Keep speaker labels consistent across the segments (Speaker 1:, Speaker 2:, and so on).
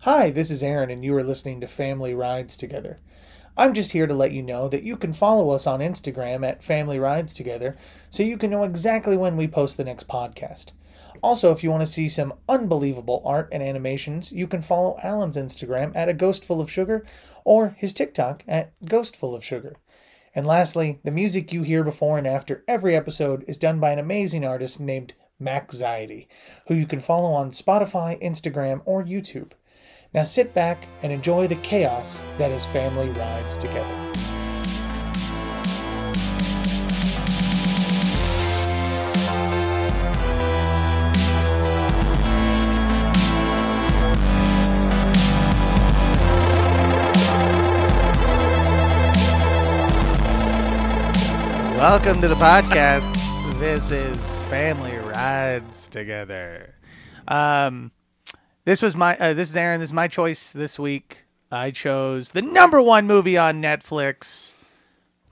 Speaker 1: Hi, this is Aaron, and you are listening to Family Rides Together. I'm just here to let you know that you can follow us on Instagram at Family Rides Together so you can know exactly when we post the next podcast. Also, if you want to see some unbelievable art and animations, you can follow Alan's Instagram at A Ghost Full of Sugar or his TikTok at Ghost Full of Sugar. And lastly, the music you hear before and after every episode is done by an amazing artist named Maxiety, who you can follow on Spotify, Instagram, or YouTube. Now sit back and enjoy the chaos that is Family Rides Together.
Speaker 2: Welcome to the podcast. This is Family Rides Together. Um, this was my. Uh, this is Aaron. This is my choice this week. I chose the number one movie on Netflix,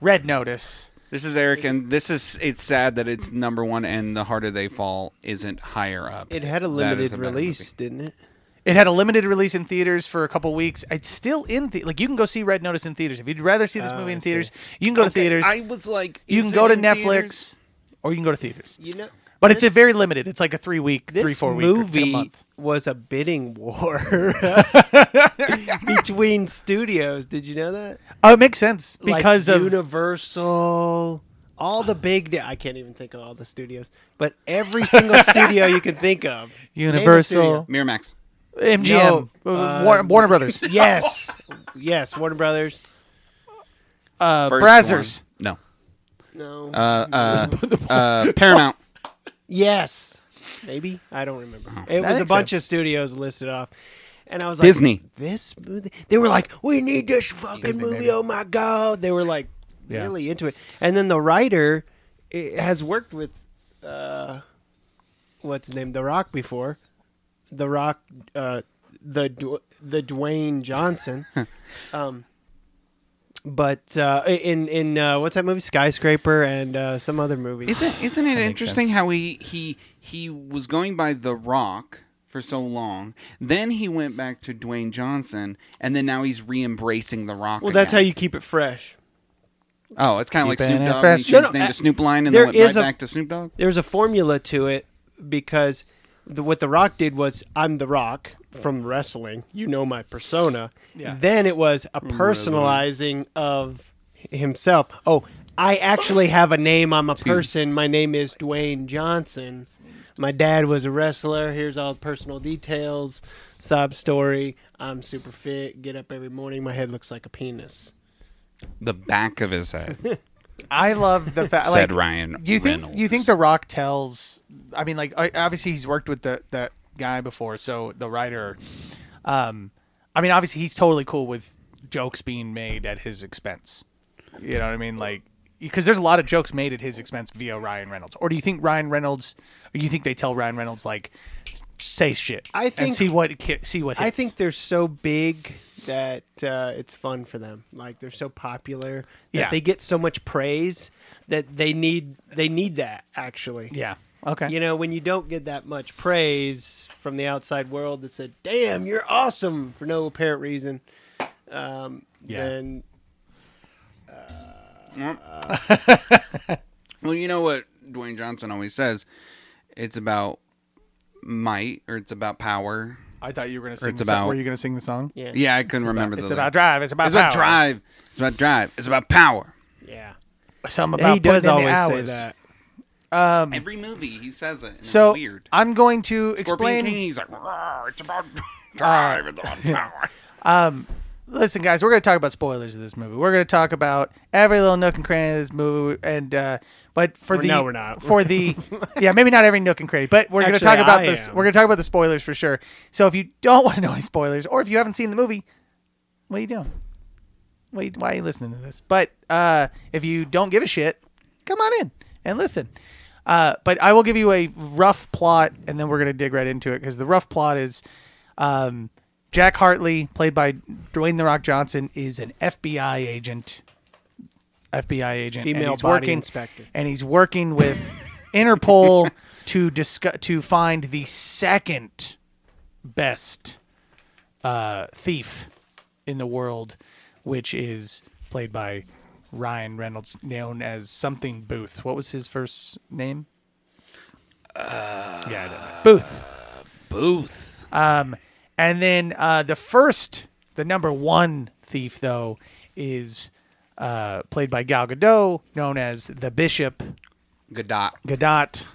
Speaker 2: Red Notice.
Speaker 3: This is Eric, and this is it's sad that it's number one, and the harder they fall isn't higher up.
Speaker 4: It had a
Speaker 3: That
Speaker 4: limited
Speaker 3: is better
Speaker 4: release, didn't it?
Speaker 2: It had a limited release in theaters for a couple weeks. It's still in the, like you can go see Red Notice in theaters. If you'd rather see this
Speaker 4: Oh,
Speaker 2: movie in
Speaker 4: I see.
Speaker 2: theaters, you can go to
Speaker 3: movie.
Speaker 2: theaters.
Speaker 3: I was like,
Speaker 2: you
Speaker 3: is
Speaker 2: can
Speaker 3: it
Speaker 2: go to
Speaker 3: in
Speaker 2: Netflix,
Speaker 3: theaters?
Speaker 2: or you can go to theaters.
Speaker 4: You know,
Speaker 2: But it's a very limited. It's like a three week,
Speaker 4: this
Speaker 2: three four week or- to a
Speaker 4: movie
Speaker 2: month.
Speaker 4: was a bidding war between studios. Did you know that?
Speaker 2: Oh, it makes sense
Speaker 4: Like
Speaker 2: because of
Speaker 4: Universal, all the big. I can't even think of all the studios, but every single studio you can think of. Name a
Speaker 2: Universal,
Speaker 3: Miramax.
Speaker 2: MGM,
Speaker 4: No,
Speaker 2: uh,
Speaker 4: uh,
Speaker 2: Warner, Warner Brothers,
Speaker 4: studio. Yes, yes, Warner Brothers.
Speaker 2: uh,
Speaker 3: First
Speaker 2: Brazzers,
Speaker 3: one.
Speaker 4: No.
Speaker 3: No. Uh, uh, uh, Paramount.
Speaker 4: yes, maybe I don't remember. It
Speaker 2: Oh, That
Speaker 4: was a
Speaker 2: makes
Speaker 4: bunch
Speaker 2: sense.
Speaker 4: of studios listed off. And I was like,
Speaker 3: Disney.
Speaker 4: This movie, they were like, "We need this fucking movie!" Oh my god! They were like
Speaker 2: Yeah.
Speaker 4: really into it. And then the writer eh, has worked with uh, what's his name, The Rock, before. The Rock, uh, the Dw- the Dwayne Johnson. um, but uh, in in uh, what's that movie, Skyscraper, and uh, some other movie.
Speaker 3: Isn't isn't it interesting how he he he was going by The Rock for so long, then he went back to Dwayne Johnson, and then now he's re-embracing The Rock.
Speaker 4: well, that's how
Speaker 3: again.
Speaker 4: you keep it fresh.
Speaker 3: Oh, it's kind of like
Speaker 2: Keep
Speaker 3: Snoop
Speaker 2: it
Speaker 3: Dogg.
Speaker 2: fresh.
Speaker 3: He
Speaker 2: No,
Speaker 3: changed his
Speaker 4: no,
Speaker 3: name
Speaker 4: I-
Speaker 3: to Snoop Lion, and
Speaker 4: there
Speaker 3: then went right
Speaker 4: is a-
Speaker 3: back to Snoop Dogg.
Speaker 4: there's a formula to it because the, what the rock did was i'm the rock from wrestling you know my persona
Speaker 2: Yeah.
Speaker 4: then it was a personalizing of himself oh i actually have a name i'm a person my name is dwayne johnson my dad was a wrestler here's all the personal details sob story i'm super fit get up every morning my head looks like a penis
Speaker 3: The back of his head.
Speaker 2: I love the fact.
Speaker 3: Said
Speaker 2: like,
Speaker 3: Ryan
Speaker 2: You think you
Speaker 3: Reynolds.
Speaker 2: think The Rock tells? I mean, like I- obviously he's worked with the that guy before, so the writer. Um, I mean, obviously he's totally cool with jokes being made at his expense. You know what I mean? Like because there's a lot of jokes made at his expense via Ryan Reynolds. Or do you think Ryan Reynolds? Or you think they tell Ryan Reynolds like say shit?
Speaker 4: I
Speaker 2: and
Speaker 4: think-
Speaker 2: see what ki- see what hits.
Speaker 4: I think they're so big that uh, it's fun for them. Like they're so popular that
Speaker 2: Yeah.
Speaker 4: they get so much praise that they need they need that actually.
Speaker 2: yeah. Okay.
Speaker 4: You know, when you don't get that much praise from the outside world that said, "Damn, you're awesome" for no apparent reason, um,
Speaker 2: Yeah.
Speaker 4: then
Speaker 3: Well, you know what Dwayne Johnson always says? It's about might or it's about power.
Speaker 2: I thought you were gonna sing.
Speaker 3: it's
Speaker 2: the song-
Speaker 3: about-
Speaker 2: Were you gonna sing the song?
Speaker 4: yeah,
Speaker 3: Yeah, I couldn't remember
Speaker 2: It's
Speaker 3: the
Speaker 2: about
Speaker 3: lyric.
Speaker 2: drive. It's about
Speaker 3: It's about
Speaker 2: power.
Speaker 3: drive. It's about drive. It's about power.
Speaker 4: yeah.
Speaker 2: Some about
Speaker 4: he does
Speaker 2: putting in the
Speaker 4: always say
Speaker 2: hours.
Speaker 4: that.
Speaker 3: Every movie he says it. And
Speaker 2: Um, So
Speaker 3: it's weird.
Speaker 2: I'm going to
Speaker 3: Scorpion King,
Speaker 2: explain.
Speaker 3: he's like, "Rawr, it's about drive. it's about
Speaker 2: Uh,
Speaker 3: power.
Speaker 2: Listen, guys, we're going to talk about spoilers of this movie. We're going to talk about every little nook and cranny of this movie, and uh, but for
Speaker 4: Well,
Speaker 2: the
Speaker 4: no, we're not.
Speaker 2: for the yeah maybe not every nook and cranny, but we're going to
Speaker 4: Actually,
Speaker 2: talk about
Speaker 4: I
Speaker 2: this.
Speaker 4: am.
Speaker 2: We're going to talk about the spoilers for sure. So if you don't want to know any spoilers, or if you haven't seen the movie, what are you doing? Why, why are you listening to this? But uh, if you don't give a shit, come on in and listen. Uh, but I will give you a rough plot, and then we're going to dig right into it because the rough plot is um, Jack Hartley, played by Dwayne the Rock Johnson, is an FBI agent. FBI agent, and
Speaker 4: Female
Speaker 2: he's
Speaker 4: body
Speaker 2: working,
Speaker 4: inspector.
Speaker 2: and he's working with Interpol to discuss to find the second best uh, thief in the world, which is played by Ryan Reynolds, known as something Booth. What was his first name? Uh, yeah, I don't know. Booth.
Speaker 3: Booth.
Speaker 2: Um, and then uh, the first, the number one thief, though, is uh, played by Gal Gadot, known as the Bishop
Speaker 3: Godot.
Speaker 2: Gadot.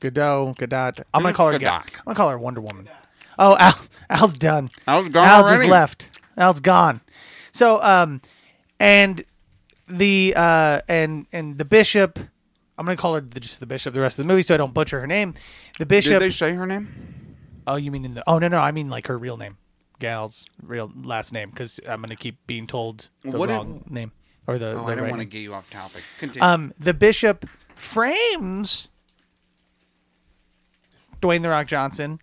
Speaker 2: Godot, Gadot. I'm gonna call her Gadot.
Speaker 3: Gadot.
Speaker 2: I'm gonna call her Wonder Woman. Oh, Al, Al's done.
Speaker 3: Al's gone
Speaker 2: Al just
Speaker 3: already.
Speaker 2: left. Al's gone. So, um, and the uh, and and the bishop. I'm gonna call her the, just the bishop the rest of the movie, so I don't butcher her name. The
Speaker 3: Did
Speaker 2: bishop.
Speaker 3: they say her name?
Speaker 2: Oh, you mean in the? Oh no, no, I mean like her real name, Gal's real last name, because I'm gonna keep being told the
Speaker 3: What if-
Speaker 2: wrong name or the.
Speaker 3: Oh,
Speaker 2: the
Speaker 3: I don't
Speaker 2: right
Speaker 3: want to
Speaker 2: name.
Speaker 3: get you off topic. Continue.
Speaker 2: Um, the bishop frames Dwayne the Rock Johnson,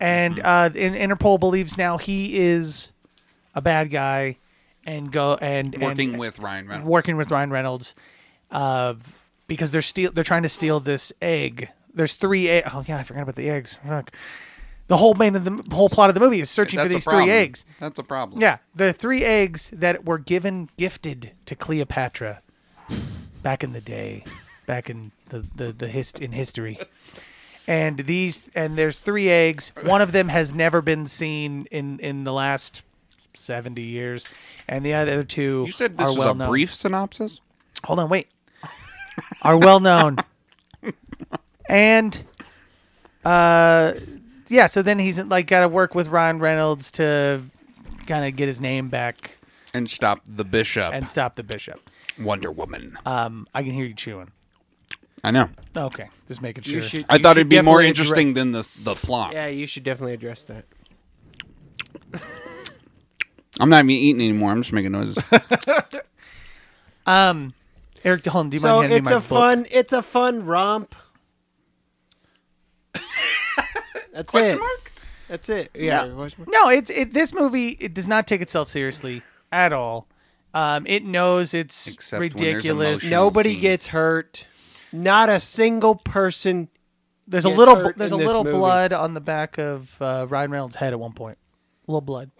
Speaker 2: and
Speaker 3: Mm-hmm.
Speaker 2: uh, in, Interpol believes now he is a bad guy, and go and and-
Speaker 3: Working with Ryan Reynolds.
Speaker 2: working with Ryan Reynolds, uh, because they're steal they're trying to steal this egg. There's three. Egg- oh yeah, I forgot about the eggs. Fuck. The whole main of the m- whole plot of the movie is searching
Speaker 3: That's
Speaker 2: for
Speaker 3: a
Speaker 2: these
Speaker 3: problem.
Speaker 2: three eggs.
Speaker 3: That's a problem.
Speaker 2: Yeah, the three eggs that were given gifted to Cleopatra back in the day, back in the the, the hist- in history. And these and there's three eggs. One of them has never been seen in in the last 70 years and the other two
Speaker 3: You said this
Speaker 2: are
Speaker 3: is
Speaker 2: well
Speaker 3: a
Speaker 2: known.
Speaker 3: brief synopsis?
Speaker 2: Hold on, wait. Are well known. and uh yeah, so then he's like got to work with Ryan Reynolds to kind of get his name back
Speaker 3: And stop the bishop.
Speaker 2: and stop the bishop.
Speaker 3: Wonder Woman.
Speaker 4: Uh,
Speaker 2: Um, I can hear you chewing.
Speaker 3: I know.
Speaker 2: Okay, just making sure.
Speaker 4: You should,
Speaker 3: I
Speaker 4: you
Speaker 3: thought
Speaker 4: should
Speaker 3: it'd be more
Speaker 4: definitely addre-
Speaker 3: interesting than the the plot.
Speaker 4: yeah, you should definitely address that.
Speaker 3: I'm not even eating anymore. I'm just making noises.
Speaker 2: Eric Dolan, do you
Speaker 4: So
Speaker 2: mind handing me my
Speaker 4: it's a
Speaker 2: book?
Speaker 4: fun, it's a fun romp. That's it. That's it. Yeah. question mark?
Speaker 2: No, it's it. This movie it does not take itself seriously at all. Um, it knows it's
Speaker 3: Except when there's
Speaker 2: ridiculous.
Speaker 3: emotion.
Speaker 2: Nope.
Speaker 4: Nobody
Speaker 3: Scene.
Speaker 4: gets hurt. Not a single person.
Speaker 2: There's a
Speaker 4: gets
Speaker 2: little.
Speaker 4: hurt
Speaker 2: There's a
Speaker 4: in this
Speaker 2: little
Speaker 4: movie.
Speaker 2: blood on the back of uh, Ryan Reynolds' head at one point. A little blood.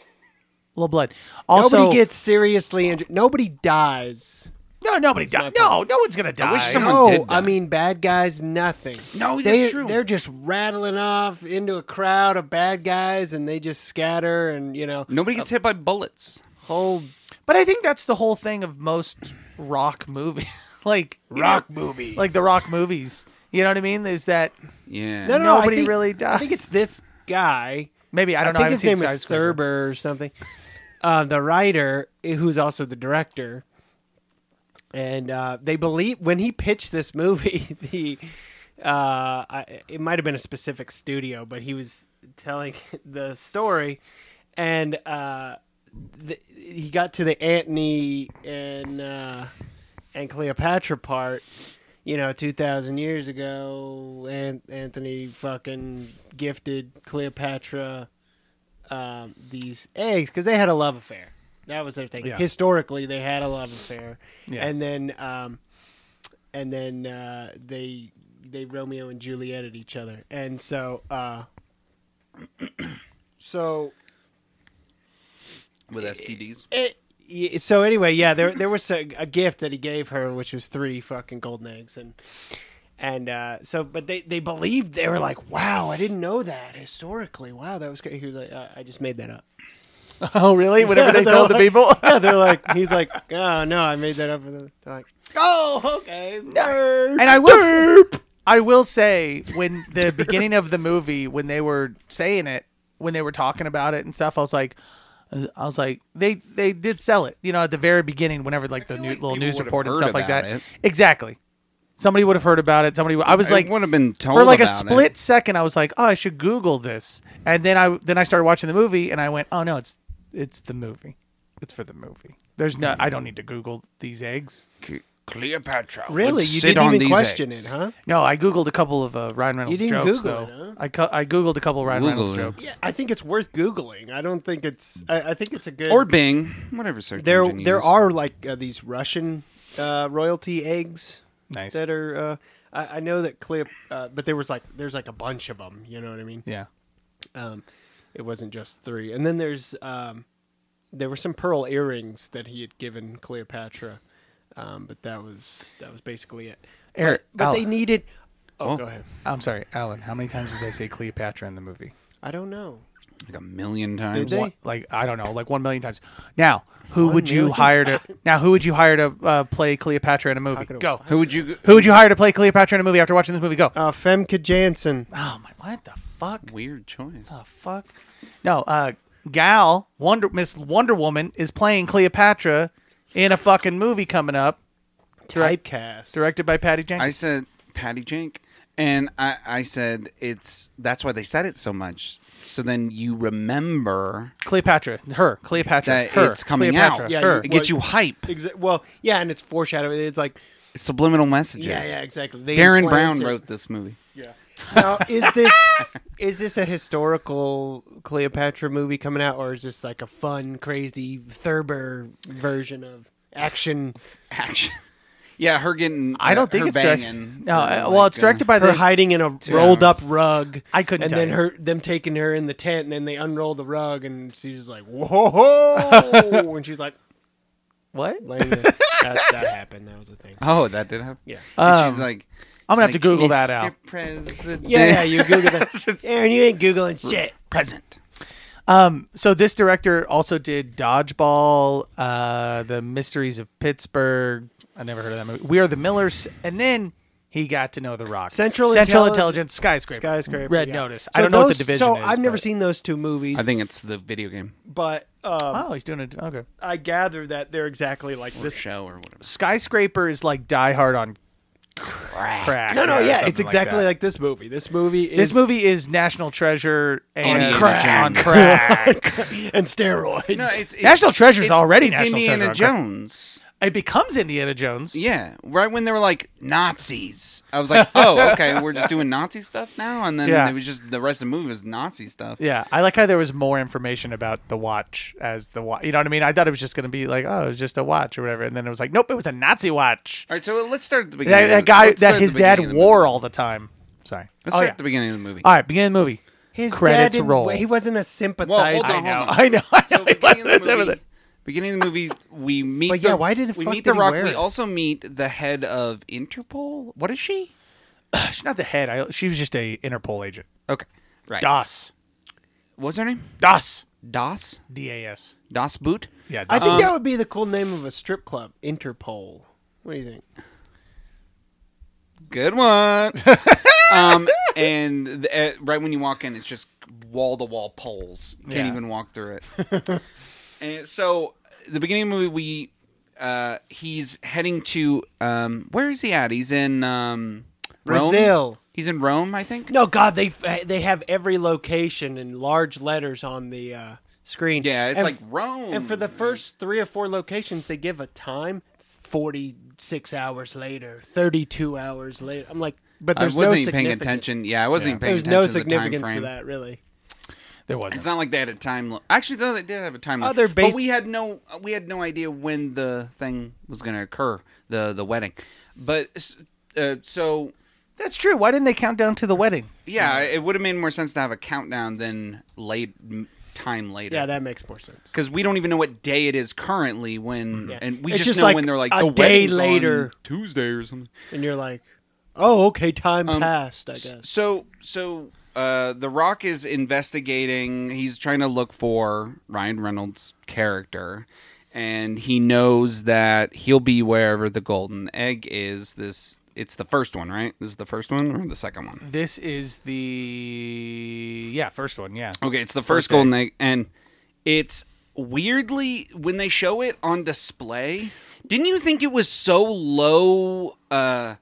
Speaker 2: A little blood. Also,
Speaker 4: nobody gets seriously injured. Nobody dies.
Speaker 2: no. Nobody died. No, no one's gonna die.
Speaker 3: wish someone-
Speaker 4: no,
Speaker 3: did
Speaker 4: I
Speaker 3: die.
Speaker 4: mean bad guys. Nothing.
Speaker 3: No, that's
Speaker 4: they,
Speaker 3: true.
Speaker 4: They're just rattling off into a crowd of bad guys, and they just scatter, and you know,
Speaker 3: Nobody gets hit by bullets.
Speaker 4: whole
Speaker 2: But I think that's the whole thing of most rock movie, like
Speaker 4: rock movie.
Speaker 2: like the rock movies. You know what I mean? Is that
Speaker 3: Yeah.
Speaker 4: No, no, I
Speaker 2: Nobody
Speaker 4: think-
Speaker 2: really
Speaker 4: I think it's
Speaker 2: dies.
Speaker 4: this guy.
Speaker 2: maybe I
Speaker 4: I,
Speaker 2: don't know.
Speaker 4: think
Speaker 2: I
Speaker 4: his
Speaker 2: haven't
Speaker 4: name
Speaker 2: seen
Speaker 4: is
Speaker 2: Skyscraper.
Speaker 4: Thurber or something. Uh, the writer, eh, who's also the director, and uh, they believe when he pitched this movie, the uh, I, it might have been a specific studio, but he was telling the story, and uh, the, he got to the Antony and uh, and Cleopatra part. You know, two thousand years ago, An- Anthony fucking gifted Cleopatra um, these eggs because they had a love affair. That was their thing.
Speaker 2: Yeah.
Speaker 4: Historically, they had a love affair,
Speaker 2: Yeah.
Speaker 4: and then um, and then uh, they they Romeo and Julieted each other, and so uh, so
Speaker 3: With STDs.
Speaker 4: it, y- so anyway, yeah, there there was a, a gift that he gave her, which was three fucking golden eggs, and and uh, so, but they they believed they were like, wow, I didn't know that historically. Wow, that was great. He was like, uh, I just made that up.
Speaker 2: Oh really? Whatever they
Speaker 4: They're
Speaker 2: told the
Speaker 4: like-
Speaker 2: people.
Speaker 4: Yeah, they're like, he's like, oh no, I made that up. For the, they're like, oh okay, nerd.
Speaker 2: And I will, I will say, when the beginning of the movie, when they were saying it, when they were talking about it and stuff, I was like, uh, I was like, they they did sell it, you know, at the very beginning, whenever like the
Speaker 3: feel
Speaker 2: new,
Speaker 3: like
Speaker 2: little
Speaker 3: people
Speaker 2: news
Speaker 3: would have
Speaker 2: report and
Speaker 3: heard
Speaker 2: stuff like
Speaker 3: about
Speaker 2: that.
Speaker 3: it.
Speaker 2: Exactly. Somebody would have heard about it. Somebody, would- I was like,
Speaker 3: would have been told
Speaker 2: for like a
Speaker 3: about it.
Speaker 2: split second, I was like, oh, I should Google this, and then I then I started watching the movie, and I went, oh no, it's it's the movie, it's for the movie. There's no, I don't need to Google these eggs.
Speaker 3: C- Cleopatra. would
Speaker 4: really, you
Speaker 3: sit
Speaker 4: didn't
Speaker 3: on
Speaker 4: even
Speaker 3: these
Speaker 4: question
Speaker 3: eggs.
Speaker 4: it, huh?
Speaker 2: No, I googled a couple of uh, Ryan Reynolds
Speaker 4: You didn't
Speaker 2: jokes
Speaker 4: Google
Speaker 2: though.
Speaker 4: it, huh?
Speaker 2: I co- I googled a couple of Ryan
Speaker 3: Google
Speaker 2: Reynolds
Speaker 3: it.
Speaker 2: jokes.
Speaker 4: Yeah, I think it's worth googling. I don't think it's. I, I think it's a good
Speaker 3: Or Bing, whatever search
Speaker 4: there
Speaker 3: engine you
Speaker 4: there
Speaker 3: use.
Speaker 4: are like uh, these Russian uh, royalty eggs
Speaker 2: Nice.
Speaker 4: that are. Uh, I, I know that Cleop, uh, but there was like there's like a bunch of them. You know what I mean?
Speaker 2: Yeah.
Speaker 4: Um, it wasn't just three. And then there's um, there were some pearl earrings that he had given Cleopatra, um, but that was that was basically it.
Speaker 2: Eric,
Speaker 4: but, but they
Speaker 2: Alan.
Speaker 4: needed. Oh,
Speaker 3: Oh.
Speaker 4: go ahead.
Speaker 2: I'm sorry, Alan. How many times did they say Cleopatra in the movie?
Speaker 4: I don't know.
Speaker 3: like a million times.
Speaker 4: they?
Speaker 2: One- like I don't know, like one million times. Now, who would you
Speaker 4: million
Speaker 2: hire to? Now, who would you hire to uh, play Cleopatra in a movie?
Speaker 4: Talking to
Speaker 2: Go.
Speaker 3: Who would you?
Speaker 2: Who would you hire to play Cleopatra in a movie after watching this movie? Go.
Speaker 4: Uh, Femke Jansen.
Speaker 2: Oh my! What the fuck?
Speaker 3: Weird choice.
Speaker 4: Oh.
Speaker 2: The fuck? No. Uh, Gal Wonder Miss Wonder Woman is playing Cleopatra in a fucking movie coming up,
Speaker 4: Typecast.
Speaker 2: directed by Patty Jenkins.
Speaker 3: I said Patty Jink, and I, I said it's that's why they said it so much. So then you remember
Speaker 2: Cleopatra, her Cleopatra,
Speaker 3: that
Speaker 2: her
Speaker 3: it's coming
Speaker 2: Cleopatra,
Speaker 3: out.
Speaker 4: Yeah,
Speaker 2: her.
Speaker 3: It gets you hype.
Speaker 4: Exa- well, yeah, and it's foreshadowing. It's like
Speaker 3: Subliminal messages.
Speaker 4: yeah, yeah, exactly. They
Speaker 3: Darren
Speaker 4: implanted
Speaker 3: Brown
Speaker 4: it.
Speaker 3: wrote this movie.
Speaker 4: Now, is this is this a historical Cleopatra movie coming out, or is this like a fun, crazy Thurber version of action?
Speaker 3: Action. Yeah, her getting.
Speaker 2: I don't
Speaker 3: uh,
Speaker 2: think
Speaker 3: her
Speaker 2: it's directed.
Speaker 3: banging,
Speaker 2: No,
Speaker 3: her,
Speaker 2: uh, well, it's
Speaker 3: like, uh,
Speaker 2: directed by
Speaker 4: Her
Speaker 2: the
Speaker 4: hiding in a rolled up rug.
Speaker 2: I couldn't
Speaker 4: And
Speaker 2: tell
Speaker 4: then
Speaker 2: you.
Speaker 4: her them taking her in the tent, and then they unroll the rug, and she's like, "Whoa!" and she's like,
Speaker 2: what?
Speaker 4: laying there. that, that happened. That was a thing.
Speaker 3: Oh, that did happen.
Speaker 4: Yeah.
Speaker 3: And she's like,
Speaker 2: Um, I'm gonna have to Google that
Speaker 3: "Mr.
Speaker 2: out.
Speaker 3: President.
Speaker 4: Yeah, yeah. You Google that, Aaron. You ain't googling shit.
Speaker 3: present.
Speaker 2: Um, So this director also did Dodgeball, uh, The Mysteries of Pittsburgh. I never heard of that movie. We Are the Millers, and then he got to know The Rock.
Speaker 4: Central
Speaker 2: Central
Speaker 4: Intelli-
Speaker 2: Intelligence Skyscraper.
Speaker 4: Skyscraper.
Speaker 2: Red
Speaker 4: yeah.
Speaker 2: Notice.
Speaker 4: So
Speaker 2: I don't know what
Speaker 4: those-
Speaker 2: the division
Speaker 4: So
Speaker 2: is.
Speaker 4: I've never
Speaker 2: but-
Speaker 4: seen those two movies,
Speaker 3: I think it's the video game
Speaker 4: but um,
Speaker 2: Oh, he's doing it. Okay.
Speaker 4: I gather that they're exactly like
Speaker 3: or
Speaker 4: this.
Speaker 3: show or whatever.
Speaker 2: Skyscraper is like Die Hard on
Speaker 3: Crap.
Speaker 2: crack.
Speaker 4: No, no,
Speaker 2: or
Speaker 4: yeah,
Speaker 2: something
Speaker 4: it's exactly
Speaker 2: that.
Speaker 4: like, this movie. This movie is
Speaker 2: this movie is National Treasure and
Speaker 3: Indiana
Speaker 2: on
Speaker 3: Jones.
Speaker 2: crack.
Speaker 4: and steroids.
Speaker 3: No, it's, it's
Speaker 2: National Treasure's
Speaker 3: it's-
Speaker 2: already
Speaker 3: it's
Speaker 2: National
Speaker 3: Indiana
Speaker 2: Treasure on crack.
Speaker 3: Jones.
Speaker 2: it becomes Indiana Jones.
Speaker 3: Yeah, right when they were like Nazis, I was like, oh, okay, we're just doing Nazi stuff now, and then
Speaker 2: Yeah.
Speaker 3: it was just the rest of the movie was Nazi stuff.
Speaker 2: Yeah, I like how there was more information about the watch as the watch. You know what I mean? I thought it was just going to be like, oh, it was just a watch or whatever, and then it was like, nope, it was a Nazi watch.
Speaker 3: All right, so let's start at the
Speaker 2: That,
Speaker 3: beginning.
Speaker 2: that guy
Speaker 3: Let's start
Speaker 2: that
Speaker 3: at
Speaker 2: his
Speaker 3: the beginning
Speaker 2: dad
Speaker 3: of the
Speaker 2: wore
Speaker 3: movie.
Speaker 2: all the time. Sorry.
Speaker 3: Let's
Speaker 2: oh
Speaker 3: start
Speaker 2: yeah.
Speaker 3: at the beginning of the movie.
Speaker 2: all right, beginning of the movie.
Speaker 4: His
Speaker 2: Credits
Speaker 4: dad didn't-
Speaker 2: roll.
Speaker 4: He wasn't a
Speaker 3: well, hold
Speaker 4: sympathizer.
Speaker 3: on, hold on.
Speaker 2: I know. I know.
Speaker 3: So
Speaker 2: it
Speaker 3: beginning
Speaker 2: wasn't
Speaker 3: of
Speaker 2: as
Speaker 3: the
Speaker 2: evident.
Speaker 3: movie. Beginning of the movie, we meet.
Speaker 4: But yeah,
Speaker 3: the-
Speaker 4: why did the
Speaker 3: we
Speaker 4: fuck
Speaker 3: meet
Speaker 4: did
Speaker 3: the
Speaker 4: he
Speaker 3: Rock?
Speaker 4: wear
Speaker 3: We
Speaker 4: it?
Speaker 3: also meet the head of Interpol. What is she?
Speaker 2: She's not the head. I, she was just a Interpol agent.
Speaker 3: Okay, right.
Speaker 2: Das.
Speaker 3: What's her name?
Speaker 2: Das.
Speaker 3: Das
Speaker 2: D A S.
Speaker 3: Das Boot.
Speaker 2: Yeah.
Speaker 4: I
Speaker 2: Das.
Speaker 4: think that would be the cool name of a strip club, Interpol. What do you think?
Speaker 3: Good one. um, and the, uh, right when you walk in, it's just wall to wall poles. You can't
Speaker 2: Yeah.
Speaker 3: even walk through it. and so, the beginning of the movie, we uh, he's heading to um, where is he at? He's in um, Rome?
Speaker 4: Brazil.
Speaker 3: He's in Rome, I think.
Speaker 4: No, God, they they have every location in large letters on the uh, screen.
Speaker 3: Yeah, it's
Speaker 4: And-
Speaker 3: like Rome.
Speaker 4: And for the first three or four locations, they give a time. Forty-six hours later, thirty-two hours later. I'm like, but
Speaker 3: I
Speaker 4: there's
Speaker 3: wasn't
Speaker 4: no
Speaker 3: even paying
Speaker 4: significance.
Speaker 3: attention. Yeah, I wasn't even paying
Speaker 4: There's no
Speaker 3: attention to the time
Speaker 4: significance
Speaker 3: frame.
Speaker 4: to that, really.
Speaker 2: There
Speaker 3: It's
Speaker 2: wasn't.
Speaker 3: not like they had a time. Lo- Actually, no, they did have a time. limit.
Speaker 4: Other base-
Speaker 3: but we had no, we had no idea when the thing was going to occur, the the wedding. But s- uh, so
Speaker 2: That's true. Why didn't they count down to the wedding?
Speaker 3: yeah, it would have made more sense to have a countdown than late m- time later.
Speaker 4: Yeah, that makes more sense.
Speaker 3: because we don't even know what day it is currently when,
Speaker 4: Yeah.
Speaker 3: and we
Speaker 4: It's
Speaker 3: just,
Speaker 4: just
Speaker 3: know
Speaker 4: like
Speaker 3: when they're like
Speaker 4: a
Speaker 3: the
Speaker 4: day
Speaker 3: wedding's on
Speaker 4: later.
Speaker 3: Tuesday or something.
Speaker 4: And you're like, oh, okay, time
Speaker 3: Um,
Speaker 4: passed. I guess.
Speaker 3: So so uh, the Rock is investigating. He's trying to look for Ryan Reynolds' character, and he knows that he'll be wherever the golden egg is. This it's the first one, right? This is the first one or the second one?
Speaker 2: This is the yeah first one. Yeah.
Speaker 3: Okay, it's the first golden egg, and it's weirdly when they show it on display. Didn't you think it was so low uh,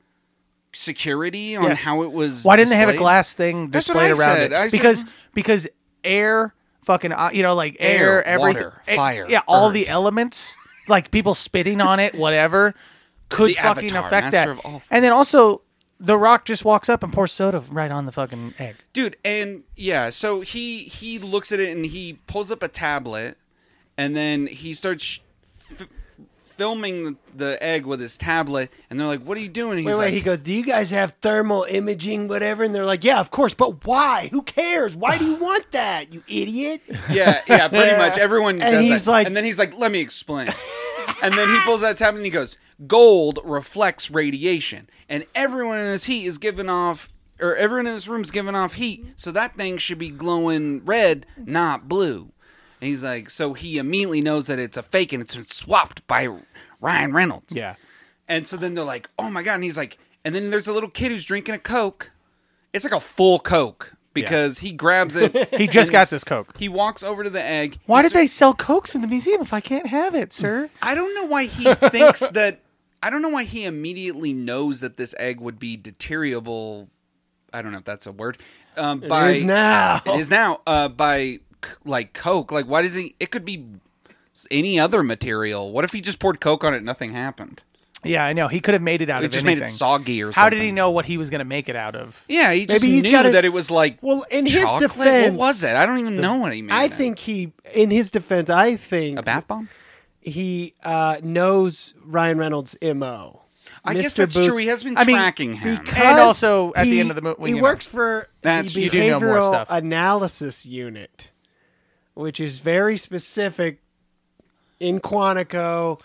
Speaker 3: security on
Speaker 2: Yes.
Speaker 3: how it was?
Speaker 2: Why didn't they have a
Speaker 3: displayed?
Speaker 2: glass thing
Speaker 3: That's what
Speaker 2: displayed
Speaker 3: I
Speaker 2: around
Speaker 3: said.
Speaker 2: it?
Speaker 3: I said- "Hmm."
Speaker 2: because because air, fucking, uh, you know, like air,
Speaker 3: Air,
Speaker 2: everything,
Speaker 3: water,
Speaker 2: eh,
Speaker 3: fire,
Speaker 2: yeah, all the
Speaker 3: earth.
Speaker 2: elements, like people spitting on it, whatever, could
Speaker 3: The
Speaker 2: fucking
Speaker 3: Avatar,
Speaker 2: affect
Speaker 3: master
Speaker 2: that.
Speaker 3: of all-
Speaker 2: and then also, The Rock just walks up and pours soda right on the fucking egg.
Speaker 3: dude and yeah so he he looks at it and he pulls up a tablet and then he starts f- filming the, the egg with his tablet, and they're like, "What are you doing?" And
Speaker 4: Wait,
Speaker 3: he's
Speaker 4: wait.
Speaker 3: like,
Speaker 4: he goes, "Do you guys have thermal imaging, whatever?" And they're like, "Yeah, of course, but why? Who cares? Why do you want that, you idiot?"
Speaker 3: Yeah, yeah, pretty much. Everyone
Speaker 4: And
Speaker 3: does
Speaker 4: he's
Speaker 3: that.
Speaker 4: like-
Speaker 3: and then he's like, let me explain. and then he pulls out his tablet and he goes, gold reflects radiation. And everyone in this heat is giving off, or everyone in this room is giving off heat. So that thing should be glowing red, not blue. And he's like, so he immediately knows that it's a fake and it's been swapped by Ryan Reynolds.
Speaker 2: Yeah.
Speaker 3: And so then they're like, oh my God. And he's like, and then there's a little kid who's drinking a Coke. It's like a full Coke because he grabs it.
Speaker 2: He just got this Coke.
Speaker 3: He walks over to the egg.
Speaker 2: Why
Speaker 3: He
Speaker 2: did they sell Cokes in the museum if I can't have it, sir?
Speaker 3: I don't know why he thinks that. I don't know why he immediately knows that this egg would be deteriorable. I don't know if that's a word. Um, by
Speaker 4: It is now.
Speaker 3: it is now uh, by c- like Coke. Like, why does he? It could be any other material. What if he just poured Coke on it? and Nothing happened.
Speaker 2: Yeah, I know. He could have made it out
Speaker 3: It
Speaker 2: of
Speaker 3: just
Speaker 2: anything.
Speaker 3: made it soggy or something.
Speaker 2: How did he know what he was going to make it out of?
Speaker 3: Yeah, he just
Speaker 4: Maybe he's
Speaker 3: knew
Speaker 4: gotta-
Speaker 3: that it was like.
Speaker 4: Well, in his
Speaker 3: chocolate?
Speaker 4: defense-
Speaker 3: what was it? I don't even know what he made.
Speaker 4: I
Speaker 3: it.
Speaker 4: think he, in his defense, I think
Speaker 3: a bath bomb.
Speaker 4: he uh, knows Ryan Reynolds' mo.
Speaker 3: I guess
Speaker 4: Mr.
Speaker 3: that's
Speaker 4: Booth-
Speaker 3: true. He has been
Speaker 2: I mean,
Speaker 3: tracking him.
Speaker 4: Because
Speaker 2: And also, at the
Speaker 4: he-
Speaker 2: end of the mo- well,
Speaker 4: he
Speaker 2: you know.
Speaker 4: works for
Speaker 3: That's-
Speaker 4: the
Speaker 3: you
Speaker 2: do know more
Speaker 4: behavioral
Speaker 2: stuff.
Speaker 4: analysis unit, which is very specific in Quantico,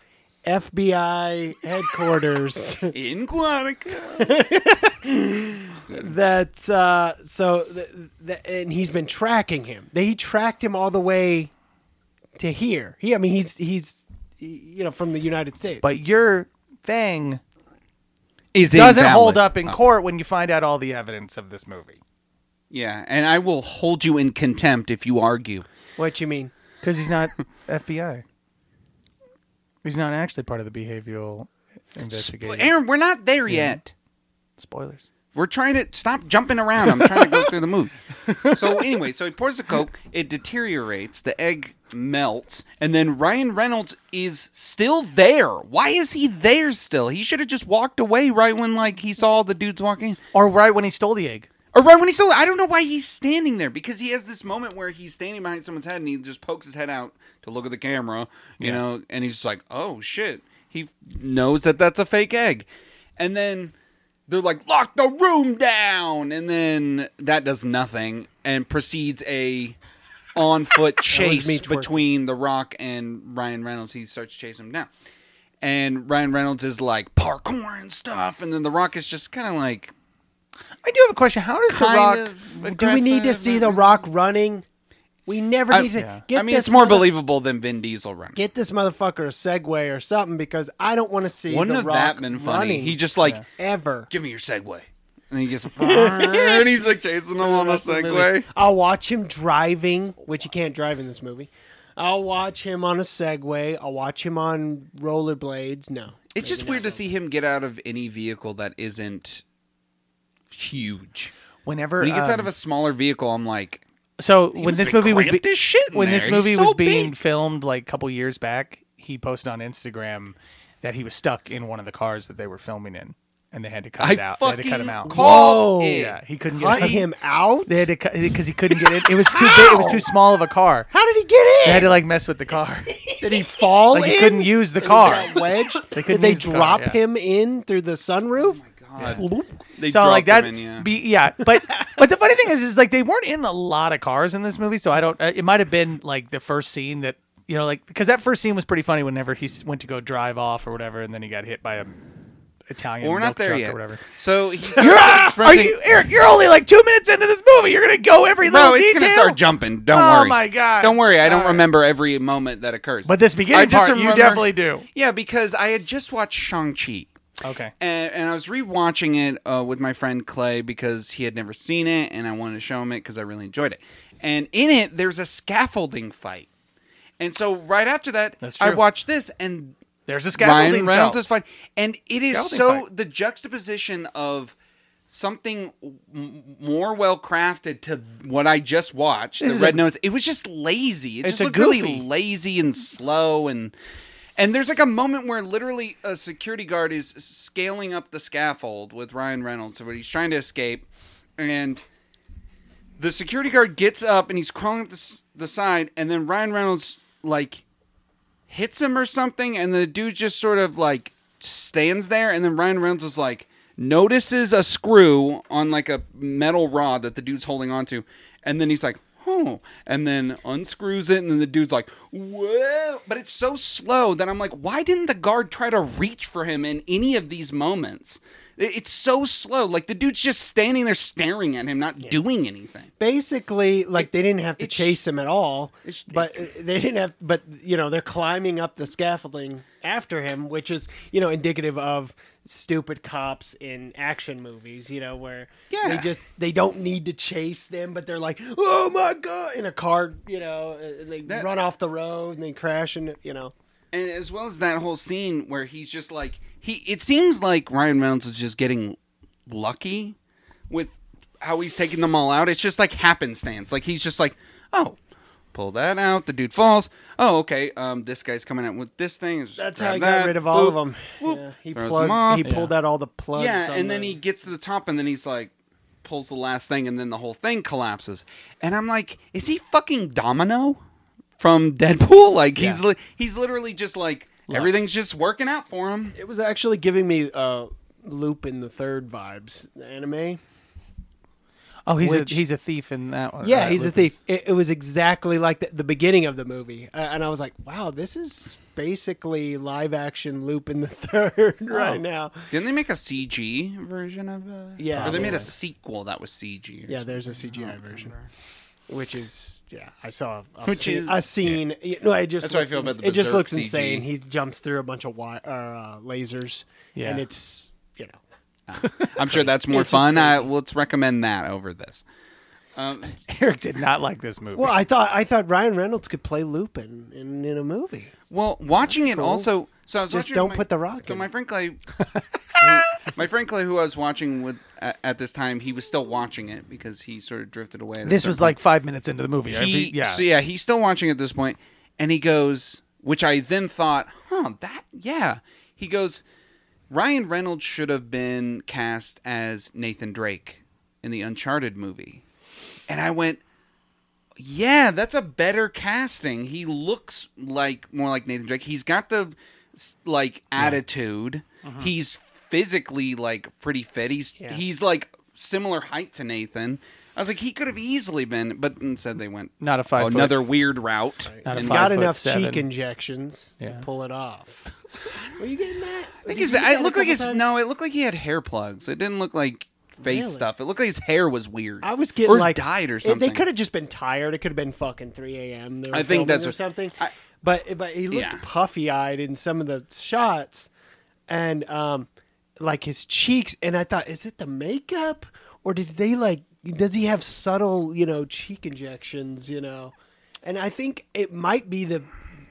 Speaker 4: FBI headquarters.
Speaker 3: in Quantico.
Speaker 4: That's uh, so, th- th- and he's been tracking him. They tracked him all the way to here. He, I mean, he's he's you know from the United States.
Speaker 2: But your thing
Speaker 3: Is
Speaker 2: doesn't
Speaker 3: invalid. Uh, Oh.
Speaker 2: hold up in court when you find out all the evidence of this movie.
Speaker 3: Yeah, and I will hold you in contempt if you argue.
Speaker 4: what you mean?
Speaker 2: Because he's not FBI. He's not actually part of the behavioral investigation.
Speaker 3: Aaron, we're not there yet.
Speaker 2: Spoilers.
Speaker 3: We're trying to stop jumping around. I'm trying to go through the movie. So anyway, so he pours the coke. It deteriorates. The egg melts, and then Ryan Reynolds is still there. Why is he there still? He should have just walked away right when like he saw all the dudes walking,
Speaker 2: Or right when he stole the egg.
Speaker 3: or right when he saw. I don't know why he's standing there because he has this moment where he's standing behind someone's head and he just pokes his head out to look at the camera, you know, and he's just like, "Oh shit!" He knows that that's a fake egg, and then they're like, "Lock the room down," and then that does nothing and proceeds a on foot
Speaker 4: me
Speaker 3: chase
Speaker 4: twerking.
Speaker 3: between The Rock and Ryan Reynolds. He starts chasing him down. And Ryan Reynolds is like parkour and stuff, and then The Rock is just kind of like
Speaker 2: I do have a question. How does
Speaker 3: kind
Speaker 2: The Rock.
Speaker 3: of
Speaker 4: Do we need to
Speaker 3: aggressive
Speaker 4: see The
Speaker 3: and-
Speaker 4: Rock running? We never
Speaker 3: I-
Speaker 4: need to
Speaker 3: yeah.
Speaker 4: get.
Speaker 3: I mean,
Speaker 4: this
Speaker 3: it's more
Speaker 4: mother-
Speaker 3: believable than Vin Diesel running.
Speaker 4: Get this motherfucker a Segway or something because I don't want to see
Speaker 3: Wouldn't
Speaker 4: The
Speaker 3: have
Speaker 4: Rock
Speaker 3: that been funny?
Speaker 4: running
Speaker 3: He just like,
Speaker 4: ever.
Speaker 3: give me your Segway, and he gets and he's like chasing him on a Segway.
Speaker 4: I'll watch him driving, which he can't drive in this movie. I'll watch him on a Segway. I'll watch him on rollerblades. No,
Speaker 3: It's just weird to see him get out of any vehicle that isn't huge.
Speaker 2: Whenever.
Speaker 3: When he gets
Speaker 2: um,
Speaker 3: out of a smaller vehicle, I'm like,
Speaker 2: So when this movie was. be-
Speaker 3: this shit. in
Speaker 2: when this
Speaker 3: there. He's
Speaker 2: movie
Speaker 3: so
Speaker 2: was being
Speaker 3: big.
Speaker 2: filmed like a couple years back, he posted on Instagram that he was stuck in one of the cars that they were filming in, and they had to cut it
Speaker 3: I
Speaker 2: out. They had to
Speaker 3: fucking
Speaker 2: cut him out.
Speaker 3: called
Speaker 4: Whoa.
Speaker 3: it.
Speaker 2: yeah, he couldn't get
Speaker 4: cut
Speaker 2: out.
Speaker 4: him out.
Speaker 2: They had to cut because he couldn't get in. It was too big. It was too small of a car.
Speaker 4: How did he get
Speaker 2: They had
Speaker 4: in?
Speaker 2: to like mess with the car.
Speaker 4: Did he fall?
Speaker 2: Like he
Speaker 4: in?
Speaker 2: couldn't use the
Speaker 4: He
Speaker 2: car.
Speaker 4: got wedged.
Speaker 2: couldn't
Speaker 4: did they
Speaker 2: use the car,
Speaker 4: drop
Speaker 2: yeah.
Speaker 4: him in through the sunroof?
Speaker 3: God. They
Speaker 2: so like
Speaker 3: dropped
Speaker 2: that.
Speaker 3: him in, yeah.
Speaker 2: Be, yeah, but but the funny thing is, is like they weren't in a lot of cars in this movie. So I don't. Uh, it might have been like the first scene that you know, like because that first scene was pretty funny. Whenever he s- went to go drive off or whatever, and then he got hit by a Italian.
Speaker 3: Well, we're
Speaker 2: milk
Speaker 3: not there
Speaker 2: truck
Speaker 3: yet.
Speaker 2: Or whatever.
Speaker 3: So he
Speaker 2: You're,
Speaker 3: starts
Speaker 2: are
Speaker 3: expressing.
Speaker 2: you, Eric? You're only like two minutes into this movie. You're gonna go every little
Speaker 3: No, it's
Speaker 2: detail.
Speaker 3: gonna start jumping. Don't
Speaker 2: Oh
Speaker 3: worry.
Speaker 2: my God.
Speaker 3: Don't worry. I don't
Speaker 2: All right.
Speaker 3: remember every moment that occurs.
Speaker 2: But this beginning
Speaker 3: I just
Speaker 2: part, you
Speaker 3: remember-
Speaker 2: definitely do.
Speaker 3: Yeah, because I had just watched Shang Chi,
Speaker 2: Okay.
Speaker 3: and, and I was rewatching it uh, with my friend Clay because he had never seen it, and I wanted to show him it because I really enjoyed it. And in it, there's a scaffolding fight, and so right after that,
Speaker 2: That's
Speaker 3: I
Speaker 2: true.
Speaker 3: watched this, and
Speaker 2: There's a scaffolding.
Speaker 3: Ryan Reynolds
Speaker 2: fell.
Speaker 3: is fine, and it is
Speaker 2: Scaffolding
Speaker 3: so
Speaker 2: fight.
Speaker 3: the juxtaposition of something m- more well crafted to what I just watched.
Speaker 2: This is
Speaker 3: the red
Speaker 2: a-
Speaker 3: nose. It was just lazy. It
Speaker 2: It's
Speaker 3: just
Speaker 2: a
Speaker 3: looked
Speaker 2: goofy.
Speaker 3: really lazy and slow and. And there's like a moment where literally a security guard is scaling up the scaffold with Ryan Reynolds, where he's trying to escape, and the security guard gets up and he's crawling up the, s- the side, and then Ryan Reynolds like hits him or something, and the dude just sort of like stands there, and then Ryan Reynolds is like notices a screw on like a metal rod that the dude's holding onto, and then he's like. Oh, and then unscrews it, and then the dude's like, "Whoa!" But it's so slow that I'm like, "Why didn't the guard try to reach for him in any of these moments?" It- It's so slow. Like the dude's just standing there staring at him, not doing anything.
Speaker 4: basically like they didn't have to
Speaker 3: it's-
Speaker 4: chase him at all
Speaker 3: it's-
Speaker 4: but uh, they didn't have but you know they're climbing up the scaffolding after him which is you know indicative of stupid cops in action movies you know where they
Speaker 3: Yeah.
Speaker 4: just they don't need to chase them but they're like oh my god in a car you know uh, and they
Speaker 3: That-
Speaker 4: run off the road and they crash and you know
Speaker 3: and as well as that whole scene where he's just like he it seems like Ryan Reynolds is just getting lucky with how he's taking them all out. It's just like happenstance. Like he's just like, "Oh, pull that out. The dude falls. Oh, okay. Um this guy's coming out with this thing. Just
Speaker 4: that's
Speaker 3: grab
Speaker 4: how he got
Speaker 3: that.
Speaker 4: rid of all of
Speaker 3: Boop.
Speaker 4: them
Speaker 3: Whoop.
Speaker 4: yeah, he,
Speaker 3: Throws
Speaker 4: plugged-
Speaker 3: them off.
Speaker 4: he pulled out all the plugs
Speaker 3: Yeah,
Speaker 4: on
Speaker 3: and then
Speaker 4: the-
Speaker 3: he gets to the top, and then he's like, pulls the last thing, and then the whole thing collapses. And I'm like, is he fucking Domino from Deadpool? Like he's li- he's literally just like everything's just working out for him.
Speaker 4: It was actually giving me uh, Loop in the Third vibes, the anime.
Speaker 2: Oh, he's
Speaker 4: Which-
Speaker 2: a he's a thief in that one.
Speaker 4: Yeah,
Speaker 2: right,
Speaker 4: he's
Speaker 2: Lupin's.
Speaker 4: a thief. It, it was exactly like the, the beginning of the movie, uh, and I was like, "Wow, this is basically live action Loop in the Third right now."
Speaker 3: Didn't they make a CG version of? Uh,
Speaker 4: Yeah.
Speaker 3: or they made
Speaker 4: Yeah.
Speaker 3: a sequel that was CG. Or
Speaker 4: Yeah,
Speaker 3: yeah,
Speaker 4: there's a CGI version, which is yeah, I saw a,
Speaker 3: Which
Speaker 4: scene,
Speaker 3: is-
Speaker 4: a scene. y- No, it just
Speaker 3: That's how I
Speaker 4: looks
Speaker 3: feel
Speaker 4: ins-
Speaker 3: about the
Speaker 4: it just
Speaker 3: Berserk
Speaker 4: looks
Speaker 3: CG.
Speaker 4: insane. He jumps through a bunch of wi- or, uh, lasers,
Speaker 2: Yeah.
Speaker 4: and it's you know
Speaker 3: I'm sure that's more
Speaker 4: It's just
Speaker 3: fun. I, let's recommend that over this. Um,
Speaker 2: Eric did not like this movie.
Speaker 4: Well, I thought I thought Ryan Reynolds could play Lupin in, in a movie.
Speaker 3: well, watching it also. So I was
Speaker 4: Just
Speaker 3: watching
Speaker 4: don't
Speaker 3: my-
Speaker 4: put The Rock
Speaker 3: So
Speaker 4: in
Speaker 3: my
Speaker 4: it.
Speaker 3: friend Clay, my friend Clay, who I was watching with at, at this time, he was still watching it because he sort of drifted away. at a
Speaker 2: this
Speaker 3: certain
Speaker 2: was like five minutes into the movie. right?
Speaker 3: he,
Speaker 2: yeah,
Speaker 3: So yeah, he's still watching at this point, and he goes, which I then thought, huh, that yeah. He goes, Ryan Reynolds should have been cast as Nathan Drake in the Uncharted movie, and I went, yeah, that's a better casting. He looks like more like Nathan Drake. He's got the s- like attitude.
Speaker 4: Mm-hmm.
Speaker 3: He's physically like pretty fit. He's he's like similar height to Nathan. I was like, he could have easily been, but instead they went
Speaker 2: Not a five foot.
Speaker 3: another weird route.
Speaker 2: Not a
Speaker 3: And
Speaker 2: five
Speaker 4: got
Speaker 2: foot
Speaker 4: enough
Speaker 2: seven.
Speaker 4: cheek injections
Speaker 2: Yeah.
Speaker 4: to pull it off. Were you getting that?
Speaker 3: I think his, it looked like his no, it looked like he had hair plugs. It didn't look like face
Speaker 4: Really?
Speaker 3: stuff. It looked like his hair was weird.
Speaker 4: I was getting
Speaker 3: or it was
Speaker 4: like
Speaker 3: dyed or
Speaker 4: it-
Speaker 3: something.
Speaker 4: They could have just been tired. It could have been fucking three a.m. They were
Speaker 3: I think
Speaker 4: filming
Speaker 3: that's
Speaker 4: or
Speaker 3: what-
Speaker 4: something.
Speaker 3: I-
Speaker 4: but but he looked
Speaker 3: Yeah.
Speaker 4: puffy eyed in some of the shots, and um, like his cheeks. And I thought, is it the makeup or did they like? Does he have subtle, you know, cheek injections? You know, and I think it might be the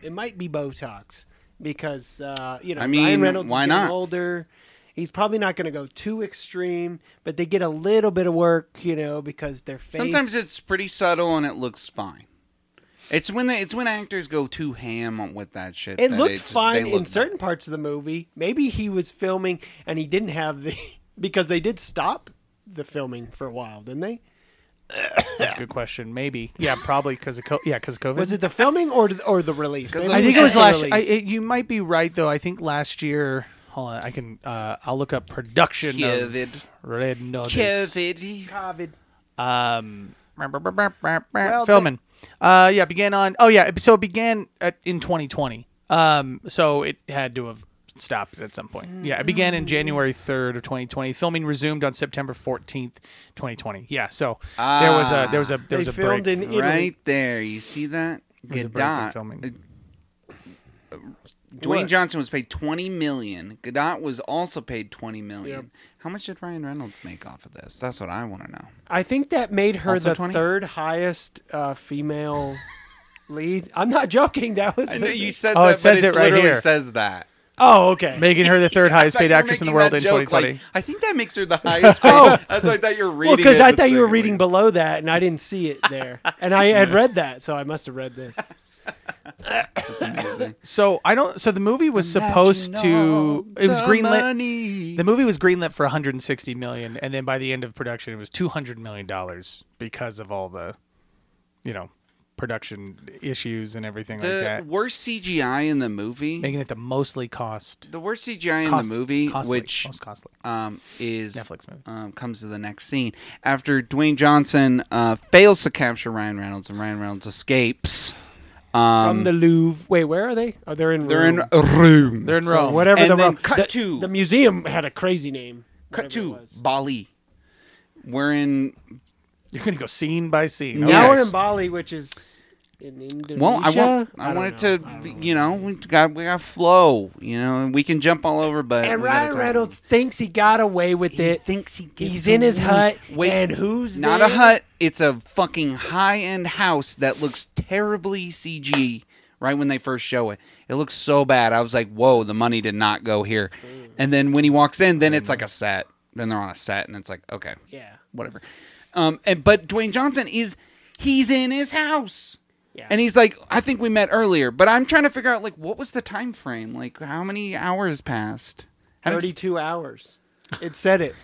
Speaker 4: it might be Botox because uh, you know
Speaker 3: I mean,
Speaker 4: Ryan Reynolds
Speaker 3: why
Speaker 4: is getting
Speaker 3: not?
Speaker 4: older. He's probably not going to go too extreme, but they get a little bit of work, you know, because their face.
Speaker 3: Sometimes it's pretty subtle and it looks fine. It's when they, it's when actors go too ham with that shit.
Speaker 4: It
Speaker 3: that
Speaker 4: looked
Speaker 3: just- they
Speaker 4: fine in
Speaker 3: look-
Speaker 4: certain parts of the movie. Maybe he was filming and he didn't have the because they did stop the filming for a while, didn't they?
Speaker 2: That's a good question. Maybe. Yeah, probably because of co- yeah because of COVID.
Speaker 4: Was it the filming or or the release?
Speaker 3: 'Cause
Speaker 4: Maybe
Speaker 2: I think
Speaker 4: just
Speaker 2: it was
Speaker 4: the
Speaker 2: last. I,
Speaker 4: release.
Speaker 2: it, you might be right though. I think last year. Hold on, I can. Uh, I'll look up production
Speaker 3: Covid.
Speaker 2: of Red Notice.
Speaker 3: Covid.
Speaker 4: COVID.
Speaker 2: Um, filming. uh, yeah, began on. Oh yeah, so it began at, in 2020. Um, so it had to have stopped at some point. Yeah, it began in January 3rd of 2020. Filming resumed on September 14th, 2020. Yeah, so there was a there was a there
Speaker 4: They
Speaker 2: was a
Speaker 4: filmed
Speaker 2: break.
Speaker 4: in Italy.
Speaker 3: Right there, you see that?
Speaker 2: was a break in
Speaker 3: Godot.
Speaker 2: filming.
Speaker 3: uh, uh, Dwayne
Speaker 4: What?
Speaker 3: Johnson was paid twenty million. Godot was also paid twenty million.
Speaker 4: Yep.
Speaker 3: How much did Ryan Reynolds make off of this? That's what I want to know.
Speaker 4: I think that made her
Speaker 3: Also
Speaker 4: the
Speaker 3: 20?
Speaker 4: third highest uh, female lead. I'm not joking. That was.
Speaker 3: said
Speaker 2: Oh, that, it but says it's it right literally here.
Speaker 3: Says that.
Speaker 4: Oh, okay.
Speaker 2: making her the third highest paid actress in the world in Oh. 2020.
Speaker 3: I think that makes her the highest. paid. That's why I thought you were reading.
Speaker 4: Well, because
Speaker 3: it,
Speaker 4: I
Speaker 3: but
Speaker 4: thought you were
Speaker 3: secondly-
Speaker 4: reading below that, and I didn't see it there, and I had read that, so I must have read
Speaker 3: Um,
Speaker 4: this.
Speaker 3: Amazing.
Speaker 2: so I don't. So the movie was supposed to. It was greenlit. The movie was greenlit for 160 million, and then by the end of production, it was 200 million dollars because of all the, you know, production issues and everything
Speaker 3: The
Speaker 2: like that,
Speaker 3: worst CGI in the movie.
Speaker 2: making it the mostly cost,
Speaker 3: The worst CGI in
Speaker 2: cost-
Speaker 3: the movie,
Speaker 2: costly,
Speaker 3: which
Speaker 2: most costly
Speaker 3: um, is
Speaker 2: Netflix movie.
Speaker 3: um, comes to the next scene after Dwayne Johnson uh, fails to capture Ryan Reynolds and Ryan Reynolds escapes. Um,
Speaker 4: from the Louvre. Wait, where are they? Oh, they're in.
Speaker 3: they're
Speaker 4: Rome.
Speaker 3: in Rome.
Speaker 2: They're in
Speaker 4: So
Speaker 2: Rome.
Speaker 4: whatever
Speaker 3: And
Speaker 4: the,
Speaker 3: then
Speaker 4: Rome-
Speaker 3: cut
Speaker 4: the-
Speaker 3: to-
Speaker 4: the museum had a crazy name.
Speaker 3: Cut
Speaker 4: whatever it
Speaker 3: to
Speaker 4: was.
Speaker 3: Bali. We're in.
Speaker 2: You're gonna go scene by scene.
Speaker 3: No.
Speaker 2: Okay.
Speaker 4: Now
Speaker 3: Yes.
Speaker 4: we're in Bali, which is in Indonesia.
Speaker 3: Well, I want. I,
Speaker 4: don't
Speaker 3: wanted
Speaker 4: know.
Speaker 3: to. you know, we got we got flow. You know, and we can jump all over, but
Speaker 4: And
Speaker 3: we gotta
Speaker 4: Ryan
Speaker 3: talk-
Speaker 4: Reynolds thinks he got away with
Speaker 3: he
Speaker 4: it.
Speaker 3: thinks he gets
Speaker 4: He's in his
Speaker 3: away.
Speaker 4: hut.
Speaker 3: Wait,
Speaker 4: and who's
Speaker 3: Not
Speaker 4: there?
Speaker 3: a hut. It's a fucking high end house that looks terribly CG. Right when they first show it, it looks so bad. I was like, "Whoa, the money did not go here." And then when he walks in, then it's like a set. Then they're on a set, and it's like, okay,
Speaker 4: Yeah.
Speaker 3: whatever. Um, and but Dwayne Johnson is he's in his house.
Speaker 4: Yeah.
Speaker 3: And he's like, I think we met earlier, but I'm trying to figure out like what was the time frame? Like how many hours passed? How did-
Speaker 4: Thirty-two hours. It said it.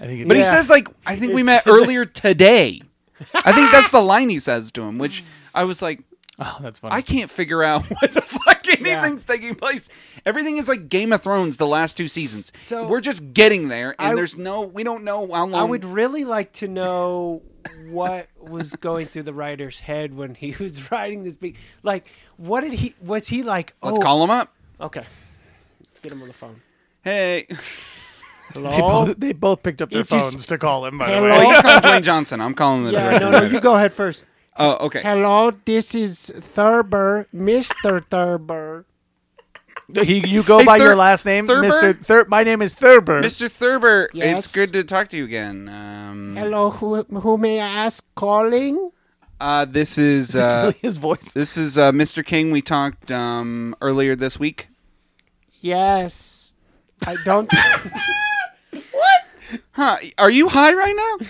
Speaker 2: I think it,
Speaker 3: but he
Speaker 4: Yeah.
Speaker 3: says like I think we met earlier today. I think that's the line he says to him, which I was like,
Speaker 2: oh, that's funny.
Speaker 3: I can't figure out what the fuck anything's taking place. Everything is like Game of Thrones the last two seasons.
Speaker 4: So-
Speaker 3: we're just getting there and
Speaker 4: I-
Speaker 3: there's no we don't know how long
Speaker 4: I would really like to know what was going through the writer's head when he was writing this. Big, like, what did he? Was he like? Oh,
Speaker 3: let's call him up.
Speaker 4: Okay, let's get him on the phone.
Speaker 3: Hey,
Speaker 2: they,
Speaker 4: Hello.
Speaker 2: both, they both picked up their
Speaker 4: It just-
Speaker 2: phones to call him. By the
Speaker 4: Hello?
Speaker 2: way,
Speaker 3: oh, he's calling Dwayne Johnson. I'm calling the
Speaker 4: yeah,
Speaker 3: director.
Speaker 4: no, no, you go ahead first.
Speaker 3: Oh, okay.
Speaker 4: Hello, this is Thurber, Mister Thurber.
Speaker 2: he, you go
Speaker 3: Hey,
Speaker 2: by
Speaker 3: Thur-
Speaker 2: your last name,
Speaker 3: Thurber?
Speaker 2: Mister. Thur- my name is Thurber.
Speaker 3: Mr. Thurber,
Speaker 4: Yes?
Speaker 3: it's good to talk to you again. Um,
Speaker 4: Hello, who who may I ask calling?
Speaker 3: uh, this is
Speaker 2: Is this
Speaker 3: uh,
Speaker 2: really his voice.
Speaker 3: this is uh, Mr. King. We talked um, earlier this week.
Speaker 4: Yes, I don't.
Speaker 3: Huh? Are you high right now?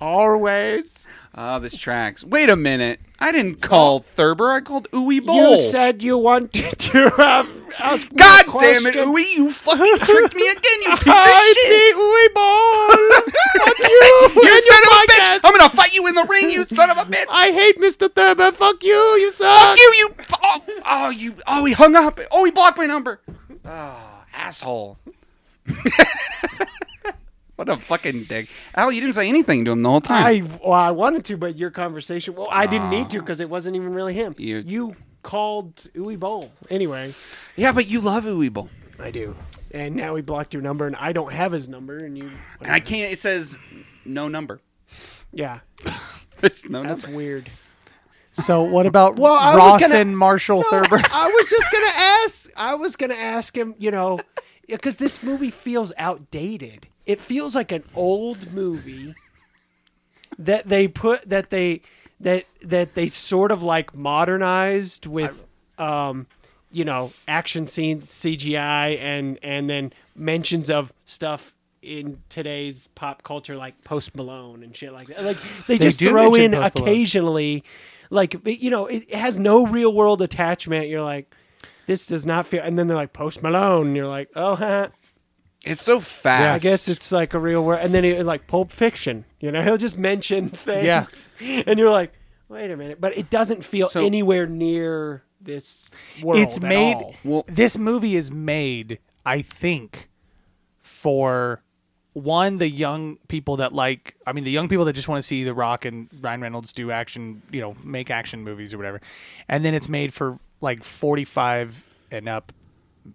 Speaker 4: always.
Speaker 3: Oh, this tracks. Wait a minute. I didn't call Thurber. I called Uwe Bowl.
Speaker 4: You said you wanted to um, ask. me
Speaker 3: God
Speaker 4: a
Speaker 3: damn it,
Speaker 4: question.
Speaker 3: Uwe! You fucking tricked me again. You piece
Speaker 4: I
Speaker 3: of shit.
Speaker 4: we ball.
Speaker 3: You
Speaker 4: you and
Speaker 3: son
Speaker 4: your
Speaker 3: of a bitch!
Speaker 4: podcast.
Speaker 3: I'm gonna fight you in the ring. You son of a bitch.
Speaker 4: I hate Mr. Thurber. Fuck you. You suck.
Speaker 3: Fuck you, you. Oh, oh, you. Oh, he hung up. Oh, he blocked my number. Oh, asshole. what a fucking dick. Al, you didn't say anything to him the whole time.
Speaker 4: I well, I wanted to, but your conversation. Well, I didn't need to because it wasn't even really him.
Speaker 3: Ah. You-
Speaker 4: called Uwe Bowl anyway.
Speaker 3: yeah, but you love Uweeble.
Speaker 4: I do. And now he blocked your number, and I don't have his number. And you,
Speaker 3: And I can't. It says no number.
Speaker 4: yeah,
Speaker 3: There's no
Speaker 4: that's
Speaker 3: number.
Speaker 4: weird.
Speaker 2: So what about
Speaker 4: Well, I was
Speaker 2: Ross
Speaker 4: gonna-
Speaker 2: and Marshall Thurber?
Speaker 4: I was just gonna ask. I was gonna ask him. You know, because this movie feels outdated. It feels like an old movie that they put that they that that they sort of like modernized with, um, you know, action scenes, CGI, and and then mentions of stuff in today's pop culture like Post Malone and shit like that. Like they, just
Speaker 2: do
Speaker 4: throw
Speaker 2: mention
Speaker 4: in
Speaker 2: Post Malone.
Speaker 4: occasionally occasionally like but, you know it, it has no real world attachment you're like this does not feel and then they're like post malone and you're like oh huh.
Speaker 3: It's so fast.
Speaker 4: i guess it's like a real world and then it, like pulp fiction you know he'll just mention things
Speaker 2: Yeah.
Speaker 4: and you're like wait a minute but it doesn't feel
Speaker 3: So-
Speaker 4: anywhere near this world
Speaker 2: it's
Speaker 4: at
Speaker 2: made
Speaker 4: all.
Speaker 3: Well-
Speaker 2: this movie is made i think for one the young people that like i mean the young people that just want to see the rock and ryan reynolds do action you know make action movies or whatever and then it's made for like 45 and up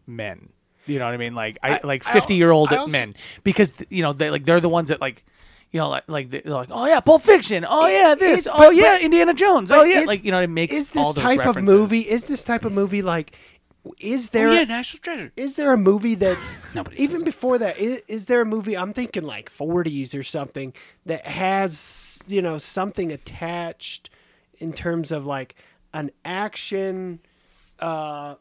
Speaker 2: men you know what i mean like i, like 50 year old
Speaker 4: I also-
Speaker 2: men because you know they like they're the ones that like you know, like, like they're like, oh yeah, Pulp Fiction. Oh yeah, this.
Speaker 4: it's-
Speaker 2: oh
Speaker 4: but-
Speaker 2: yeah, Indiana Jones. Oh yeah,
Speaker 4: Is-
Speaker 2: like you know, it makes
Speaker 4: is this
Speaker 2: all those
Speaker 4: type of
Speaker 2: references.
Speaker 4: movie is this type of movie like is there
Speaker 3: Oh, yeah, National Treasure.
Speaker 4: Is there a movie that's
Speaker 3: Nobody says
Speaker 4: even before that? Is, is there a movie I'm thinking like 40s or something that has you know something attached in terms of like an action? Uh,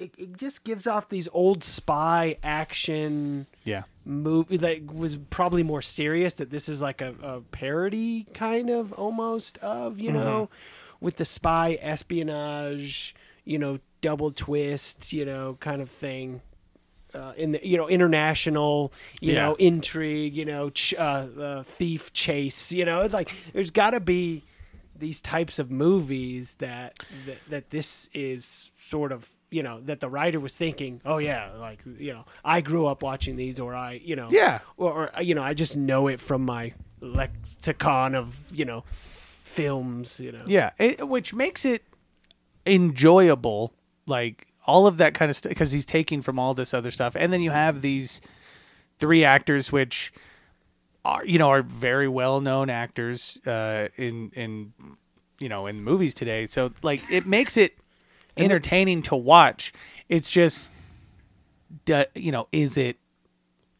Speaker 4: it, it just gives off these old spy action
Speaker 2: Yeah.
Speaker 4: movie that was probably more serious that this is like a, a parody kind of almost of you know
Speaker 3: Mm-hmm.
Speaker 4: with the spy espionage you know double twist you know kind of thing uh, in the you know international you
Speaker 2: Yeah.
Speaker 4: know intrigue you know ch- uh, uh, thief chase you know it's like there's got to be these types of movies that, that that this is sort of you know that the writer was thinking oh yeah like you know i grew up watching these or i you know
Speaker 2: Yeah.
Speaker 4: or, or you know i just know it from my lexicon of you know films you know
Speaker 2: Yeah, it, which makes it enjoyable, like all of that kind of stuff, because he's taking from all this other stuff, and then you have these three actors, which are you know are very well known actors uh, in in you know in movies today. So like it makes it entertaining to watch. It's just du- you know is it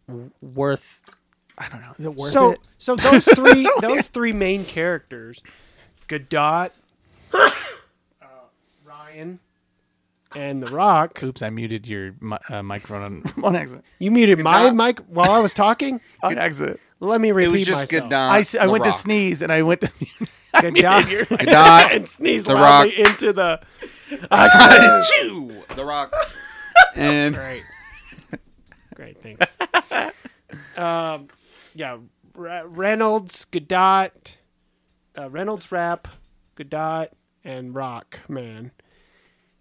Speaker 2: w- worth? I don't know. Is it worth
Speaker 4: so
Speaker 2: it?
Speaker 4: so those three those three main characters godot uh, ryan and the rock
Speaker 2: Oops, I muted your mi- uh, microphone on, on accident.
Speaker 4: you muted my
Speaker 3: Godot.
Speaker 4: mic while i was talking
Speaker 2: On accident.
Speaker 4: let me
Speaker 3: It
Speaker 4: repeat
Speaker 3: was just
Speaker 4: myself.
Speaker 3: Godot.
Speaker 2: I, s- I
Speaker 3: The
Speaker 2: went
Speaker 3: Rock.
Speaker 2: to sneeze and I went to. I
Speaker 4: Good
Speaker 2: muted
Speaker 4: job.
Speaker 2: your-
Speaker 3: Godot.
Speaker 4: and sneeze
Speaker 3: The
Speaker 4: loudly into the.
Speaker 3: Chew. The Rock. And
Speaker 4: Great, great, thanks. um, yeah, Re- Reynolds, Godot, uh, Reynolds rap, Godot, and Rock Man.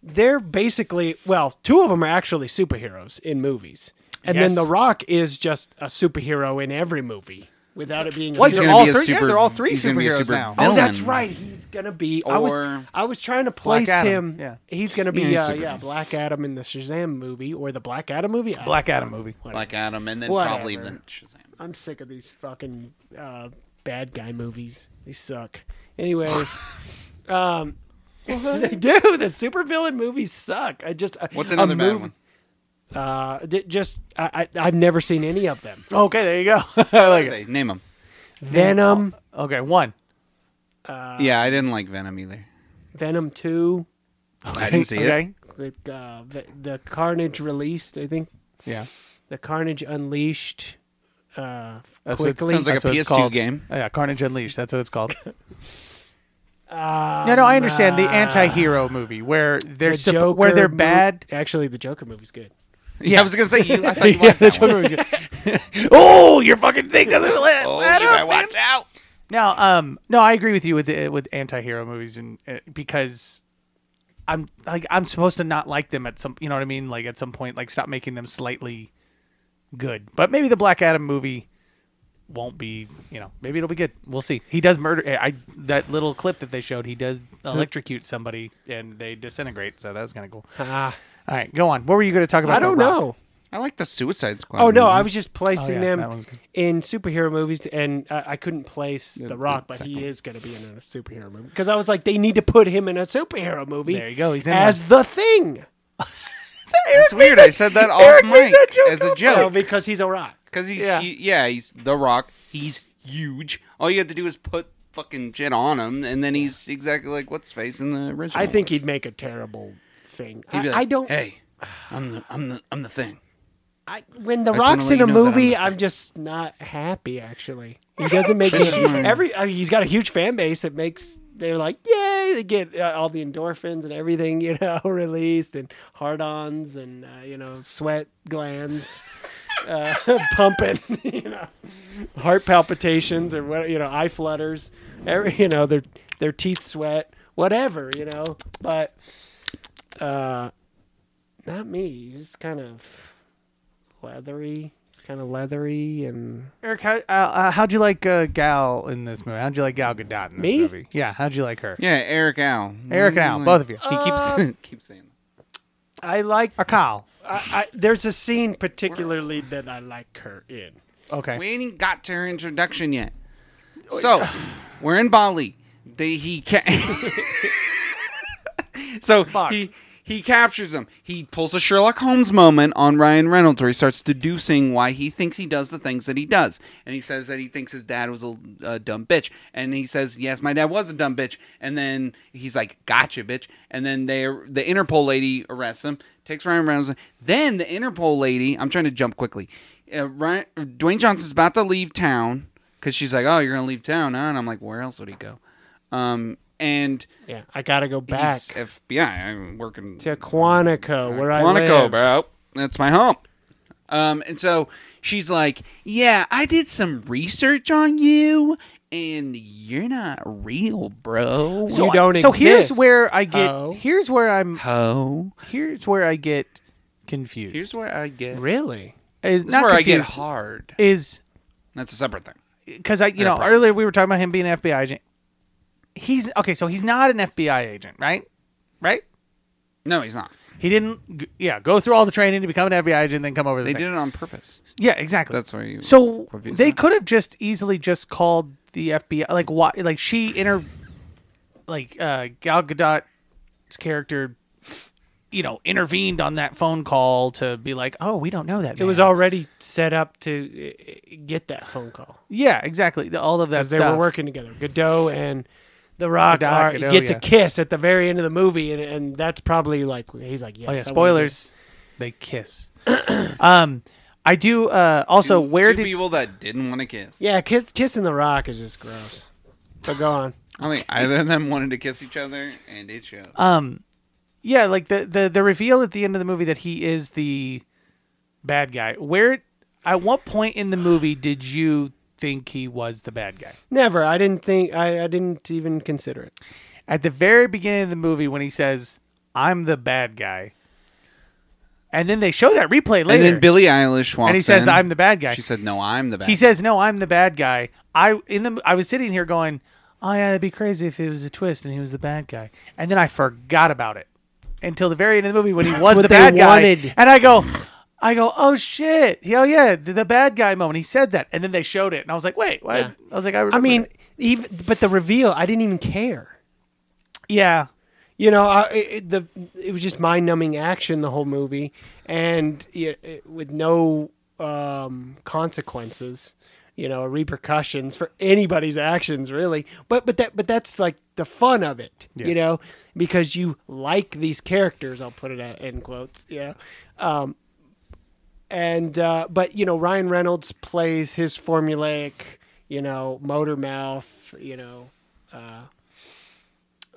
Speaker 4: They're basically well, two of them are actually superheroes in movies, and
Speaker 2: Yes.
Speaker 4: then The Rock is just a superhero in every movie without it being. A
Speaker 2: Well,
Speaker 3: he's
Speaker 2: They're
Speaker 3: gonna
Speaker 2: all
Speaker 3: be a
Speaker 2: three- yeah,
Speaker 3: super.
Speaker 2: they're all three
Speaker 3: he's gonna be a
Speaker 2: superheroes
Speaker 3: super
Speaker 2: now.
Speaker 4: Oh, that's
Speaker 3: villain.
Speaker 4: right. He's gonna be. I was
Speaker 3: Or-
Speaker 4: I was trying to place
Speaker 2: Adam,
Speaker 4: him.
Speaker 2: yeah.
Speaker 4: He's gonna be.
Speaker 3: Yeah, he's
Speaker 4: uh, yeah,
Speaker 3: Superman.
Speaker 4: Black Adam in the Shazam movie or the Black Adam movie. I-
Speaker 2: Black Adam movie.
Speaker 3: Black Adam, and then probably
Speaker 4: Whatever.
Speaker 3: the Shazam.
Speaker 4: I'm sick of these fucking uh, bad guy movies. They suck. Anyway, um, they do. The supervillain movies suck. I just uh,
Speaker 3: What's
Speaker 4: a
Speaker 3: another bad
Speaker 4: movie-
Speaker 3: one?
Speaker 4: Uh, d- just I, I I've never seen any of them.
Speaker 2: Okay, there you go. I like it.
Speaker 3: Okay, name them.
Speaker 4: Venom,
Speaker 2: Okay, one. Uh,
Speaker 3: yeah, I didn't like Venom either.
Speaker 4: Venom Two,
Speaker 3: I didn't see it.
Speaker 2: okay.
Speaker 4: with, uh, Ve- the Carnage released. I think
Speaker 2: Yeah.
Speaker 4: the Carnage Unleashed. Uh,
Speaker 2: That's what it's-
Speaker 4: quickly,
Speaker 3: Sounds like
Speaker 2: That's
Speaker 3: a
Speaker 2: what it's
Speaker 3: PS2
Speaker 2: called.
Speaker 3: game.
Speaker 2: Oh, yeah, Carnage Unleashed. That's what it's called. Ah, no, no, I understand the anti-hero movie where they're
Speaker 4: the
Speaker 2: sup- where they're
Speaker 4: mo-
Speaker 2: bad.
Speaker 4: Actually, the Joker movie's good.
Speaker 3: Yeah, I was gonna say you. I thought you watched that one.
Speaker 2: oh, your fucking thing doesn't let
Speaker 3: Oh, you
Speaker 2: let
Speaker 3: better
Speaker 2: up. man.
Speaker 3: watch out.
Speaker 2: No, um, no, I agree with you with the, with anti-hero movies and uh, because I'm like I'm supposed to not like them at some, you know what I mean? Like at some point, like stop making them slightly good. But maybe the Black Adam movie won't be, you know, maybe it'll be good. We'll see. He does murder. I I- that little clip that they showed, he does electrocute somebody and they disintegrate. So that was kind of cool.
Speaker 4: Ah,
Speaker 2: All right, go on. What were you going to talk about?
Speaker 4: I don't
Speaker 2: The Rock?
Speaker 4: know.
Speaker 3: I like the Suicide Squad.
Speaker 4: Oh no,
Speaker 3: movie.
Speaker 4: I was just placing
Speaker 2: yeah, that
Speaker 4: them
Speaker 2: one's good.
Speaker 4: in superhero movies, and uh, I couldn't place The
Speaker 3: the
Speaker 4: Rock, but he
Speaker 3: second one.
Speaker 4: is going to be in a superhero movie because I was like, they need to put him in a superhero movie.
Speaker 2: There you go, he's in
Speaker 4: as the Thing.
Speaker 3: That's weird. I said that off
Speaker 2: Eric made
Speaker 3: mic
Speaker 2: that joke
Speaker 3: as a
Speaker 2: up.
Speaker 4: Well,
Speaker 3: joke
Speaker 4: because he's a rock.
Speaker 3: because he's
Speaker 2: Yeah.
Speaker 3: yeah. yeah he's the Rock. He's huge. All you have to do is put fucking shit on him, and then he's exactly like what's his face in the original.
Speaker 4: I think
Speaker 3: ones.
Speaker 4: he'd make a terrible thing.
Speaker 3: He'd
Speaker 4: I,
Speaker 3: be like,
Speaker 4: I don't.
Speaker 3: Hey, I'm the I'm the I'm the thing.
Speaker 4: I, when The
Speaker 3: just wanna
Speaker 4: Rock's
Speaker 3: let
Speaker 4: in
Speaker 3: you
Speaker 4: a
Speaker 3: know that
Speaker 4: movie,
Speaker 3: I'm
Speaker 4: I'm, just not happy. Actually, he doesn't make me, every. I mean, he's got a huge fan base that makes they're like, yay! They get uh, all the endorphins and everything, you know, released and hard-ons and uh, you know, sweat glands uh, pumping, you know, heart palpitations or what, you know, eye flutters. Every, you know, their their teeth sweat, whatever, you know, but. uh not me. He's just kind of leathery, kind of leathery, and
Speaker 2: Eric, how, uh, uh, how'd you like uh, Gal in this movie? How'd you like Gal Gadot in this
Speaker 4: Me?
Speaker 2: movie? Yeah, how'd you like her?
Speaker 3: Yeah, Eric Al. Mm.
Speaker 2: Eric and Al, both of you.
Speaker 3: He keeps Uh, keeps saying.
Speaker 4: I like.
Speaker 2: Or Kyle.
Speaker 4: I, I, there's a scene particularly that I like her in.
Speaker 2: Okay.
Speaker 3: We ain't even got to her introduction yet. So, we're in Bali. They, he ca- so he he captures him. He pulls a Sherlock Holmes moment on Ryan Reynolds, where he starts deducing why he thinks he does the things that he does, and he says that he thinks his dad was a, a dumb bitch, and he says, "Yes, my dad was a dumb bitch," and then he's like, "Gotcha, bitch," and then they the Interpol lady arrests him, takes Ryan Reynolds. Then the Interpol lady, I'm trying to jump quickly. Uh, Ryan, Dwayne Johnson's about to leave town because she's like, "Oh, you're gonna leave town," huh? and I'm like, "Where else would he go?" Um, and
Speaker 4: Yeah, I gotta go back
Speaker 3: he's FBI. I'm working
Speaker 4: to Quantico, where I
Speaker 3: Quantico,
Speaker 4: live.
Speaker 3: bro. That's my home. Um, and so she's like, "Yeah, I did some research on you, and you're not real, bro.
Speaker 4: So- You don't
Speaker 2: So here's
Speaker 4: exist.
Speaker 2: where I get.
Speaker 4: Oh.
Speaker 2: Here's where I'm.
Speaker 3: ho.
Speaker 2: Here's where I get confused.
Speaker 3: Here's where I get.
Speaker 4: Really?
Speaker 2: Is-
Speaker 3: That's
Speaker 2: not
Speaker 3: where I get
Speaker 2: confused,
Speaker 3: hard.
Speaker 2: Is
Speaker 3: That's a separate thing.
Speaker 2: because I, you know,
Speaker 3: Enterprise.
Speaker 2: earlier we were talking about him being an FBI agent. He's okay, so he's not an FBI agent, right? Right?
Speaker 3: No, he's not.
Speaker 2: He didn't, g- yeah, go through all the training to become an FBI agent, then come over. The
Speaker 3: They
Speaker 2: thing.
Speaker 3: did it on purpose.
Speaker 2: yeah, exactly.
Speaker 3: That's why you.
Speaker 2: so
Speaker 3: confused
Speaker 2: they
Speaker 3: me.
Speaker 2: could have just easily just called the FBI, like what, like she inter, like uh, Gal Gadot's character, you know, intervened on that phone call to be like, oh, we don't know that.
Speaker 4: It was
Speaker 2: man."
Speaker 4: already set up to uh, get that phone call.
Speaker 2: yeah, exactly. The- All of that
Speaker 4: Because they
Speaker 2: stuff.
Speaker 4: were working together. Godot and The Rock
Speaker 2: Godot,
Speaker 4: are,
Speaker 2: Godot,
Speaker 4: get
Speaker 2: yeah.
Speaker 4: to kiss at the very end of the movie, and, and that's probably like he's like, yes,
Speaker 2: Oh yeah,
Speaker 4: I wanna do
Speaker 2: spoilers. They kiss. um, I do. Uh, also, where
Speaker 3: two
Speaker 2: did
Speaker 3: people that didn't want to kiss?
Speaker 4: Yeah, kiss, kissing the rock is just gross. But go on.
Speaker 3: I think either of them wanted to kiss each other, and it showed.
Speaker 2: um, yeah, like the the the reveal at the end of the movie that he is the bad guy. Where at what point in the movie did you think he was the bad guy?
Speaker 4: Never. I didn't think. I, I didn't even consider it.
Speaker 2: At the very beginning of the movie when he says, "I'm the bad guy," and then they show that replay
Speaker 3: and
Speaker 2: later.
Speaker 3: then Billie Eilish walks
Speaker 2: And he says,
Speaker 3: in.
Speaker 2: "I'm the bad guy."
Speaker 3: She said, "No, I'm the bad."
Speaker 2: He says, "No, I'm the bad guy." I in the I was sitting here going, "Oh yeah, that'd be crazy if it was a twist and he was the bad guy." And then I forgot about it until the very end of the movie when he was
Speaker 4: what
Speaker 2: the
Speaker 4: they
Speaker 2: bad guy.
Speaker 4: wanted.
Speaker 2: And I go, I go, "Oh shit, oh yeah, the, the bad guy moment." He said that, and then they showed it, and I was like, "Wait, what?"
Speaker 4: Yeah.
Speaker 2: I was like, "I,
Speaker 4: I
Speaker 2: remember
Speaker 4: mean,
Speaker 2: that."
Speaker 4: even but the reveal, I didn't even care.
Speaker 2: yeah."
Speaker 4: You know, I, it, it- the it was just mind numbing action the whole movie, and yeah, it, with no um, consequences, you know, repercussions for anybody's actions really. But but that but that's like the fun of it, you know, because you like these characters. I'll put it at in quotes, you know. Um, and uh, but you know Ryan Reynolds plays his formulaic, you know, motor mouth, you know,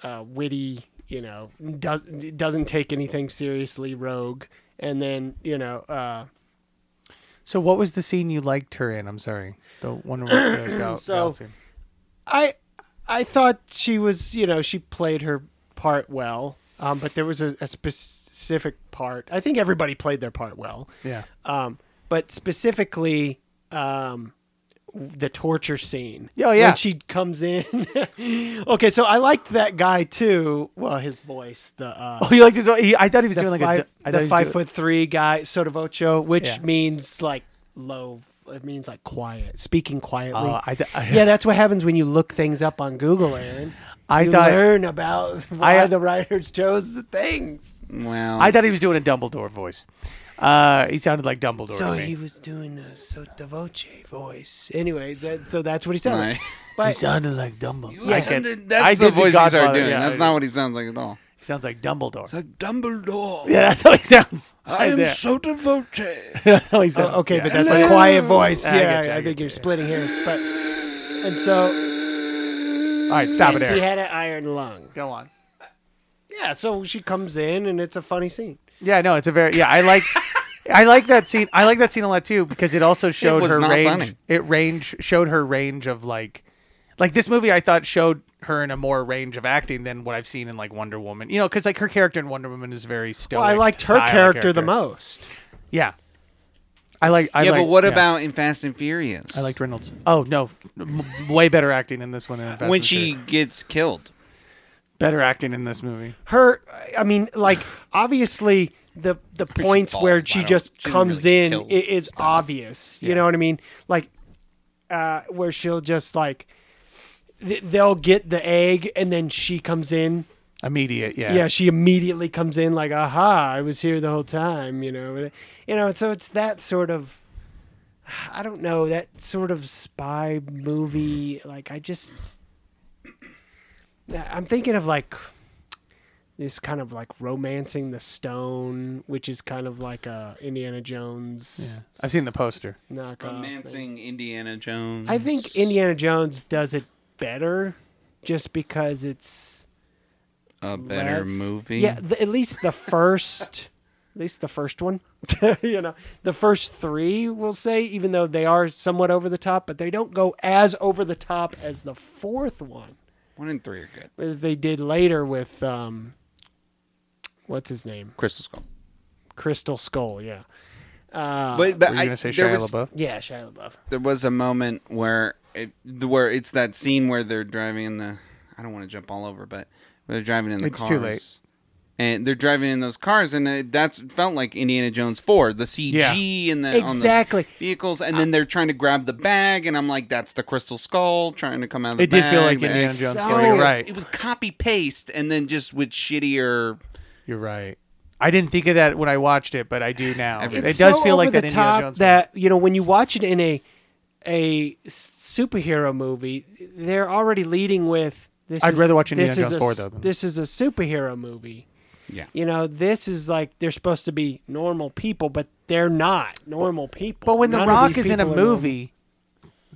Speaker 4: uh, witty, you know, does, doesn't take anything seriously, rogue, and then you know, uh,
Speaker 2: So what was the scene you liked her in? I'm sorry, the one where the gal,
Speaker 4: So-
Speaker 2: gal scene.
Speaker 4: I I thought she was, you know, she played her part well, um, but there was a, a specific part. I think everybody played their part well,
Speaker 2: Yeah.
Speaker 4: um, but specifically. Um, the torture scene.
Speaker 2: Oh, yeah.
Speaker 4: When she comes in. okay, so I liked that guy too. Well, his voice, the uh
Speaker 2: Oh, you liked his? He, I thought he was
Speaker 4: the
Speaker 2: doing like
Speaker 4: five,
Speaker 2: a. du- I thought he
Speaker 4: the
Speaker 2: was doing-
Speaker 4: five foot three guy Sotavocho, which
Speaker 2: Yeah.
Speaker 4: means like low. It means like quiet, speaking quietly.
Speaker 2: Oh, I th-
Speaker 4: yeah, that's what happens when you look things up on Google, Aaron.
Speaker 2: I
Speaker 4: you
Speaker 2: thought-
Speaker 4: learn about why
Speaker 2: I- uh,
Speaker 4: the writers chose the things.
Speaker 3: Well,
Speaker 2: I thought he was doing a Dumbledore voice. Uh, he sounded like Dumbledore.
Speaker 4: So
Speaker 2: to me.
Speaker 4: he was doing a Sotavoce voice. Anyway, that so that's what he sounded. like.
Speaker 3: Right.
Speaker 4: But
Speaker 2: sounded like Dumbo.
Speaker 3: You sounded- that's the voice you started doing. that's not what he sounds like at all.
Speaker 2: sounds like Dumbledore.
Speaker 3: It's like Dumbledore.
Speaker 2: yeah, that's how he sounds.
Speaker 3: I
Speaker 2: Like
Speaker 3: am
Speaker 2: that.
Speaker 3: so devoted.
Speaker 2: that's how he sounds.
Speaker 4: Oh, okay,
Speaker 2: yeah.
Speaker 4: but that's
Speaker 3: Hello.
Speaker 4: a quiet voice.
Speaker 2: I
Speaker 4: Yeah, I,
Speaker 2: get you, I
Speaker 4: think
Speaker 2: get
Speaker 4: you're
Speaker 2: you.
Speaker 4: splitting hairs. But and so
Speaker 2: all right. Stop it
Speaker 4: yes, he
Speaker 2: there.
Speaker 4: had an iron lung.
Speaker 2: Go on.
Speaker 4: Yeah, so she comes in and it's a funny scene.
Speaker 2: Yeah, no, it's a very yeah. I like. I like that scene. I like that scene a lot too because it also showed
Speaker 3: was
Speaker 2: her
Speaker 3: not
Speaker 2: range.
Speaker 3: funny.
Speaker 2: It range showed her range of like, like this movie I thought showed her in a more range of acting than what I've seen in like Wonder Woman. You know, because like her character in Wonder Woman is very stoic.
Speaker 4: Well, I liked her
Speaker 2: style
Speaker 4: character, the most.
Speaker 2: Yeah, I like. I
Speaker 3: yeah,
Speaker 2: like,
Speaker 3: but what
Speaker 2: yeah.
Speaker 3: about in Fast and Furious?
Speaker 2: I liked Reynolds. Oh no, m- way better acting in this one than in Fast
Speaker 3: when
Speaker 2: and
Speaker 3: she
Speaker 2: Furious.
Speaker 3: gets killed.
Speaker 2: better acting in this movie.
Speaker 4: Her, I mean, like obviously the the points
Speaker 3: falls.
Speaker 4: where
Speaker 3: I
Speaker 4: she
Speaker 3: don't-
Speaker 4: just
Speaker 3: she didn't
Speaker 4: comes
Speaker 3: really
Speaker 4: in
Speaker 3: kill
Speaker 4: i- is obvious. You know what I mean? Like uh, where she'll just like th- they'll get the egg and then she comes in.
Speaker 2: Immediate, yeah.
Speaker 4: Yeah. she immediately comes in like, "Aha, I was here the whole time," you know. And, You know, so it's that sort of I don't know, that sort of spy movie like I just I'm thinking of like this kind of like romancing the stone, which is kind of like a Indiana Jones
Speaker 2: I've seen the poster.
Speaker 4: knockoff. thing.
Speaker 3: Romancing Indiana Jones.
Speaker 4: I think Indiana Jones does it better just because it's
Speaker 3: a better
Speaker 4: less-
Speaker 3: movie.
Speaker 4: Yeah, th- at least the first at least the first one. you know, the first three, we'll say, even though they are somewhat over the top, but they don't go as over the top as the fourth one
Speaker 3: One and three are good.
Speaker 4: that they did later with um, what's his name,
Speaker 3: Crystal Skull.
Speaker 4: Crystal Skull. Yeah, Uh,
Speaker 3: but but
Speaker 2: Uh, Were you
Speaker 3: I,
Speaker 2: gonna say
Speaker 3: there
Speaker 2: Shia
Speaker 3: was,
Speaker 2: LaBeouf?
Speaker 4: yeah, Shia LaBeouf.
Speaker 3: there was a moment where it where it's that scene where they're driving in the I don't want to jump all over, but they're driving in the
Speaker 2: It's
Speaker 3: cars.
Speaker 2: too late.
Speaker 3: And they're driving in those cars, and it, that's felt like Indiana Jones four, the CG and the on
Speaker 4: Exactly.
Speaker 3: the vehicles, and then they're trying to grab the bag, and I'm like, that's the crystal skull trying to come out. of the
Speaker 2: It did feel
Speaker 3: bag,
Speaker 2: like
Speaker 3: the-
Speaker 2: Indiana Jones
Speaker 4: four, you're
Speaker 2: right.
Speaker 3: It was copy paste, and then just with shittier.
Speaker 2: You're right. I didn't think of that when I watched it, but I do now.
Speaker 3: It's
Speaker 2: it
Speaker 4: It's
Speaker 2: does
Speaker 4: so
Speaker 2: feel like
Speaker 4: over
Speaker 2: that
Speaker 4: the
Speaker 2: Indiana
Speaker 4: top
Speaker 2: Jones.
Speaker 4: that you know when you watch it in a a s- superhero movie, they're already leading with this.
Speaker 2: I'd
Speaker 4: is-
Speaker 2: rather watch
Speaker 4: this
Speaker 2: Indiana
Speaker 4: is
Speaker 2: Jones
Speaker 4: a,
Speaker 2: 4 though than-
Speaker 4: This is a superhero movie.
Speaker 3: Yeah.
Speaker 4: You know, this is like they're supposed to be normal people, but they're not normal people.
Speaker 2: but when The
Speaker 4: None of
Speaker 2: Rock
Speaker 4: these
Speaker 2: is in a
Speaker 4: people are normal.
Speaker 2: movie,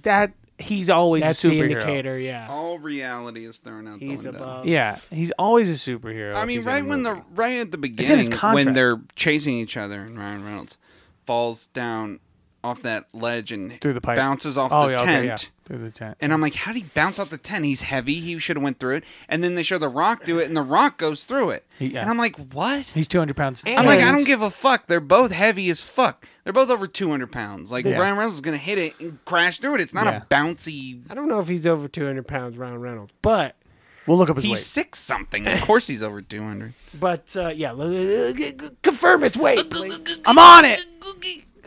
Speaker 2: that he's always
Speaker 4: that's
Speaker 2: a
Speaker 4: the
Speaker 2: superhero. Oh,
Speaker 4: indicator. Yeah,
Speaker 3: All reality is thrown out
Speaker 4: he's
Speaker 3: the window.
Speaker 4: above.
Speaker 2: Yeah, he's always a superhero.
Speaker 3: I
Speaker 2: if
Speaker 3: mean,
Speaker 2: he's in a
Speaker 3: right when the
Speaker 2: movie.
Speaker 3: right at the
Speaker 2: in his
Speaker 3: beginning, when
Speaker 2: contract.
Speaker 3: they're chasing each other, and Ryan Reynolds falls down off that ledge and
Speaker 2: through the pipe
Speaker 3: bounces off
Speaker 2: Oh,
Speaker 3: the
Speaker 2: yeah,
Speaker 3: tent.
Speaker 2: okay, yeah, through the tent.
Speaker 3: And I'm like, how did he bounce off the tent? He's heavy. He should have went through it. And then they show the Rock do it, and the Rock goes through it.
Speaker 2: Yeah.
Speaker 3: And I'm like, what?
Speaker 2: He's 200 pounds.
Speaker 3: I'm like, I
Speaker 4: And-
Speaker 3: don't give a fuck. They're both heavy as fuck. They're both over 200 pounds. Like
Speaker 2: Yeah.
Speaker 3: Ryan Reynolds is gonna hit it and crash through it. It's not
Speaker 2: Yeah.
Speaker 3: a bouncy.
Speaker 4: I don't know if he's over two hundred pounds, Ryan Reynolds, but
Speaker 2: We'll look up his
Speaker 3: He's
Speaker 2: weight.
Speaker 3: six something. Of course he's over 200.
Speaker 4: but uh, yeah, l- l- g- g- confirm his weight. please.
Speaker 2: I'm on it.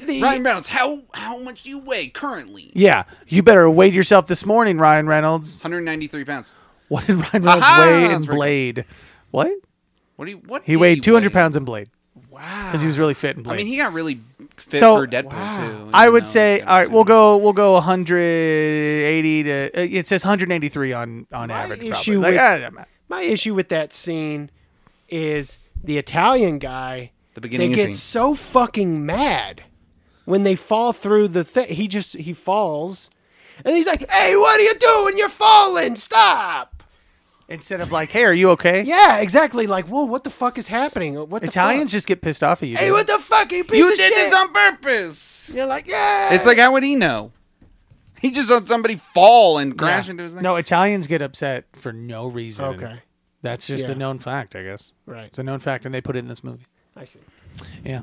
Speaker 4: The-
Speaker 3: Ryan Reynolds, how how much do you weigh currently?
Speaker 2: Yeah, you better weigh yourself this morning, Ryan Reynolds.
Speaker 3: 193 pounds.
Speaker 2: What did Ryan Reynolds
Speaker 3: Aha!
Speaker 2: weigh in
Speaker 3: That's right.
Speaker 2: Blade? What?
Speaker 3: What do you, what?
Speaker 2: He
Speaker 3: did
Speaker 2: weighed 200
Speaker 3: weigh?
Speaker 2: pounds in Blade
Speaker 3: Wow.
Speaker 2: because he was really fit in Blade.
Speaker 3: I mean, he got really fit
Speaker 2: So-
Speaker 3: for Deadpool too.
Speaker 2: I
Speaker 3: even
Speaker 2: would
Speaker 3: though
Speaker 2: say,
Speaker 3: it's
Speaker 2: all right,
Speaker 3: gonna
Speaker 2: we'll
Speaker 3: suit.
Speaker 2: go, we'll go 180 to. Uh, it says 183 on on average. Probably.
Speaker 4: issue
Speaker 2: Like,
Speaker 4: with-
Speaker 2: ah, it doesn't matter.
Speaker 4: My issue with that scene is the Italian guy.
Speaker 3: The beginning
Speaker 4: They
Speaker 3: of
Speaker 4: get
Speaker 3: scene.
Speaker 4: so fucking mad when they fall through the thing. He just he falls, and he's like, "Hey, what are you doing? You're falling! Stop!"
Speaker 2: Instead of like, hey, are you okay?
Speaker 4: Yeah, exactly. Like, whoa, what the fuck is happening? What the
Speaker 2: Italians
Speaker 4: Fuck?
Speaker 2: just get pissed off at you.
Speaker 4: Hey,
Speaker 2: dude.
Speaker 4: what the fuck? You, piece
Speaker 3: You
Speaker 4: of
Speaker 3: did
Speaker 4: shit!"
Speaker 3: this on purpose.
Speaker 4: You're like, yeah.
Speaker 3: It's like how would he know? He just let somebody fall and crash
Speaker 2: Yeah.
Speaker 3: into his thing.
Speaker 2: No, Italians get upset for no reason.
Speaker 4: okay,
Speaker 2: That's just
Speaker 4: Yeah.
Speaker 2: a known fact, I guess.
Speaker 4: right.
Speaker 2: It's a known fact, and they put it in this movie.
Speaker 4: I see.
Speaker 2: Yeah.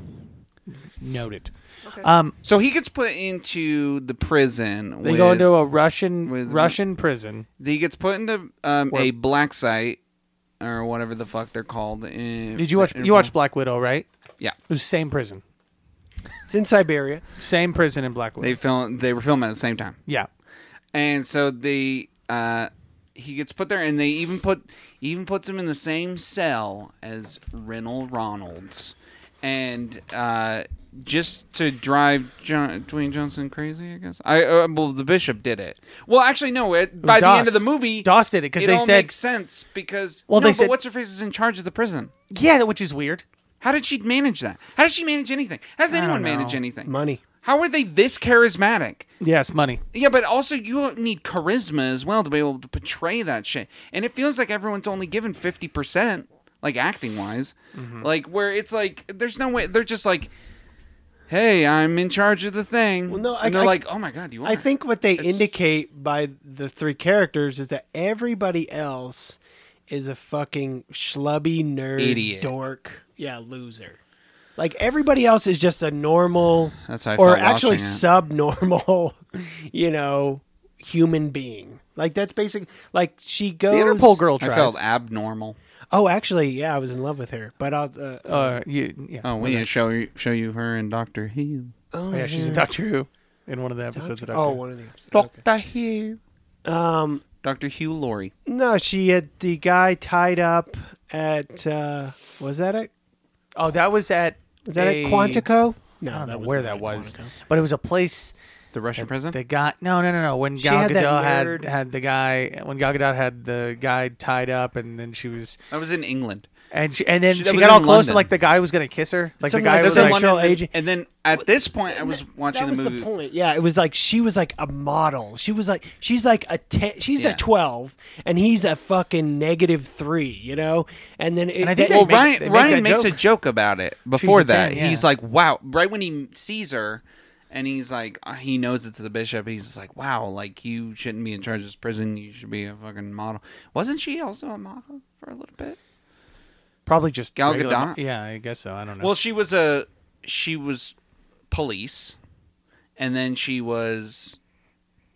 Speaker 2: Noted. Um,
Speaker 3: So he gets put into the prison.
Speaker 2: they
Speaker 3: with,
Speaker 2: go into a Russian
Speaker 3: with-
Speaker 2: Russian prison.
Speaker 3: He gets put into um,
Speaker 2: Where-
Speaker 3: a black site or whatever the fuck they're called.
Speaker 2: Did you watch? You watched Black Widow, right?
Speaker 3: Yeah.
Speaker 2: It was same prison,
Speaker 4: It's in Siberia.
Speaker 2: same prison in Black Widow.
Speaker 3: They film. They were filming at the same time.
Speaker 2: yeah.
Speaker 3: and so they uh he gets put there and they even put even puts him in the same cell as Reynold Ronalds and uh just to drive John, Dwayne Johnson crazy, I guess. I uh, well, the bishop did it. Well, actually, no. It, by the end of the
Speaker 2: Doss.
Speaker 3: movie,
Speaker 2: Doss did it 'cause
Speaker 3: it
Speaker 2: they
Speaker 3: all
Speaker 2: said-
Speaker 3: makes sense because
Speaker 2: Well,
Speaker 3: well,
Speaker 2: they
Speaker 3: they
Speaker 2: said-
Speaker 3: what's her face is in charge of the prison.
Speaker 2: Yeah, which is weird.
Speaker 3: How did she manage that? How does she manage anything? How does anyone manage
Speaker 2: know.
Speaker 3: anything?
Speaker 4: Money.
Speaker 3: How are they this charismatic?
Speaker 2: Yes, money.
Speaker 3: Yeah, but also you need charisma as well to be able to portray that shit. And it feels like everyone's only given 50%, like acting wise.
Speaker 4: Mm-hmm.
Speaker 3: Like, where it's like, there's no way. They're just like, hey, I'm in charge of the thing.
Speaker 4: Well, no, I-
Speaker 3: and they're
Speaker 4: I-
Speaker 3: like, oh my God, you are.
Speaker 4: I think what they
Speaker 3: It's-
Speaker 4: indicate by the three characters is that everybody else is a fucking schlubby nerd,
Speaker 3: Idiot.
Speaker 4: dork, yeah, loser. Like everybody else is just a normal,
Speaker 3: That's how I
Speaker 4: or
Speaker 3: felt
Speaker 4: actually
Speaker 3: watching it.
Speaker 4: subnormal, you know, human being. Like that's basic. Like she goes.
Speaker 2: The Interpol girl
Speaker 3: I
Speaker 2: tries.
Speaker 3: felt abnormal.
Speaker 4: Oh, actually, yeah, I was in love with her, but I'll. Uh,
Speaker 2: Uh, you, yeah.
Speaker 3: Oh, we need to show you, show you her and Dr. Hugh.
Speaker 4: oh,
Speaker 2: Oh, yeah, she's in Doctor Who in one of the episodes. Of Doctor
Speaker 4: Oh,
Speaker 2: Who.
Speaker 4: one of the episodes.
Speaker 3: Dr. Hugh.
Speaker 4: Um,
Speaker 3: Dr. Hugh Laurie.
Speaker 4: No, she had the guy tied up at uh was that it?
Speaker 2: Oh, that was at
Speaker 4: Was that
Speaker 2: a-
Speaker 4: at Quantico? No,
Speaker 2: I don't know
Speaker 4: was
Speaker 2: where
Speaker 4: not
Speaker 2: that
Speaker 4: at
Speaker 2: was,
Speaker 4: Quantico.
Speaker 2: but it was a place
Speaker 3: The Russian prison?
Speaker 2: They got no, no, no, no. When
Speaker 4: She
Speaker 2: Gal
Speaker 4: had that
Speaker 2: Gadot had
Speaker 4: nerd-
Speaker 2: had the guy, when Gal Gadot had the guy tied up, and then she was
Speaker 3: That was in England.
Speaker 2: and she, and then
Speaker 3: She-
Speaker 2: she,
Speaker 3: that was
Speaker 2: got
Speaker 3: in
Speaker 2: all close
Speaker 3: London.
Speaker 2: and like the guy was gonna kiss her. Like
Speaker 4: Something
Speaker 2: the guy
Speaker 4: like
Speaker 2: was
Speaker 4: that.
Speaker 2: like,
Speaker 4: That's the
Speaker 3: and,
Speaker 4: sexual
Speaker 3: then-
Speaker 4: agent.
Speaker 3: and then at this point, I was watching
Speaker 4: that was
Speaker 3: the movie.
Speaker 4: the point. Yeah, it was like she was like a model. She was like she's like a ten, she's
Speaker 3: Yeah.
Speaker 4: a twelve, and he's a fucking negative three. You know, and then it,
Speaker 2: I think
Speaker 4: that-
Speaker 2: they
Speaker 3: Well,
Speaker 2: make-
Speaker 3: Ryan
Speaker 2: they make
Speaker 3: Ryan
Speaker 2: that
Speaker 3: makes
Speaker 2: joke.
Speaker 3: a joke about it before
Speaker 2: a
Speaker 3: that.
Speaker 2: ten, yeah.
Speaker 3: He's like, "Wow!" Right when he sees her, and he's like, uh, he knows it's the bishop. He's just like, "Wow! Like you shouldn't be in charge of this prison. You should be a fucking model." Wasn't she also a model for a little bit?
Speaker 2: probably just
Speaker 3: Gal
Speaker 2: regular-
Speaker 3: Gadot?
Speaker 2: Yeah, I guess so. I don't know.
Speaker 3: Well, she was a she was police, and then she was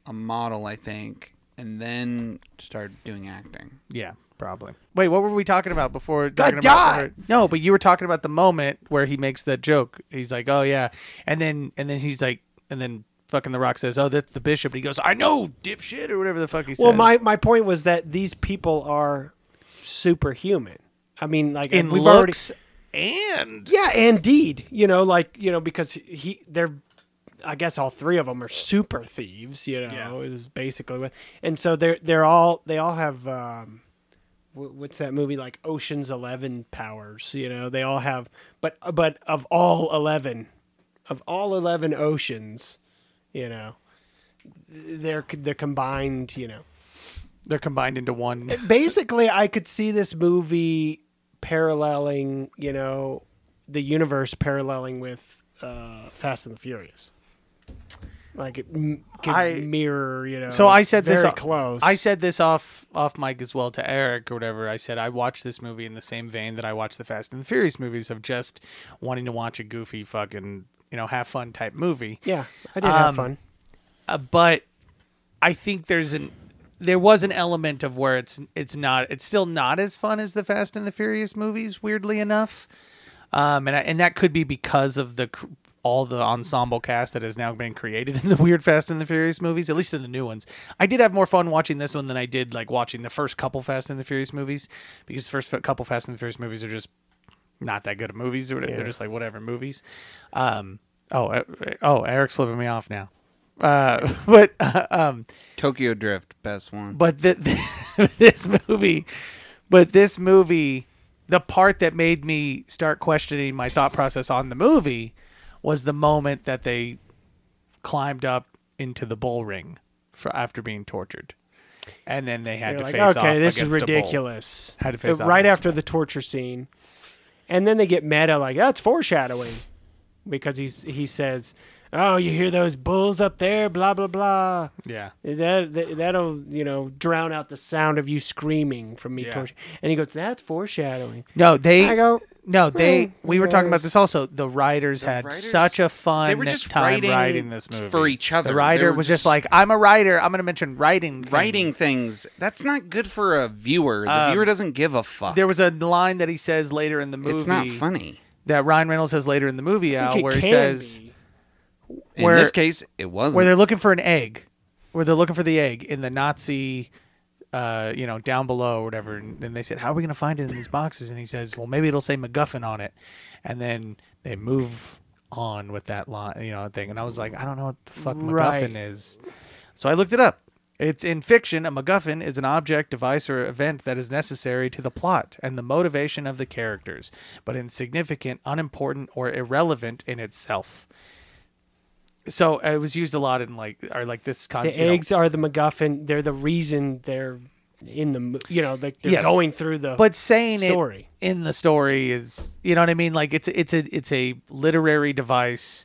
Speaker 3: a model, I think, and then started doing acting.
Speaker 2: yeah, probably. Wait, what were we talking about before? talking
Speaker 4: Gadot!
Speaker 2: about her- No, but you were talking about the moment where he makes that joke. He's like, "Oh yeah," and then and then he's like, and then fucking the Rock says, "Oh, that's the bishop." And he goes, "I know, dipshit," or whatever the fuck he says.
Speaker 4: well, my my point was that these people are superhuman. I mean, like
Speaker 2: in
Speaker 4: we've already-
Speaker 2: looks and
Speaker 4: Yeah, indeed. You know, like you know, because he they're, I guess all three of them are super thieves. You know, is basically what. And so they're they're all they all have um, wh- what's that movie like Ocean's Eleven powers? You know, they all have. But but of all eleven, of all eleven oceans, you know, they're they're combined. You know,
Speaker 2: they're combined into one.
Speaker 4: basically i could see this movie paralleling you know the universe paralleling with uh fast and the furious like it m- could
Speaker 2: I-
Speaker 4: mirror you know
Speaker 2: So I
Speaker 4: it's
Speaker 2: said
Speaker 4: very
Speaker 2: this o-
Speaker 4: close
Speaker 2: I said this off off mic as well to Eric or whatever. I said I watched this movie in the same vein that I watched the Fast and the Furious movies of just wanting to watch a goofy fucking you know have fun type movie.
Speaker 4: yeah i did have
Speaker 2: um,
Speaker 4: fun
Speaker 2: Uh, but I think there's an there was an element of where it's it's not it's still not as fun as the Fast and the Furious movies. Weirdly enough, um, and I, and that could be because of the cr- all the ensemble cast that has now been created in the weird Fast and the Furious movies, at least in the new ones. I did have more fun watching this one than I did like watching the first couple Fast and the Furious movies because the first f- couple Fast and the Furious movies are just not that good of movies or whatever. they're just like whatever movies. Um, oh, uh, oh, Eric's flipping me off now. Uh, but uh, um,
Speaker 3: Tokyo Drift, best one.
Speaker 2: but the, this movie, but this movie, the part that made me start questioning my thought process on the movie was the moment that they climbed up into the bull ring for after being tortured, and then they had
Speaker 4: You're
Speaker 2: to
Speaker 4: like,
Speaker 2: face off.
Speaker 4: okay this is
Speaker 2: against a bull.
Speaker 4: ridiculous
Speaker 2: Had to face
Speaker 4: Uh,
Speaker 2: off
Speaker 4: right
Speaker 2: against
Speaker 4: after the torture scene and then they get meta like that's foreshadowing because he's he says oh you hear those bulls up there blah blah blah
Speaker 2: Yeah,
Speaker 4: That, that that'll you know drown out the sound of you screaming from me
Speaker 2: Yeah.
Speaker 4: torture. And he goes, "That's foreshadowing."
Speaker 2: no, they.
Speaker 4: I go,
Speaker 2: no, they.
Speaker 4: "Hmm,
Speaker 2: we were talking about
Speaker 4: yes."
Speaker 2: this also. The writers had
Speaker 3: writers-
Speaker 2: such a fun
Speaker 3: they were just
Speaker 2: time
Speaker 3: writing
Speaker 2: writing this movie
Speaker 3: for each other.
Speaker 2: The
Speaker 3: They
Speaker 2: writer
Speaker 3: were
Speaker 2: was just
Speaker 3: just-
Speaker 2: like, "I'm a writer. I'm going to mention writing, things." Um,
Speaker 3: Writing things that's not good for a viewer. The viewer doesn't give a fuck.
Speaker 2: There was a line that he says later in the movie.
Speaker 3: It's not funny.
Speaker 2: That Ryan Reynolds says later in the movie, Al,
Speaker 4: It
Speaker 2: where he
Speaker 4: can
Speaker 2: says
Speaker 4: be.
Speaker 3: In
Speaker 2: Where-
Speaker 3: this case, it wasn't.
Speaker 2: where they're looking for an egg, where they're looking for the egg in the Nazi, uh, you know, down below or whatever. And, and they said, "How are we going to find it in these boxes?" And he says, "Well, maybe it'll say MacGuffin on it." And then they move on with that line, you know, thing. And I was like, I don't know what the fuck
Speaker 4: Right.
Speaker 2: MacGuffin is, so I looked it up. It's in fiction. A MacGuffin is an object, device, or event that is necessary to the plot and the motivation of the characters, but insignificant, unimportant, or irrelevant in itself. So it was used a lot in like, or like this kind
Speaker 4: the eggs are the MacGuffin. They're the reason they're in the mo- you know like they're
Speaker 2: Yes.
Speaker 4: going through the
Speaker 2: but saying
Speaker 4: Story.
Speaker 2: it in the story is, you know what I mean? Like it's it's a it's a literary device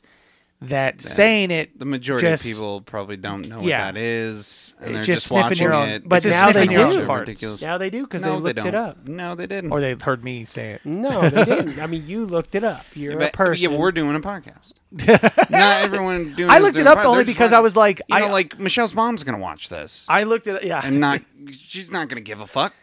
Speaker 2: that saying it
Speaker 3: the majority
Speaker 2: just-
Speaker 3: of people probably don't know
Speaker 2: yeah.
Speaker 3: what that is, and
Speaker 2: It
Speaker 3: they're
Speaker 2: just
Speaker 3: just,
Speaker 2: sniffing
Speaker 3: watching
Speaker 2: your own-
Speaker 3: it.
Speaker 2: but
Speaker 3: It's just
Speaker 4: now they
Speaker 3: sniffing your
Speaker 4: do.
Speaker 3: own
Speaker 2: farts.
Speaker 3: ridiculous.
Speaker 4: now they do because
Speaker 3: no,
Speaker 4: they looked
Speaker 3: don't.
Speaker 4: it up.
Speaker 3: No, they didn't.
Speaker 2: or they heard me say
Speaker 3: Mm-hmm.
Speaker 2: it.
Speaker 4: No, they didn't. I mean, you looked it up. You're
Speaker 3: But-
Speaker 4: a person.
Speaker 3: Yeah, we're doing a podcast. Not everyone doing.
Speaker 2: I
Speaker 3: is
Speaker 2: looked it
Speaker 3: doing a
Speaker 2: up
Speaker 3: pod-
Speaker 2: only
Speaker 3: They're just
Speaker 2: because
Speaker 3: like-
Speaker 2: I was like,
Speaker 3: you know,
Speaker 2: I-
Speaker 3: like Michelle's mom's gonna watch this
Speaker 2: I looked at yeah.
Speaker 3: and not. She's not gonna give a fuck.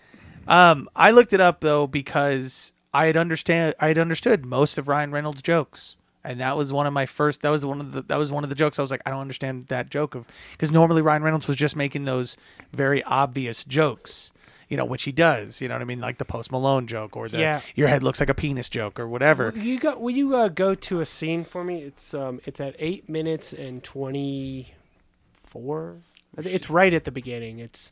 Speaker 2: Um, I looked it up though because I had understand I had understood most of Ryan Reynolds' jokes, and that was one of my first. That was one of the that was one of the jokes I was like, I don't understand that joke of because normally Ryan Reynolds was just making those very obvious jokes, you know, which he does. You know what I mean, like the Post Malone joke or the
Speaker 4: Yeah.
Speaker 2: your head looks like a penis joke or whatever.
Speaker 4: You got? Will you uh, go to a scene for me? It's um, it's at eight minutes and twenty four. It's right at the beginning. It's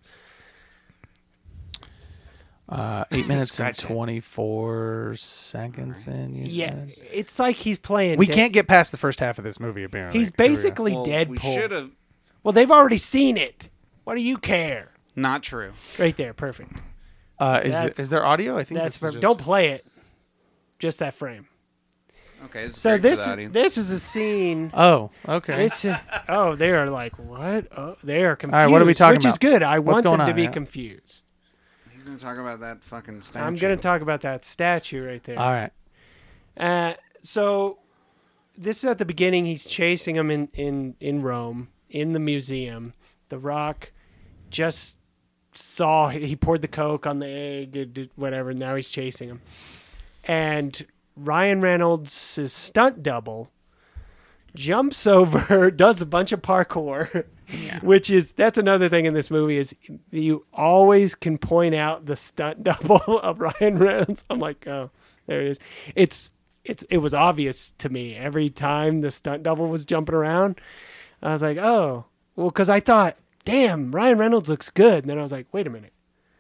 Speaker 2: Uh, eight minutes and
Speaker 3: Scratch it.
Speaker 2: twenty four seconds in. You
Speaker 4: Yeah,
Speaker 2: said?
Speaker 4: it's like he's playing.
Speaker 2: We
Speaker 4: dead-
Speaker 2: can't get past the first half of this movie. Apparently,
Speaker 4: He's
Speaker 2: Here we are.
Speaker 4: basically
Speaker 3: Well, We should
Speaker 4: Deadpool.
Speaker 3: have.
Speaker 4: well, they've already seen it. What do you care?
Speaker 3: Not true.
Speaker 4: Right there, perfect.
Speaker 2: Uh, is,
Speaker 4: That's-
Speaker 2: is there audio? I think this
Speaker 4: That's
Speaker 2: is
Speaker 4: perfect.
Speaker 2: just-
Speaker 4: Don't play it. Just that frame.
Speaker 3: Okay. This is
Speaker 4: So
Speaker 3: great for
Speaker 4: this
Speaker 3: the
Speaker 4: is,
Speaker 3: audience.
Speaker 4: this is a scene.
Speaker 2: Oh, okay.
Speaker 4: It's a, oh, they are like what? Oh, they are confused.
Speaker 2: right, what are we talking
Speaker 4: which
Speaker 2: about?
Speaker 4: is good. I
Speaker 2: What's
Speaker 4: want
Speaker 2: going
Speaker 4: them to
Speaker 2: on?
Speaker 4: be
Speaker 2: Yeah.
Speaker 4: confused.
Speaker 3: He's gonna talk about that fucking statue.
Speaker 4: I'm gonna talk about that statue right there.
Speaker 2: All right.
Speaker 4: Uh, so this is at the beginning. He's chasing him in in in Rome in the museum. The Rock just saw he poured the coke on the egg, did- did whatever. Now he's chasing him, and Ryan Reynolds' stunt double jumps over, does a bunch of parkour. Which is that's another thing in this movie is you always can point out the stunt double of Ryan Reynolds. I'm like, oh, there it is. It's it's it was obvious to me every time the stunt double was jumping around. I was like, oh, well, because I thought, damn, Ryan Reynolds looks good. And then I was like, wait a minute.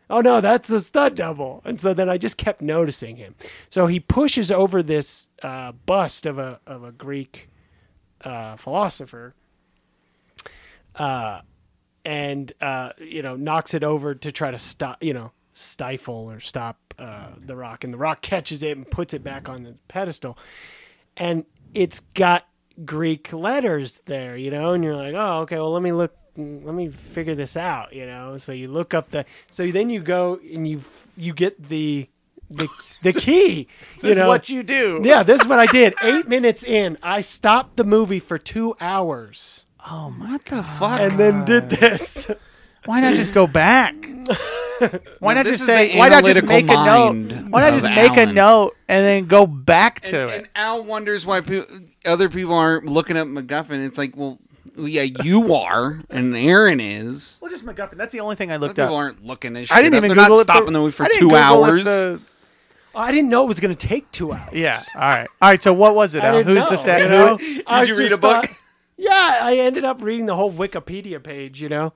Speaker 4: Oh no, that's the stud double. And so then I just kept noticing him. So he pushes over this uh, bust of a of a Greek uh, philosopher, uh, and uh, you know knocks it over to try to stop, you know, stifle or stop uh, the rock. And the rock catches it and puts it back on the pedestal and it's got Greek letters there, you know, and you're like, oh, okay, well, let me look, let me figure this out, you know. So you look up the, so then you go and you you get the the the key. you
Speaker 2: This is
Speaker 4: know?
Speaker 2: what you do.
Speaker 4: Yeah, this is what I did. Eight minutes in, I stopped the movie for two hours
Speaker 2: Oh my What the fuck?
Speaker 4: and then did this.
Speaker 2: Why not just go back? Why not
Speaker 3: this
Speaker 2: just
Speaker 3: is
Speaker 2: say?
Speaker 3: the
Speaker 2: Why not just
Speaker 3: analytical
Speaker 2: make a note?
Speaker 3: mind
Speaker 2: Why not
Speaker 3: of
Speaker 2: just make a
Speaker 3: Alan.
Speaker 2: note and then go back to
Speaker 3: and,
Speaker 2: it?
Speaker 3: and Al wonders why peo- other people aren't looking up MacGuffin. It's like, well, yeah, you are, and Aaron is.
Speaker 2: well, just MacGuffin. That's the only thing I
Speaker 3: Other
Speaker 2: looked
Speaker 3: people
Speaker 2: up.
Speaker 3: aren't looking this. Shit
Speaker 2: I didn't
Speaker 3: up.
Speaker 2: even
Speaker 3: They're
Speaker 2: Google
Speaker 3: not
Speaker 2: it
Speaker 3: stopping the movie for
Speaker 2: I didn't
Speaker 3: two
Speaker 2: Google it
Speaker 3: hours.
Speaker 2: the-
Speaker 4: I didn't know it was going to take two hours.
Speaker 2: yeah. All right. All right. So what was it?
Speaker 4: I
Speaker 2: Al?
Speaker 4: didn't
Speaker 2: Who's
Speaker 4: know,
Speaker 2: the stat?
Speaker 4: you know?
Speaker 2: who-
Speaker 4: I
Speaker 3: you read a
Speaker 4: just
Speaker 3: book?
Speaker 4: thought- yeah, I ended up reading the whole Wikipedia page, you know.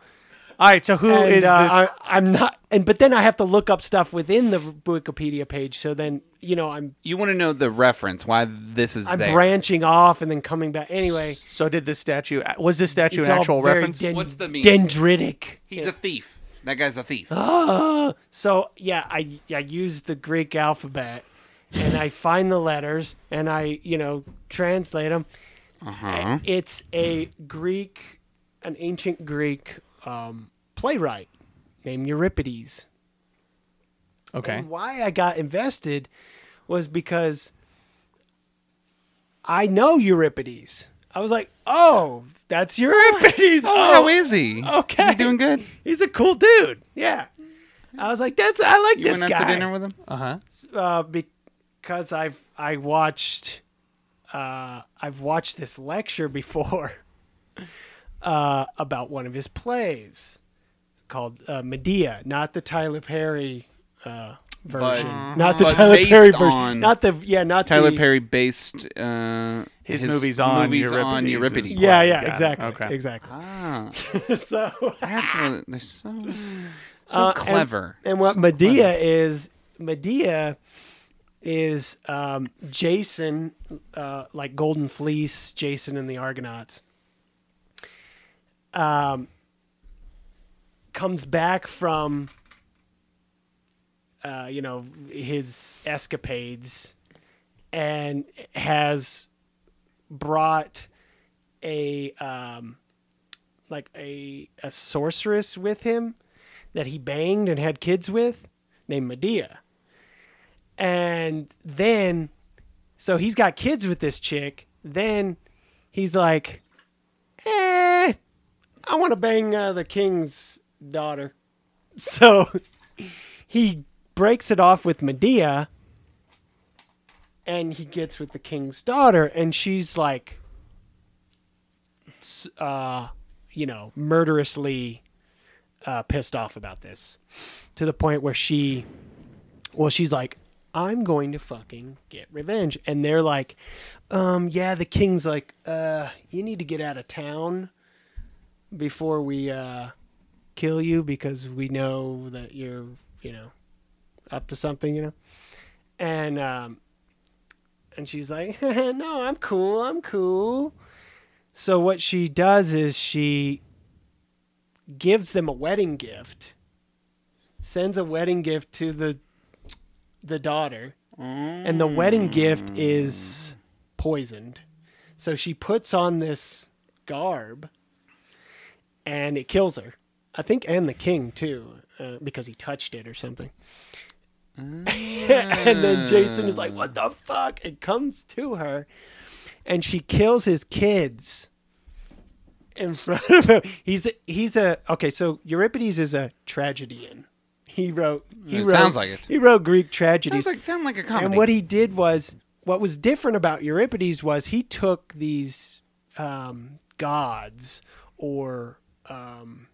Speaker 2: All right. So who is this?
Speaker 4: and, uh, I, I'm not, and but then I have to look up stuff within the Wikipedia page. So then you know I'm
Speaker 3: You want to know the reference? Why this is
Speaker 4: I'm
Speaker 3: there?
Speaker 4: branching off and then coming back. Anyway,
Speaker 2: so did this statue? Was this statue
Speaker 4: it's
Speaker 2: an
Speaker 4: all
Speaker 2: actual
Speaker 4: very
Speaker 2: reference?
Speaker 4: den-
Speaker 3: What's the meaning?
Speaker 4: Dendritic.
Speaker 3: He's a thief. That guy's a thief.
Speaker 2: Oh,
Speaker 4: So yeah, I I use the Greek alphabet, and I find the letters, and I you know translate them.
Speaker 3: Uh-huh.
Speaker 4: It's a Greek, an ancient Greek um, playwright named Euripides.
Speaker 2: okay.
Speaker 4: And why I got invested was because I know Euripides. I was like, oh, that's Euripides.
Speaker 3: Oh, how is he?
Speaker 4: okay.
Speaker 3: Is he doing good?
Speaker 4: He's a cool dude. Yeah. I was like, that's I like
Speaker 3: You
Speaker 4: this
Speaker 3: went
Speaker 4: guy
Speaker 3: out to dinner with him?
Speaker 2: Uh huh.
Speaker 4: uh, because I've I watched uh, I've watched this lecture before uh, about one of his plays called uh, Medea, not the Tyler Perry uh, version, not the
Speaker 3: but
Speaker 4: Tyler
Speaker 3: based
Speaker 4: Perry version,
Speaker 3: on
Speaker 4: not the yeah, not
Speaker 3: Tyler
Speaker 4: the,
Speaker 3: Perry based uh,
Speaker 2: His movies on
Speaker 3: movies on
Speaker 2: Euripides.
Speaker 3: Euripides.
Speaker 4: Yeah, yeah,
Speaker 2: Got it.
Speaker 4: exactly,
Speaker 2: Okay.
Speaker 4: exactly.
Speaker 3: Ah,
Speaker 4: so.
Speaker 3: that's what they're so so
Speaker 4: Uh, and-
Speaker 3: clever.
Speaker 4: And, what Medea is, Medea is um, Jason, uh, like Golden Fleece, Jason and the Argonauts. Um, comes back from, uh, you know, his escapades, and has brought a um, like a a sorceress with him that he banged and had kids with named Medea. And then so he's got kids with this chick. Then he's like, "Eh, I want to bang uh, the king's daughter." So he breaks it off with Medea and he gets with the king's daughter and she's like s- uh you know, murderously uh, pissed off about this to the point where she, well, she's like, I'm going to fucking get revenge. And they're like, um, yeah, the king's like, uh, you need to get out of town before we, uh, kill you because we know that you're, you know, up to something, you know. And um, and she's like, "No, I'm cool. I'm cool." So what she does is she gives them a wedding gift. Sends a wedding gift to the the daughter. And the wedding gift is poisoned. So she puts on this garb and it kills her. I think and the king too, uh, because he touched it or something. and
Speaker 3: Mm.
Speaker 4: then Jason is like, "What the fuck?" and comes to her, and she kills his kids in front of him. He's a, he's a okay. So Euripides is a tragedian. He wrote. He
Speaker 3: It
Speaker 4: wrote,
Speaker 3: sounds like it.
Speaker 4: He wrote Greek tragedies.
Speaker 3: Sounds like sound like a comedy.
Speaker 4: And what he did was, what was different about Euripides was he took these um, gods or um,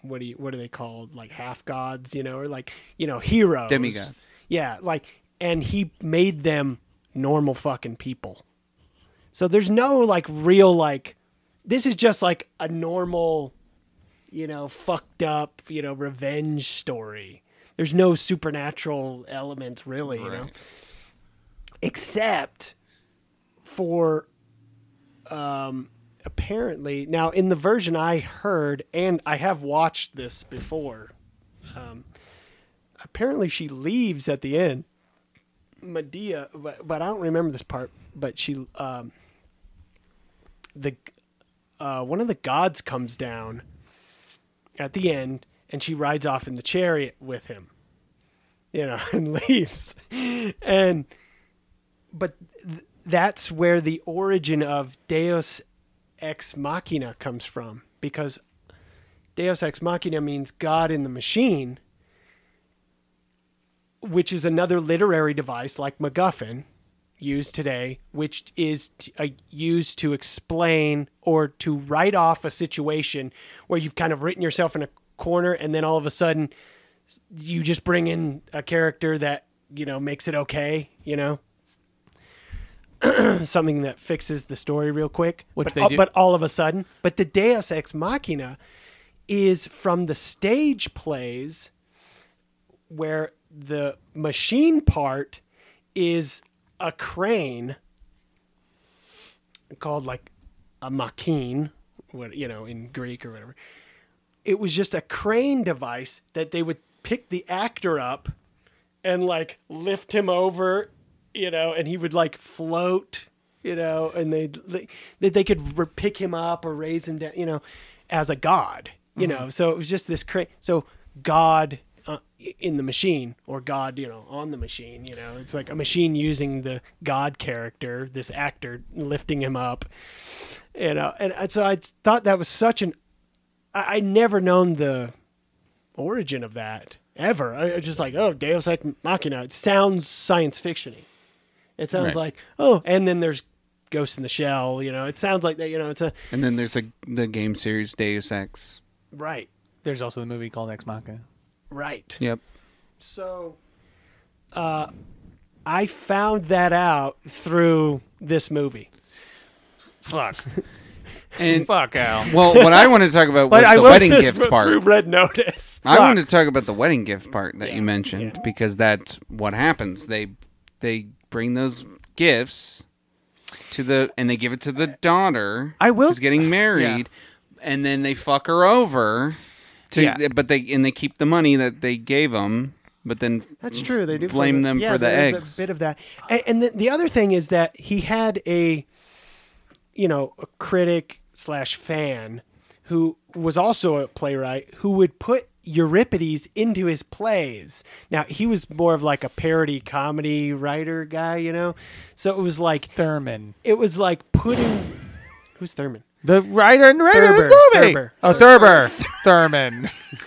Speaker 4: what do you what are they called? Like half gods, you know, or like you know heroes,
Speaker 3: Demigods.
Speaker 4: Yeah, like and he made them normal fucking people. So there's no like real like this is just like a normal you know, fucked up, you know, revenge story. There's no supernatural element really, you know.
Speaker 3: Right.
Speaker 4: Except for um apparently now in the version I heard and I have watched this before. Um apparently she leaves at the end. Medea, but, but I don't remember this part, but she um the uh one of the gods comes down at the end, and she rides off in the chariot with him, you know, and leaves. And but th- that's where the origin of Deus ex machina comes from, because Deus ex machina means God in the machine, which is another literary device like MacGuffin used today, which is t- uh, used to explain or to write off a situation where you've kind of written yourself in a corner and then all of a sudden s- you just bring in a character that, you know, makes it okay, you know? Something that fixes the story real quick,
Speaker 2: Which
Speaker 4: but,
Speaker 2: they
Speaker 4: all-
Speaker 2: do.
Speaker 4: but all of a sudden. But the Deus Ex Machina is from the stage plays where the machine part is a crane called like a machine, what you know in Greek or whatever. It was just a crane device that they would pick the actor up and like lift him over, you know, and he would like float, you know, and they that they could r- pick him up or raise him down, you know, as a god, you know. So it was just this crane. So God uh, in the machine or God, you know, on the machine, you know, it's like a machine using the God character, this actor lifting him up, you know. And I- so I thought that was such an I, I never known the origin of that ever. I, I just like, oh, Deus Ex Machina. It sounds science fictiony. It sounds
Speaker 3: Right.
Speaker 4: like, oh, and then there's Ghost in the Shell. You know, it sounds like that. You know, it's a
Speaker 3: and then there's a the game series Deus Ex.
Speaker 4: right,
Speaker 2: There's also the movie called Ex Machina.
Speaker 4: right.
Speaker 3: Yep.
Speaker 4: So, uh, I found that out through this movie.
Speaker 2: Fuck.
Speaker 3: And
Speaker 2: Fuck out.
Speaker 3: well, what I want to talk about was
Speaker 2: But I
Speaker 3: the
Speaker 2: will-
Speaker 3: wedding
Speaker 4: This
Speaker 3: gift
Speaker 4: was
Speaker 3: part.
Speaker 4: through Red Notice.
Speaker 3: I
Speaker 4: Fuck.
Speaker 3: want to talk about the wedding gift part that you mentioned because that's what happens. They they bring those gifts to the and they give it to the daughter.
Speaker 2: I will-
Speaker 3: who's getting married, and then they fuck her over. To
Speaker 2: Yeah.
Speaker 3: but they and they keep the money that they gave them, but then
Speaker 4: That's true. They do
Speaker 3: blame
Speaker 4: flavor-
Speaker 3: them
Speaker 4: yeah,
Speaker 3: for the
Speaker 4: there is
Speaker 3: eggs.
Speaker 4: A bit of that, and, and the, the other thing is that he had a, you know, a critic slash fan, who was also a playwright who would put Euripides into his plays. Now he was more of like a parody comedy writer guy, you know, so it was like
Speaker 2: Thurman,
Speaker 4: it was like putting. Who's Thurman?
Speaker 2: the writer and writer of this
Speaker 4: Thurber,
Speaker 2: movie.
Speaker 4: Thurber.
Speaker 2: Oh, Thurber, Thurman,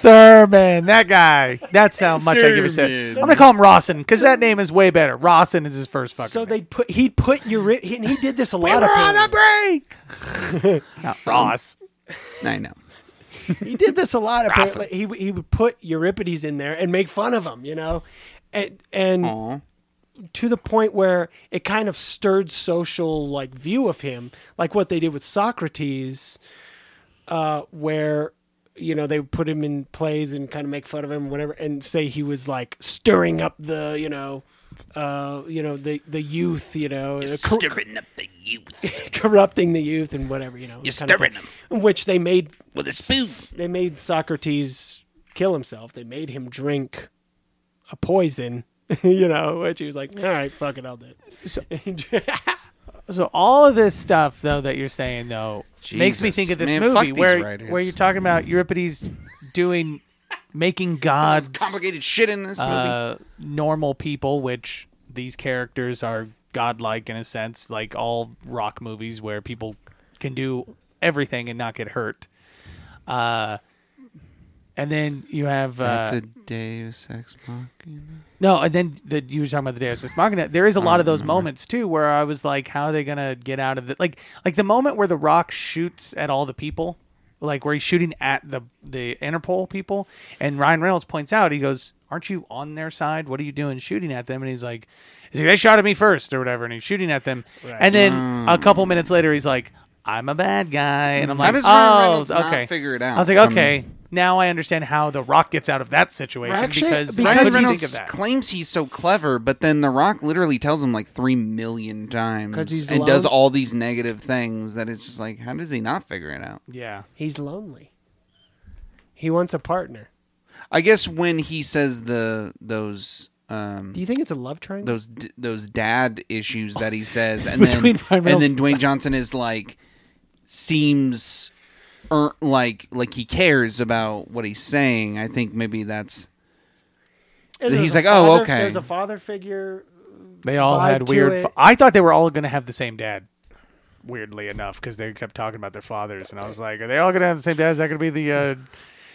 Speaker 2: Thurman. That guy. That's how much I give a shit.
Speaker 3: Thurman.
Speaker 2: I'm gonna call him Rawson because that name is way better. Rawson is his first fucking.
Speaker 4: So
Speaker 2: name.
Speaker 4: they put he put Euripides. He, and he did this a lot. apparently.
Speaker 2: break. Not Ross.
Speaker 3: I know.
Speaker 4: he did this a lot. Apparently, he would- he would put Euripides in there and make fun of him, you know, and and
Speaker 3: Aw.
Speaker 4: to the point where it kind of stirred social like view of him, like what they did with Socrates, uh, where you know, they would put him in plays and kind of make fun of him, whatever, and say he was like stirring up the, you know, uh, you know, the the youth, you know, cor-
Speaker 5: stirring up the youth
Speaker 4: corrupting the youth and whatever, you know,
Speaker 5: You're
Speaker 4: kind of
Speaker 5: stirring
Speaker 4: thing. Which they made
Speaker 5: with a spoon.
Speaker 4: they made Socrates kill himself. They made him drink a poison, you know, which he was like, all right, fuck it, I'll do it.
Speaker 2: So all of this stuff though that you're saying though makes me
Speaker 3: Jesus.
Speaker 2: think of this
Speaker 3: Man, fuck
Speaker 2: movie
Speaker 3: these
Speaker 2: where
Speaker 3: writers.
Speaker 2: where you're talking about Euripides doing making gods
Speaker 3: Complicated shit in this movie.
Speaker 2: uh, normal people, which these characters are godlike in a sense, like all rock movies where people can do everything and not get hurt. Uh, and then you have uh,
Speaker 3: That's a Deus Ex Machina.
Speaker 2: no, and then the, you were talking about the Deus Ex Machina. There is a lot of
Speaker 3: Oh,
Speaker 2: those moments too, where I was like, "How are they gonna get out of the like like the moment where the Rock shoots at all the people, like where he's shooting at the the Interpol people?" And Ryan Reynolds points out, he goes, "Aren't you on their side? What are you doing shooting at them?" And he's like, he's like "They shot at me first or whatever," and he's shooting at them. And then a couple minutes later, he's like, "I'm a bad guy," and I'm
Speaker 3: How
Speaker 2: like,
Speaker 3: does Ryan
Speaker 2: "Oh,
Speaker 3: Reynolds not
Speaker 2: okay."
Speaker 3: figure it
Speaker 2: I was
Speaker 3: out?
Speaker 2: like,
Speaker 3: Um,
Speaker 2: "Okay." now I understand how the Rock gets out of that situation
Speaker 4: Actually,
Speaker 2: because,
Speaker 4: because-
Speaker 2: I
Speaker 3: Ryan
Speaker 2: couldn't
Speaker 3: Reynolds
Speaker 2: think of that.
Speaker 3: claims he's so clever, but then The Rock literally tells him like three million times
Speaker 4: 'Cause he's
Speaker 3: and
Speaker 4: alone.
Speaker 3: does all these negative things that it's just like, how does he not figure it out?
Speaker 2: Yeah.
Speaker 4: He's lonely. He wants a partner.
Speaker 3: I guess when he says the those um
Speaker 4: Do you think it's a love triangle?
Speaker 3: those d- those dad issues that he says, and then
Speaker 2: Between Ryan
Speaker 3: and then
Speaker 2: Reynolds-
Speaker 3: Dwayne Johnson is like seems er, like like he cares about what he's saying. I think maybe that's
Speaker 4: And there's
Speaker 3: he's
Speaker 4: a
Speaker 3: like, oh,
Speaker 4: father-
Speaker 3: okay.
Speaker 4: There's a father figure.
Speaker 2: They all
Speaker 4: vibe
Speaker 2: had
Speaker 4: to
Speaker 2: weird.
Speaker 4: it.
Speaker 2: fa- I thought they were all going to have the same dad. Weirdly enough, because they kept talking about their fathers, and I was like, "Are they all going to have the same dad? Is that going to be the? Uh,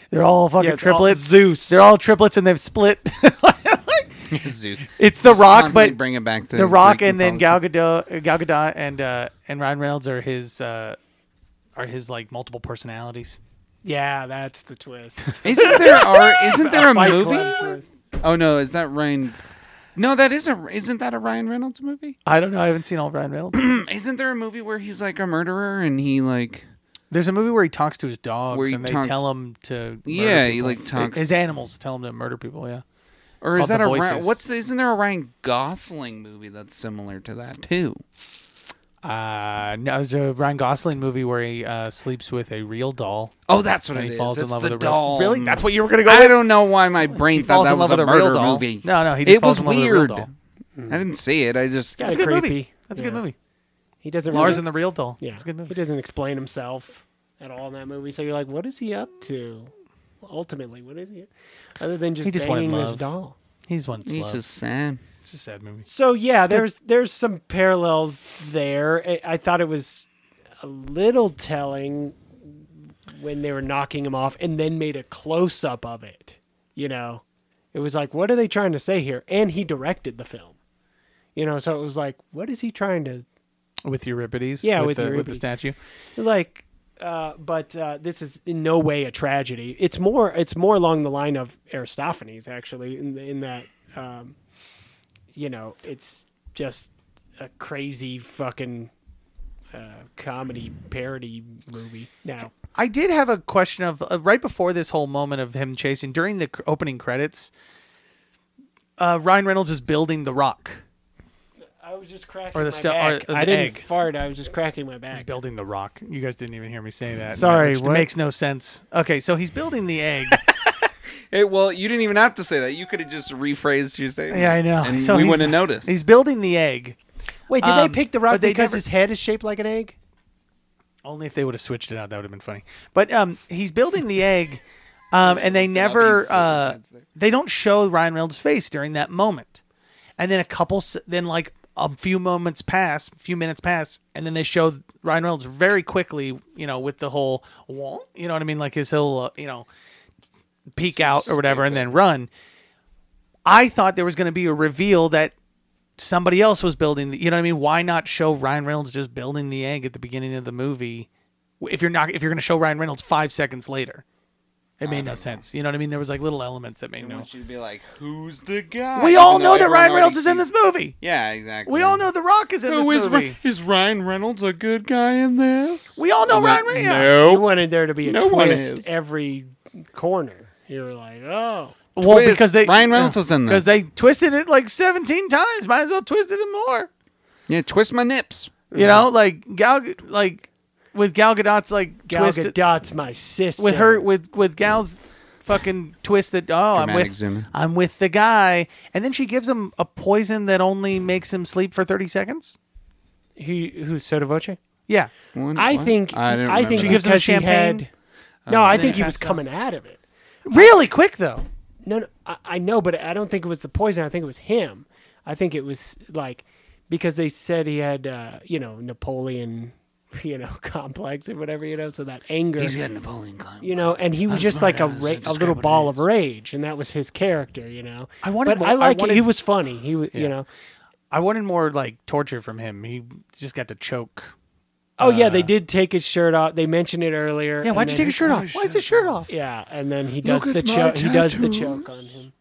Speaker 2: they're all fucking
Speaker 4: Yeah, it's all
Speaker 2: triplets.
Speaker 4: Zeus.
Speaker 2: They're all triplets, and they've split.
Speaker 3: Zeus.
Speaker 2: it's the Rock,
Speaker 3: Constantly
Speaker 2: but
Speaker 3: bring it back to
Speaker 2: the Rock,
Speaker 3: Greek
Speaker 2: and then Gal
Speaker 3: mythology.
Speaker 2: Gadot, Gal Gadot, and uh, and Ryan Reynolds are his uh, are his like multiple personalities.
Speaker 4: Yeah, that's the twist.
Speaker 3: Isn't there are isn't there a,
Speaker 4: Fight
Speaker 3: movie?
Speaker 4: Club twist.
Speaker 3: Oh no, is that Ryan? No, that is a isn't that a Ryan Reynolds movie?
Speaker 2: I don't know. I haven't seen all of Ryan Reynolds.
Speaker 3: Isn't there a movie where he's like a murderer and he like
Speaker 2: There's a movie where he talks to his dogs,
Speaker 3: Where he
Speaker 2: and they
Speaker 3: talks-
Speaker 2: tell him to. murder
Speaker 3: Yeah, he,
Speaker 2: people.
Speaker 3: like, talks-
Speaker 2: His animals tell him to murder people. Yeah.
Speaker 3: or
Speaker 2: It's
Speaker 3: is
Speaker 2: called
Speaker 3: that
Speaker 2: The
Speaker 3: a Ryan,
Speaker 2: Voices.
Speaker 3: what's the, isn't there a Ryan Gosling movie that's similar to that too?
Speaker 2: Uh, no, it's a Ryan Gosling movie where he uh, sleeps with a real doll.
Speaker 3: Oh, that's what
Speaker 2: And
Speaker 3: it
Speaker 2: he
Speaker 3: is.
Speaker 2: falls in
Speaker 3: It's
Speaker 2: love
Speaker 3: the
Speaker 2: with a real
Speaker 3: doll.
Speaker 2: Really? That's what you were gonna go
Speaker 3: I
Speaker 2: with?
Speaker 3: don't know why my brain
Speaker 2: falls
Speaker 3: thought that
Speaker 2: in
Speaker 3: was
Speaker 2: love
Speaker 3: a
Speaker 2: with a real
Speaker 3: murder
Speaker 2: doll.
Speaker 3: movie.
Speaker 2: No, no, he just
Speaker 3: it
Speaker 2: falls
Speaker 3: was
Speaker 2: in love with a real
Speaker 3: weird.
Speaker 2: doll.
Speaker 3: I didn't see it. I just
Speaker 4: Yeah,
Speaker 2: That's a
Speaker 4: Kinda
Speaker 2: good movie.
Speaker 4: creepy.
Speaker 2: That's a good
Speaker 4: Yeah.
Speaker 2: movie.
Speaker 4: He doesn't.
Speaker 2: Lars
Speaker 4: really-
Speaker 2: and the Real Doll.
Speaker 4: Yeah,
Speaker 2: it's a good
Speaker 4: he
Speaker 2: movie.
Speaker 4: doesn't explain himself at all in that movie. So you're like, what is he up to? Ultimately, what is he? Other than just,
Speaker 2: He just wanted
Speaker 4: banging this
Speaker 2: love.
Speaker 4: doll.
Speaker 2: He's one. that's
Speaker 3: he's
Speaker 2: loved.
Speaker 3: just sad.
Speaker 2: It's a sad movie.
Speaker 4: So yeah, there's there's some parallels there. I- I thought it was a little telling when they were knocking him off and then made a close up of it. You know, it was like, what are they trying to say here? And he directed the film. You know, so it was like, what is he trying to
Speaker 2: With Euripides.
Speaker 4: Yeah,
Speaker 2: with,
Speaker 4: with
Speaker 2: the, with the
Speaker 4: Euripides.
Speaker 2: statue.
Speaker 4: like uh, but uh, this is in no way a tragedy. It's more it's more along the line of Aristophanes actually in in that um, you know it's just a crazy fucking uh, comedy parody movie now.
Speaker 2: I did have a question of uh, right before this whole moment of him chasing during the cr- opening credits. Uh, Ryan Reynolds is building the Rock.
Speaker 4: I was just cracking
Speaker 2: Or the my stu- or back. the
Speaker 4: I didn't
Speaker 2: egg.
Speaker 4: fart. I was just cracking my
Speaker 2: He's
Speaker 4: back.
Speaker 2: building the rock. You guys didn't even hear me say that.
Speaker 4: Sorry,
Speaker 2: which
Speaker 4: what?
Speaker 2: makes no sense. Okay, so he's building the egg.
Speaker 3: Hey, well, you didn't even have to say that. You could have just rephrased your statement.
Speaker 2: yeah, I know.
Speaker 3: And
Speaker 2: so
Speaker 3: we
Speaker 2: he's-
Speaker 3: wouldn't have noticed.
Speaker 2: He's building the egg.
Speaker 4: Wait, did
Speaker 2: Um,
Speaker 4: they pick the
Speaker 2: but
Speaker 4: rock
Speaker 2: they
Speaker 4: because
Speaker 2: never-
Speaker 4: his head is shaped like an egg?
Speaker 2: Only if they would have switched it out, that would have been funny. But um, he's building the egg, um, and they never uh, they don't show Ryan Reynolds' face during that moment. And then a couple, s- then like a few moments pass, few minutes pass, and then they show Ryan Reynolds very quickly. You know, with the whole, "Wah," you know what I mean, like his whole, uh, you know, peek out or whatever, and then run. I thought there was going to be a reveal that somebody else was building. The, you know what I mean? Why not show Ryan Reynolds just building the egg at the beginning of the movie? If you're not, if you're going to show Ryan Reynolds five seconds later, It made no sense. You know what I mean? There was like little elements that made
Speaker 3: I
Speaker 2: no.
Speaker 3: want you to be like, who's the guy?
Speaker 2: We
Speaker 3: Even
Speaker 2: all
Speaker 3: though
Speaker 2: know that
Speaker 3: everyone
Speaker 2: Ryan Reynolds
Speaker 3: already
Speaker 2: is in
Speaker 3: sees-
Speaker 2: this movie.
Speaker 3: Yeah, exactly.
Speaker 2: We all know The Rock is in
Speaker 3: Who
Speaker 2: this
Speaker 3: is Ri-
Speaker 2: movie.
Speaker 3: is Ryan Reynolds a good guy in this?
Speaker 2: We all know Ryan Reynolds.
Speaker 4: You
Speaker 3: No.
Speaker 4: wanted there to be a
Speaker 3: No one is.
Speaker 4: twist every corner. You were like, oh,
Speaker 2: Well,
Speaker 3: Twist.
Speaker 2: because they
Speaker 3: Ryan Reynolds is in
Speaker 2: because
Speaker 3: this.
Speaker 2: they twisted it like seventeen times. Might as well twist it more.
Speaker 3: Yeah, twist my nips.
Speaker 2: You know, like Gal, like with Gal Gadot's like
Speaker 4: Gal
Speaker 2: twist
Speaker 4: Gadot's my sister.
Speaker 2: with her with with Gal's fucking twist that oh I'm
Speaker 3: Dramatic
Speaker 2: with
Speaker 3: zoom in.
Speaker 2: I'm with the guy, and then she gives him a poison that only makes him sleep for thirty seconds.
Speaker 4: who who's Soda Voce?
Speaker 2: Yeah,
Speaker 3: One-
Speaker 4: I
Speaker 3: what?
Speaker 4: think
Speaker 3: I,
Speaker 4: I,
Speaker 3: didn't
Speaker 4: think
Speaker 3: remember
Speaker 2: She gives him
Speaker 4: because he
Speaker 2: champagne.
Speaker 4: had- no, I
Speaker 2: then
Speaker 4: think
Speaker 2: it
Speaker 4: he was
Speaker 2: passed out.
Speaker 4: coming out of it.
Speaker 2: really quick though.
Speaker 4: No, no I, I know, but I don't think it was the poison. I think it was him. I think it was like because they said he had uh, you know Napoleon you know complex or whatever you know, so that anger.
Speaker 3: He's got Napoleon climb.
Speaker 4: you know, and he was just like a ra- a little ball of rage, and that was his character, you know.
Speaker 2: I wanted
Speaker 4: but
Speaker 2: more-
Speaker 4: I
Speaker 2: I
Speaker 4: like it. He
Speaker 2: wanted-
Speaker 4: was funny. He, was, you know.
Speaker 2: I wanted more like torture from him. He just got to choke.
Speaker 4: Oh yeah,
Speaker 2: Uh,
Speaker 4: they did take his shirt off. They mentioned it earlier.
Speaker 2: Yeah,
Speaker 4: and
Speaker 2: why'd you
Speaker 4: then-
Speaker 2: take his shirt off? Why is his shirt off?
Speaker 4: Yeah, and then he does
Speaker 3: Look
Speaker 4: the
Speaker 3: at my
Speaker 4: choke. He does the
Speaker 3: tattoos.
Speaker 4: choke on him.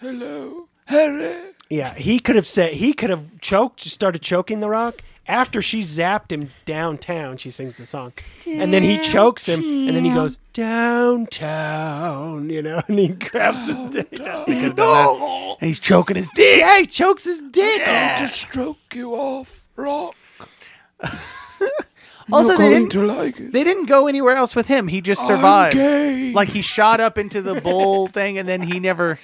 Speaker 3: Hello, Harry.
Speaker 4: Yeah, he could have said he could have choked, just started choking the rock after she zapped him downtown. She sings the song, and then he chokes him, and then he goes downtown, you know, and he grabs his dick. No,
Speaker 2: And he's choking his dick.
Speaker 4: yeah, he chokes his dick.
Speaker 3: Ah. stroke you off, Rock.
Speaker 2: Also, they didn't,
Speaker 3: like it.
Speaker 2: they didn't go anywhere else with him. He just survived.
Speaker 3: gay.
Speaker 2: Like he shot up into the bull thing, and then he never.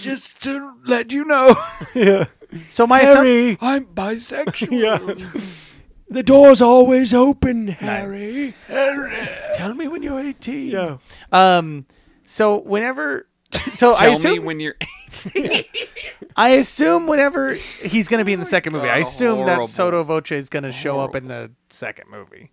Speaker 3: Just to let you know,
Speaker 2: So my assumption.
Speaker 4: Harry,
Speaker 3: I'm bisexual.
Speaker 4: yeah. The door's always open, Harry.
Speaker 2: Tell me when you're 18.
Speaker 4: Yeah.
Speaker 2: Um. So whenever. So I
Speaker 3: Tell me
Speaker 2: assume
Speaker 3: when you're.
Speaker 2: I assume whenever he's going to be in the second movie. I
Speaker 3: God,
Speaker 2: assume
Speaker 3: horrible.
Speaker 2: that Soto Voce is going to show up in the second movie.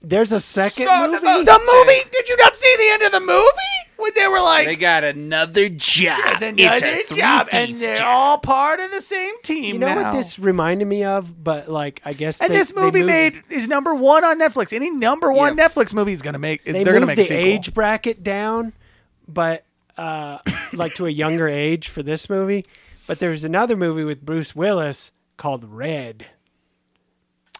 Speaker 4: There's a second movie.
Speaker 2: The movie? Did you not see the end of the movie? When they were like,
Speaker 3: They got another job.
Speaker 2: it's a job, and they're all part of the same team.
Speaker 4: You know
Speaker 2: now.
Speaker 4: what this reminded me of? But like, I guess
Speaker 2: And
Speaker 4: they-
Speaker 2: this
Speaker 4: they
Speaker 2: movie
Speaker 4: moved-
Speaker 2: made is number one on Netflix. Any number one Netflix movie is gonna make.
Speaker 4: they
Speaker 2: are
Speaker 4: moved
Speaker 2: gonna make
Speaker 4: the
Speaker 2: a sequel.
Speaker 4: age bracket down, but uh, like to a younger age for this movie. But there's another movie with Bruce Willis called Red.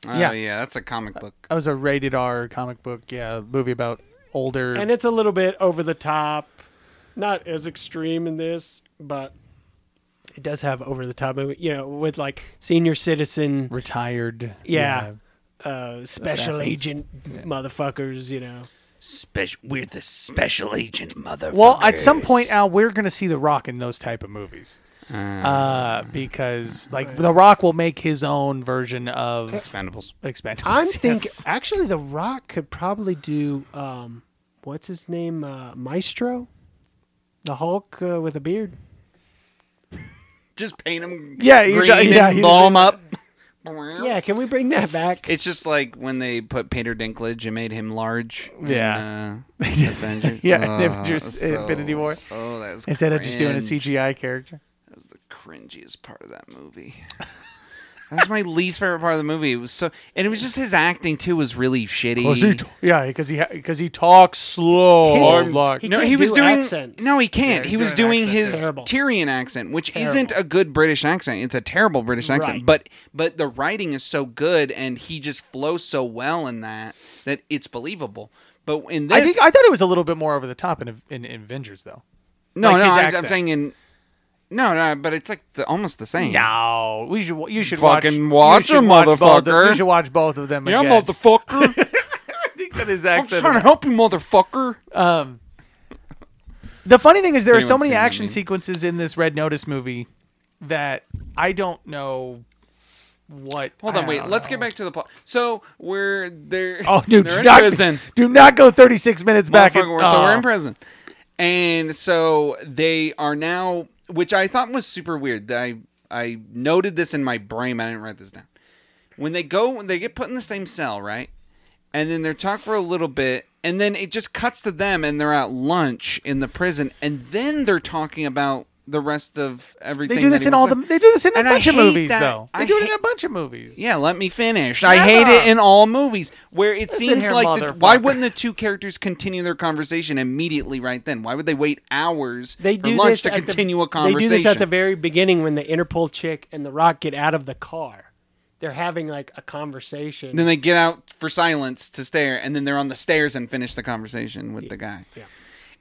Speaker 3: Oh
Speaker 2: Yeah.
Speaker 3: yeah. that's a comic book.
Speaker 2: That was a rated R comic book, yeah, movie about older.
Speaker 4: and it's a little bit over the top, not as extreme in this, but it does have over the top, you know, with like senior citizen,
Speaker 2: retired.
Speaker 4: yeah, uh, special
Speaker 2: Assassins.
Speaker 4: agent motherfuckers, you know.
Speaker 5: Special, we're the special agent, mother.
Speaker 2: Well, at some point, Al, we're gonna see The Rock in those type of movies,
Speaker 3: Ah.
Speaker 2: uh, because like The Rock will make his own version of
Speaker 3: Expendables.
Speaker 2: Expendables.
Speaker 4: Uh, I'm
Speaker 2: yes.
Speaker 4: thinking actually, The Rock could probably do um, what's his name, uh, Maestro, the Hulk uh, with a beard.
Speaker 3: Just paint them.
Speaker 2: Yeah, you
Speaker 3: green
Speaker 2: got- yeah,
Speaker 3: and
Speaker 2: you
Speaker 3: blow
Speaker 2: just-
Speaker 3: them up.
Speaker 4: Yeah, can we bring that back?
Speaker 3: It's just like when they put Peter Dinklage and made him large. in,
Speaker 2: Yeah.
Speaker 3: uh, Avengers.
Speaker 2: Yeah, in
Speaker 3: Oh,
Speaker 2: Avengers Infinity War.
Speaker 3: Oh, that was
Speaker 2: instead of just doing a
Speaker 3: cringe.
Speaker 2: CGI character.
Speaker 3: That was the cringiest part of that movie. that was my least favorite part of the movie. It was so, and it was just his acting too was really shitty.
Speaker 2: Oh, yeah, because he because he talks slow.
Speaker 4: His-
Speaker 2: I'm like-
Speaker 4: he
Speaker 3: no,
Speaker 4: can't
Speaker 3: he was
Speaker 4: do
Speaker 3: doing
Speaker 4: accents.
Speaker 3: no, he can't. he
Speaker 4: Yeah, he's
Speaker 3: was
Speaker 4: doing
Speaker 3: doing
Speaker 4: accents.
Speaker 3: his
Speaker 4: Terrible.
Speaker 3: Tyrion accent, which isn't a good British accent. It's a terrible British accent.
Speaker 4: Right.
Speaker 3: But but the writing is so good, and he just flows so well in that that it's believable. But in this,
Speaker 2: I think I thought it was a little bit more over the top in in, in Avengers though.
Speaker 3: no,
Speaker 2: like
Speaker 3: no,
Speaker 2: his
Speaker 3: I, I'm
Speaker 2: accent.
Speaker 3: saying in no, no, but it's like the, almost the same.
Speaker 2: No, we should you should
Speaker 3: Hmm. Fucking watch
Speaker 2: you should
Speaker 3: him,
Speaker 2: both of-
Speaker 3: motherfucker.
Speaker 2: you should watch both of them.
Speaker 3: yeah,
Speaker 2: again.
Speaker 3: motherfucker.
Speaker 2: I think that his
Speaker 3: I'm
Speaker 2: accent.
Speaker 3: trying to help you, motherfucker.
Speaker 2: um, the funny thing is, there are so
Speaker 3: Anyone's
Speaker 2: many
Speaker 3: seen that
Speaker 2: action
Speaker 3: meme?
Speaker 2: sequences in this Red Notice movie that I don't know what.
Speaker 3: Hold
Speaker 2: I
Speaker 3: on, wait.
Speaker 2: don't
Speaker 3: Let's
Speaker 2: know.
Speaker 3: get back to the plot. So we're there.
Speaker 2: Oh, dude,
Speaker 3: they're
Speaker 2: do
Speaker 3: in
Speaker 2: not,
Speaker 3: prison.
Speaker 2: do not go 36 minutes back.
Speaker 3: Motherfucker,
Speaker 2: and-
Speaker 3: we're- so we're
Speaker 2: oh.
Speaker 3: in prison, and so they are now, which I thought was super weird. I I noted this in my brain. I didn't write this down. When they go, when they get put in the same cell, right? And then they're talking for a little bit, and then it just cuts to them, and they're at lunch in the prison, and then they're talking about the rest of everything.
Speaker 2: They do
Speaker 3: that
Speaker 2: this
Speaker 3: he
Speaker 2: in
Speaker 3: was
Speaker 2: all the.
Speaker 3: in.
Speaker 2: They do this in a
Speaker 3: And I
Speaker 2: bunch of
Speaker 3: hate
Speaker 2: movies,
Speaker 3: that.
Speaker 2: though. They
Speaker 3: I
Speaker 2: do it in
Speaker 3: hate-
Speaker 2: a bunch of movies.
Speaker 3: Yeah, let me finish. I hate it in all movies where it seems
Speaker 2: here,
Speaker 3: like the, why
Speaker 2: motherfucker.
Speaker 3: wouldn't the two characters continue their conversation immediately right then? Why would they wait hours
Speaker 4: They
Speaker 3: for
Speaker 4: do
Speaker 3: lunch
Speaker 4: this
Speaker 3: to
Speaker 4: at
Speaker 3: continue
Speaker 4: the,
Speaker 3: a conversation?
Speaker 4: They do this at the very beginning when the Interpol chick and the Rock get out of the car. They're having like a conversation.
Speaker 3: then they get out for silence to stare, and then they're on the stairs and finish the conversation with the guy. Yeah.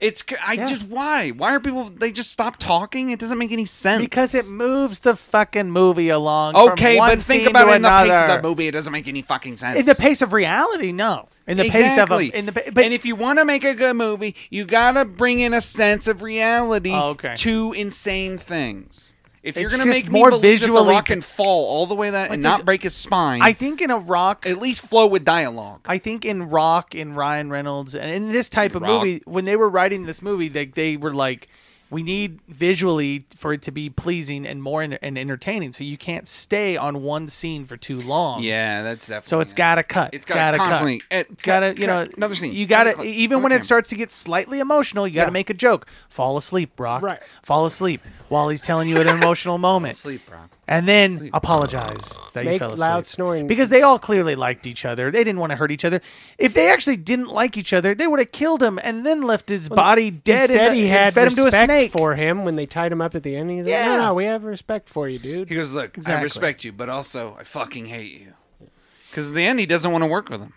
Speaker 3: It's c- I just why why are people they just stop talking? It doesn't make any sense
Speaker 2: Because it moves the fucking movie along. from
Speaker 3: Okay,
Speaker 2: one
Speaker 3: but think
Speaker 2: scene
Speaker 3: about
Speaker 2: to
Speaker 3: it in the pace of
Speaker 2: another.
Speaker 3: the movie. It doesn't make any fucking sense.
Speaker 2: In the pace of reality, no. In the pace of
Speaker 3: exactly.
Speaker 2: a, in the pa- but
Speaker 3: and if you want to make a good movie, you gotta bring in a sense of reality
Speaker 2: Oh, okay.
Speaker 3: to insane things. If you're
Speaker 2: It's
Speaker 3: gonna
Speaker 2: just
Speaker 3: make
Speaker 2: more
Speaker 3: me believe that the
Speaker 2: visually-
Speaker 3: rock can fall all the way that and not
Speaker 2: there's-
Speaker 3: break his spine,
Speaker 2: I think in a rock,
Speaker 3: at least flow with dialogue.
Speaker 2: I think in Rock and Ryan Reynolds and in this type of
Speaker 3: Rock.
Speaker 2: movie, when they were writing this movie, they they were like, we need visually for it to be pleasing and more en- and entertaining. So you can't stay on one scene for too long.
Speaker 3: yeah, that's definitely.
Speaker 2: So it's got to cut.
Speaker 3: It's
Speaker 2: gotta
Speaker 3: gotta constantly-
Speaker 2: Cut.
Speaker 3: eh,
Speaker 2: It's got to
Speaker 3: cut,
Speaker 2: you know
Speaker 3: cut, another scene,
Speaker 2: You got to
Speaker 3: another clip,
Speaker 2: even when
Speaker 3: another
Speaker 2: it
Speaker 3: camera.
Speaker 2: starts to get slightly emotional, you got to make a joke. Fall asleep, Brock.
Speaker 4: Right.
Speaker 2: Fall asleep while he's telling you an emotional moment.
Speaker 3: sleep, Brock.
Speaker 2: And then apologize that you
Speaker 4: Make
Speaker 2: fell asleep.
Speaker 4: loud snoring.
Speaker 2: Because they all clearly liked each other. They didn't want to hurt each other. If they actually didn't like each other, they would have killed him and then left his body dead
Speaker 4: he said
Speaker 2: and,
Speaker 4: he
Speaker 2: and
Speaker 4: had
Speaker 2: fed him
Speaker 4: respect
Speaker 2: to a snake.
Speaker 4: for him when they tied him up at the end. He's like,
Speaker 2: Yeah.
Speaker 4: no, no, we have respect for you, dude.
Speaker 3: He goes, look, I
Speaker 2: Exactly.
Speaker 3: respect you, but also I fucking hate you. Because at the end, he doesn't want to work with him.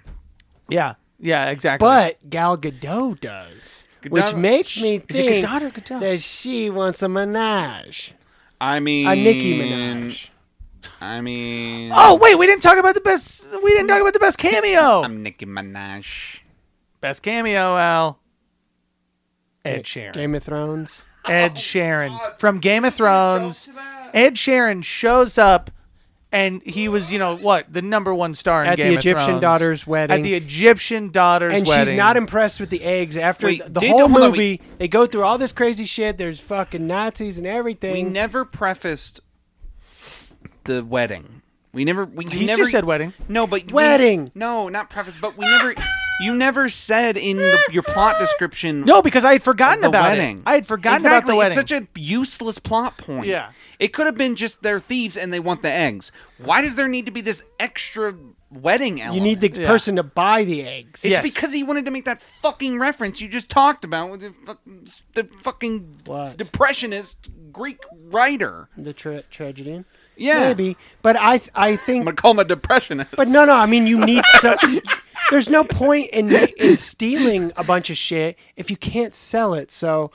Speaker 2: yeah. Yeah, exactly.
Speaker 4: But Gal Gadot does, which
Speaker 3: Gadot-
Speaker 4: makes me
Speaker 2: Is it
Speaker 4: think
Speaker 2: Gadot or Gadot?
Speaker 4: that she wants a menage,
Speaker 3: I mean,
Speaker 4: a Nicki Minaj.
Speaker 3: I mean,
Speaker 2: Oh wait, we didn't talk about the best we didn't talk about the best cameo.
Speaker 3: I'm Nicki Minaj.
Speaker 2: Best cameo, Al. Ed Sheeran.
Speaker 4: Game of Thrones.
Speaker 2: Ed Sheeran from Game of Thrones. Ed Sheeran shows up, and he was, you know, what the number one star in
Speaker 4: At the
Speaker 2: Game of
Speaker 4: Egyptian
Speaker 2: Thrones.
Speaker 4: daughter's wedding.
Speaker 2: At the Egyptian daughter's
Speaker 4: and
Speaker 2: wedding,
Speaker 4: she's not impressed with the eggs after
Speaker 3: Wait,
Speaker 4: th- the
Speaker 3: did-
Speaker 4: whole
Speaker 3: hold on, we-
Speaker 4: movie. they go through all this crazy shit. There's fucking Nazis and
Speaker 3: We
Speaker 4: everything.
Speaker 3: never prefaced the wedding. We never. We, you
Speaker 2: He's
Speaker 3: never
Speaker 2: just said wedding.
Speaker 3: No, but we-
Speaker 4: Wedding.
Speaker 3: no, not preface. But we never. You never said in the, your plot description.
Speaker 2: No, because I had forgotten
Speaker 3: The
Speaker 2: about
Speaker 3: wedding.
Speaker 2: it. I had forgotten
Speaker 3: exactly.
Speaker 2: about the wedding.
Speaker 3: It's such a useless plot point.
Speaker 2: Yeah.
Speaker 3: It could have been just they're thieves and they want the eggs. Why does there need to be this extra wedding element?
Speaker 4: you need the
Speaker 2: Yeah.
Speaker 4: person to buy the eggs.
Speaker 3: It's
Speaker 2: Yes.
Speaker 3: because he wanted to make that fucking reference you just talked about with the, fucking the fucking
Speaker 4: What?
Speaker 3: depressionist Greek writer.
Speaker 4: the tra- tragedy.
Speaker 3: Yeah.
Speaker 4: maybe. But I, th- I think.
Speaker 3: I'm gonna call him a depressionist.
Speaker 4: But no, no. I mean, you need some. There's no point in in stealing a bunch of shit if you can't sell it. So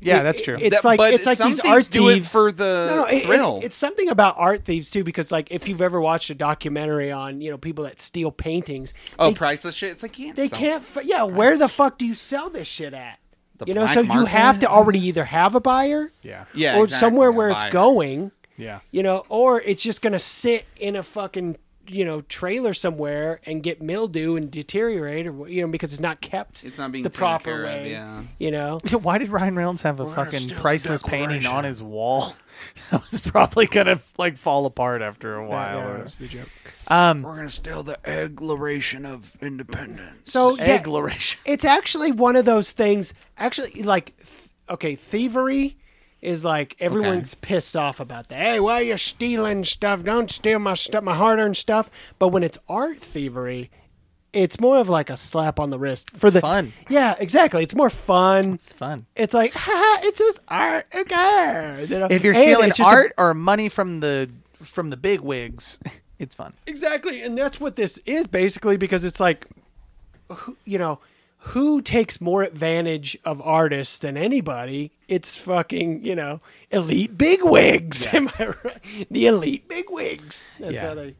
Speaker 2: Yeah,
Speaker 4: it-
Speaker 2: that's true.
Speaker 4: It's
Speaker 3: That-
Speaker 4: like
Speaker 3: but
Speaker 4: it's like
Speaker 3: some
Speaker 4: these
Speaker 3: thieves
Speaker 4: art
Speaker 3: do it
Speaker 4: thieves
Speaker 3: for the
Speaker 4: it- it-
Speaker 3: thrill.
Speaker 4: it's something about art thieves too, because like if you've ever watched a documentary on you know people that steal paintings,
Speaker 3: oh,
Speaker 4: they,
Speaker 3: priceless shit. It's like yeah,
Speaker 4: they
Speaker 3: so-
Speaker 4: can't. F- yeah, where the fuck do you sell this shit at?
Speaker 3: The
Speaker 4: you know,
Speaker 3: black
Speaker 4: so you have
Speaker 3: market?
Speaker 4: to already either have a buyer,
Speaker 2: yeah,
Speaker 3: Yeah,
Speaker 4: or
Speaker 3: exactly,
Speaker 4: somewhere
Speaker 3: a
Speaker 4: where it's
Speaker 3: buyer.
Speaker 4: going
Speaker 2: yeah.
Speaker 4: you know, or it's just gonna sit in a fucking you know trailer somewhere and get mildew and deteriorate, or you know, because it's not kept
Speaker 3: It's not being
Speaker 4: the
Speaker 3: taken
Speaker 4: proper
Speaker 3: care of,
Speaker 4: way.
Speaker 3: yeah.
Speaker 4: You know,
Speaker 2: Why did Ryan Reynolds have a fucking priceless painting on his wall? that was probably gonna like fall apart after a while.
Speaker 4: Yeah,
Speaker 2: or-
Speaker 4: that's the joke.
Speaker 5: We're gonna steal the Egloration of Independence.
Speaker 4: So yeah,
Speaker 2: Egloration.
Speaker 4: it's actually one of those things. Actually, like, th- okay, thievery is like everyone's pissed off about that. Hey, why are you stealing stuff? Don't steal my stuff, my hard-earned stuff. But when it's art thievery. It's more of like a slap on the wrist for the
Speaker 2: fun.
Speaker 4: Yeah, exactly. It's more fun.
Speaker 2: It's fun.
Speaker 4: it's like haha, it's just art. Who cares? You know?
Speaker 2: If you're
Speaker 4: And
Speaker 2: stealing
Speaker 4: it's just a-
Speaker 2: art or money from the from the big wigs, it's fun.
Speaker 4: exactly, and that's what this is basically because it's like, who, you know, who takes more advantage of artists than anybody? It's fucking you know elite bigwigs. Am I right? The elite bigwigs. That's
Speaker 2: Yeah.
Speaker 4: how they.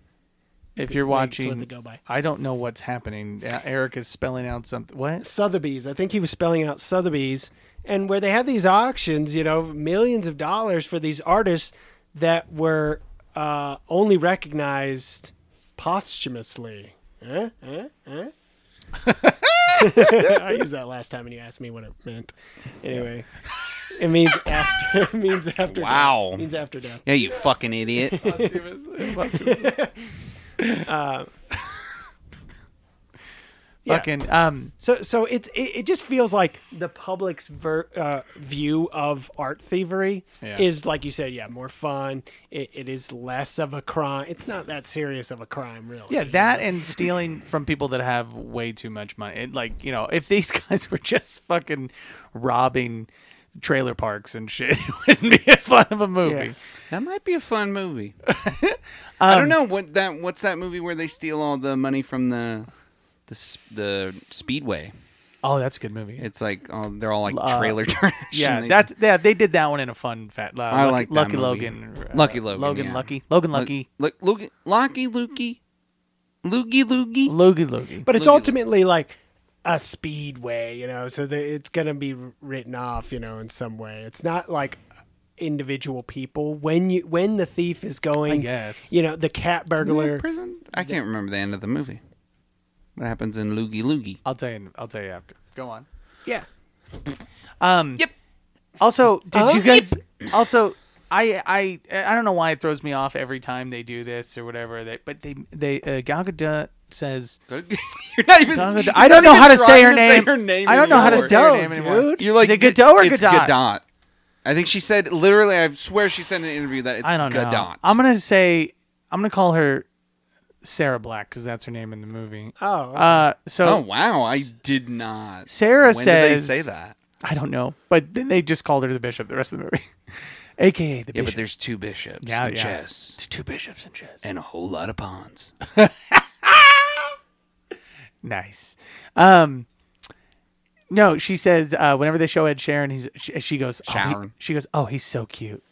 Speaker 2: If you're
Speaker 4: wigs, what
Speaker 2: watching,
Speaker 4: they go by.
Speaker 2: I don't know what's happening. Uh, Eric is spelling out something. What?
Speaker 4: Sotheby's. I think he was spelling out Sotheby's, and where they had these auctions, you know, millions of dollars for these artists that were uh, only recognized posthumously. Huh? Huh? Huh? I used that last time, and you asked me what it meant. Anyway, it means after. It means after.
Speaker 3: Wow.
Speaker 4: Death. Means after death.
Speaker 3: Yeah, you fucking idiot.
Speaker 2: Uh,
Speaker 4: Yeah.
Speaker 2: Fucking um,
Speaker 4: So so it's it, it just feels like the public's ver, uh, view of art thievery
Speaker 2: Yeah.
Speaker 4: is like you said, yeah, more fun. It, it is less of a crime. It's not that serious of a crime, really.
Speaker 2: yeah, that and stealing from people that have way too much money. It, like you know, if these guys were just fucking robbing trailer parks and shit, it wouldn't be as fun of a movie.
Speaker 4: Yeah.
Speaker 3: That might be a fun movie.
Speaker 5: Um,
Speaker 3: I don't know what that. What's that movie where they steal all the money from the the s- the speedway?
Speaker 2: Oh, that's a good movie.
Speaker 3: It's like oh, they're all like
Speaker 2: Uh,
Speaker 3: trailer trash.
Speaker 2: yeah,
Speaker 3: and they-
Speaker 2: that's yeah. They did that one in a fun fat. Uh,
Speaker 3: I
Speaker 2: Lucky,
Speaker 3: like that
Speaker 2: Lucky
Speaker 3: movie.
Speaker 2: Logan. uh,
Speaker 3: Lucky Logan,
Speaker 2: Logan
Speaker 3: yeah.
Speaker 2: Lucky. Logan
Speaker 3: Look-
Speaker 2: Lucky.
Speaker 3: Look, look, Lucky, Lukey, Loogie, Loogie.
Speaker 2: Logan Logan.
Speaker 4: But it's
Speaker 3: Look at-
Speaker 4: ultimately like a speedway, you know. So that it's gonna be written off, you know, in some way. It's not like individual people when you when the thief is going.
Speaker 2: guess.
Speaker 4: you know the cat burglar.
Speaker 3: prison. I can't remember the end of the movie. What happens in Loogie, Loogie?
Speaker 2: I'll tell you. I'll tell you after. Go on.
Speaker 4: yeah.
Speaker 2: Um,
Speaker 3: Yep.
Speaker 2: Also, did
Speaker 4: Oh,
Speaker 2: you guys? Also, I I I don't know why it throws me off every time they do this or whatever. They, but they they uh, Gal Gadot says.
Speaker 3: Good. You're not even.
Speaker 2: Gal Gadot-
Speaker 3: you're
Speaker 2: I don't
Speaker 3: not
Speaker 2: know
Speaker 3: even
Speaker 2: how to say
Speaker 3: trying
Speaker 2: her name. I don't know how to
Speaker 3: anymore.
Speaker 2: say her
Speaker 4: Gadot,
Speaker 2: name anymore.
Speaker 4: dude.
Speaker 3: You're like
Speaker 2: Is it Gadot or
Speaker 3: it's
Speaker 2: Gadot?
Speaker 3: Gadot. I think she said literally. I swear she said in an interview that it's
Speaker 2: I don't
Speaker 3: Gadot.
Speaker 2: know. I'm gonna say I'm gonna call her Sarah Black because that's her name in the movie.
Speaker 4: Oh,
Speaker 2: Uh, so
Speaker 3: Oh wow! I did not.
Speaker 2: Sarah
Speaker 3: when
Speaker 2: says-
Speaker 3: did they say that?
Speaker 2: I don't know, but then they just called her the bishop the rest of the movie, aka the
Speaker 3: Yeah, but
Speaker 2: bishop.
Speaker 3: there's two bishops
Speaker 2: Yeah,
Speaker 3: and
Speaker 2: yeah.
Speaker 3: chess
Speaker 2: It's two bishops and chess.
Speaker 3: and a whole lot of pawns.
Speaker 2: Nice. Um, no, she says uh, whenever they show Ed Sharon, he's she, she goes. Oh, he-
Speaker 3: Sharon.
Speaker 2: she goes. Oh, he's so cute.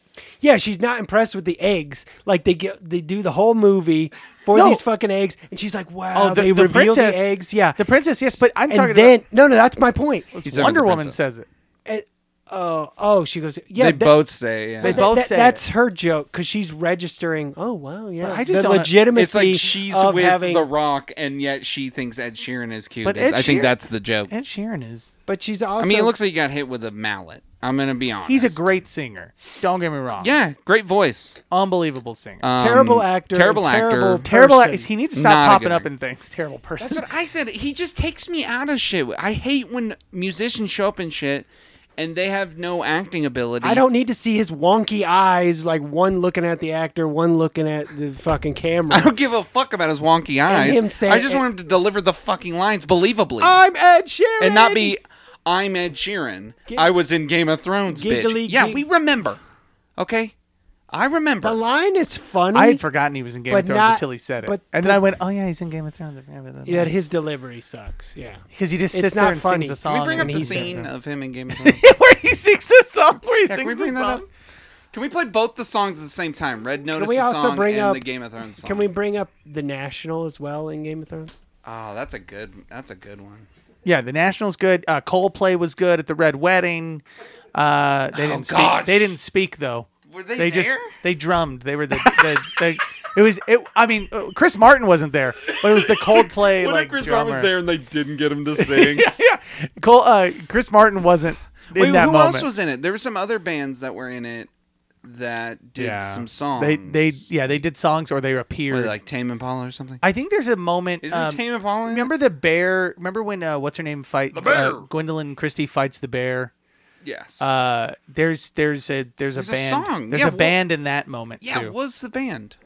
Speaker 4: Yeah, she's not impressed with the eggs. Like they get, they do the whole movie for
Speaker 2: No.
Speaker 4: these fucking eggs, and she's like, "Wow,
Speaker 2: Oh, the,
Speaker 4: they
Speaker 2: the
Speaker 4: reveal
Speaker 2: princess
Speaker 4: the eggs." Yeah,
Speaker 2: the princess. Yes, but I'm talking
Speaker 4: and then no, no, that's my point.
Speaker 3: He's
Speaker 2: about
Speaker 3: talking to
Speaker 2: Wonder
Speaker 3: the
Speaker 2: Woman
Speaker 3: princess.
Speaker 2: says it.
Speaker 4: And- oh, oh, she goes, "Yeah,
Speaker 3: they
Speaker 4: that-
Speaker 3: both say. Yeah.
Speaker 2: They
Speaker 4: that-
Speaker 2: both
Speaker 4: that-
Speaker 2: say
Speaker 4: that's her joke because she's registering. Oh wow, yeah,
Speaker 2: I just
Speaker 4: the
Speaker 2: don't-
Speaker 4: legitimacy.
Speaker 3: it's like she's
Speaker 4: of
Speaker 3: with
Speaker 4: having,
Speaker 3: The Rock, and yet she thinks Ed Sheeran is cute.
Speaker 2: But
Speaker 3: It's-
Speaker 2: Ed
Speaker 3: I think
Speaker 2: Sheer-
Speaker 3: that's the joke.
Speaker 2: Ed Sharon is.
Speaker 4: but she's also.
Speaker 3: I mean, it looks like he got hit with a mallet. I'm gonna be honest.
Speaker 2: He's a great singer. Don't get me wrong.
Speaker 3: yeah, great voice.
Speaker 2: unbelievable singer.
Speaker 3: Um,
Speaker 4: terrible actor,
Speaker 3: Terrible
Speaker 4: and
Speaker 3: actor.
Speaker 4: terrible
Speaker 2: Terrible.
Speaker 4: person.
Speaker 2: At, he needs to stop
Speaker 3: Not a
Speaker 2: popping
Speaker 3: good
Speaker 2: up
Speaker 3: actor.
Speaker 2: in things. Terrible
Speaker 3: That's
Speaker 2: person.
Speaker 3: what I said. He just takes me out of shit. I hate when musicians show up and shit, and they have no acting ability.
Speaker 4: I don't need to see his wonky eyes, like one looking at the actor, one looking at the fucking camera.
Speaker 3: I don't give a fuck about his wonky eyes.
Speaker 4: him say-
Speaker 3: I just want him to deliver the fucking lines believably
Speaker 4: I'm Ed Sheeran,
Speaker 3: and not be. I'm Ed Sheeran. I was in Game of Thrones,
Speaker 4: Giggly
Speaker 3: bitch. Yeah,
Speaker 4: gig-
Speaker 3: we remember. Okay, I remember.
Speaker 4: The line is funny.
Speaker 2: I had forgotten he was in Game
Speaker 4: But
Speaker 2: of Thrones
Speaker 4: not-
Speaker 2: until he said it,
Speaker 4: but-
Speaker 2: and then I went, "Oh yeah, he's in Game of Thrones."
Speaker 4: Yeah, his delivery sucks. Yeah.
Speaker 2: because he just
Speaker 4: It's
Speaker 2: sits there
Speaker 4: not
Speaker 2: and
Speaker 4: funny.
Speaker 2: sings a
Speaker 4: Can
Speaker 2: song.
Speaker 3: Can we bring up
Speaker 2: and
Speaker 3: the
Speaker 2: he's in
Speaker 3: scene
Speaker 2: it.
Speaker 3: of him in Game of Thrones?
Speaker 2: where he sings the song. Where he
Speaker 3: Yeah,
Speaker 2: sings
Speaker 3: can we
Speaker 2: the
Speaker 3: bring that
Speaker 2: song.
Speaker 3: up? Can we play both the songs at the same time? Red Notice
Speaker 4: we
Speaker 3: the
Speaker 4: also
Speaker 3: song
Speaker 4: bring
Speaker 3: and
Speaker 4: up-
Speaker 3: the Game of Thrones song.
Speaker 4: Can we bring up the National as well in Game of Thrones?
Speaker 3: Oh, that's a good. That's a good one.
Speaker 2: Yeah, the Nationals good. Uh, Coldplay was good at the Red Wedding. Uh, they didn't.
Speaker 3: Oh, gosh.
Speaker 2: Speak. They didn't speak though.
Speaker 3: Were they
Speaker 2: just
Speaker 3: there?
Speaker 2: they drummed. They were the. the, the it was. It, I mean, uh, Chris Martin wasn't there, but it was the Coldplay. like drummer.
Speaker 3: and they didn't get him to sing?
Speaker 2: Yeah, yeah. Cole, uh, Chris Martin wasn't in
Speaker 3: Wait,
Speaker 2: that
Speaker 3: who
Speaker 2: moment.
Speaker 3: else was in it? There were some other bands that were in it that did
Speaker 2: yeah.
Speaker 3: some songs.
Speaker 2: They they yeah they did songs or they appeared.
Speaker 3: Were they like Tame Impala or something.
Speaker 2: I think there's a moment.
Speaker 3: Isn't
Speaker 2: um,
Speaker 3: Tame Impala? in it?
Speaker 2: Remember the bear? Remember when uh, what's her name fight? The
Speaker 3: bear.
Speaker 2: Gwendolyn Christie fights the bear.
Speaker 3: Yes.
Speaker 2: Uh, there's there's a there's,
Speaker 3: There's
Speaker 2: a
Speaker 3: a
Speaker 2: band.
Speaker 3: song.
Speaker 2: There's
Speaker 3: Yeah,
Speaker 2: a
Speaker 3: wha-
Speaker 2: band in that moment
Speaker 3: yeah,
Speaker 2: too.
Speaker 3: it was the band?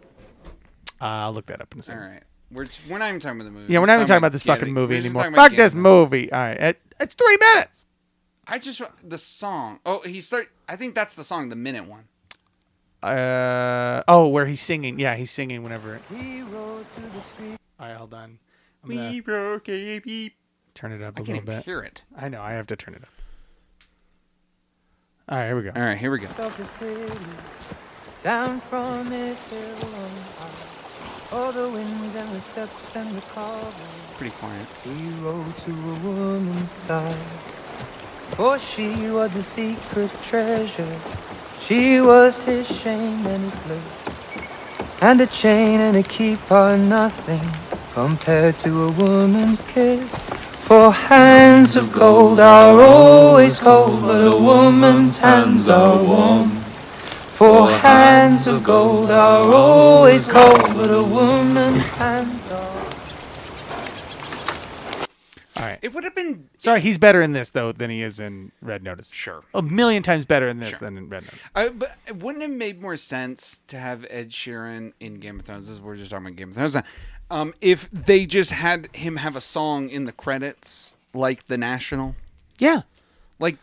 Speaker 2: uh, I'll look that up in a
Speaker 3: All
Speaker 2: second.
Speaker 3: right. We're, we're not even talking about the movie.
Speaker 2: Yeah, we're not even talking about this
Speaker 3: Get
Speaker 2: fucking
Speaker 3: It.
Speaker 2: movie
Speaker 3: We're just
Speaker 2: anymore.
Speaker 3: talking about
Speaker 2: Fuck
Speaker 3: Get
Speaker 2: this
Speaker 3: It.
Speaker 2: movie. All right, it, it's three minutes.
Speaker 3: I just the song. Oh, he start. I think that's the song, the minute one.
Speaker 2: Uh, oh, where he's singing? Yeah, he's singing whenever. All right, hold on. I'm gonna
Speaker 3: broke a beep.
Speaker 2: turn it up a
Speaker 3: I can't
Speaker 2: little
Speaker 3: even
Speaker 2: bit.
Speaker 3: hear it.
Speaker 2: I know. I have to turn it up. All right, here we go.
Speaker 3: All right, here we go.
Speaker 6: of the city, down from its hill on high. Oh, the winds and the steps and the cobbles.
Speaker 3: Pretty quiet.
Speaker 6: He rode to a woman's side, for she was a secret treasure. She was his shame and his bliss, and a chain and a keep are nothing compared to a woman's kiss. For hands of gold are always cold, but a woman's hands are warm. For hands of gold are always cold, but a woman's hands are.
Speaker 2: All right.
Speaker 3: It would have been
Speaker 2: Sorry, he's better in this though than he is in Red Notice.
Speaker 3: Sure.
Speaker 2: a million times better in this than in Red Notice.
Speaker 3: I, but it wouldn't it have made more sense to have Ed Sheeran in Game of Thrones? This is, we're just talking about Game of Thrones. now. Um, if they just had him have a song in the credits, like The National,
Speaker 2: Yeah,
Speaker 3: like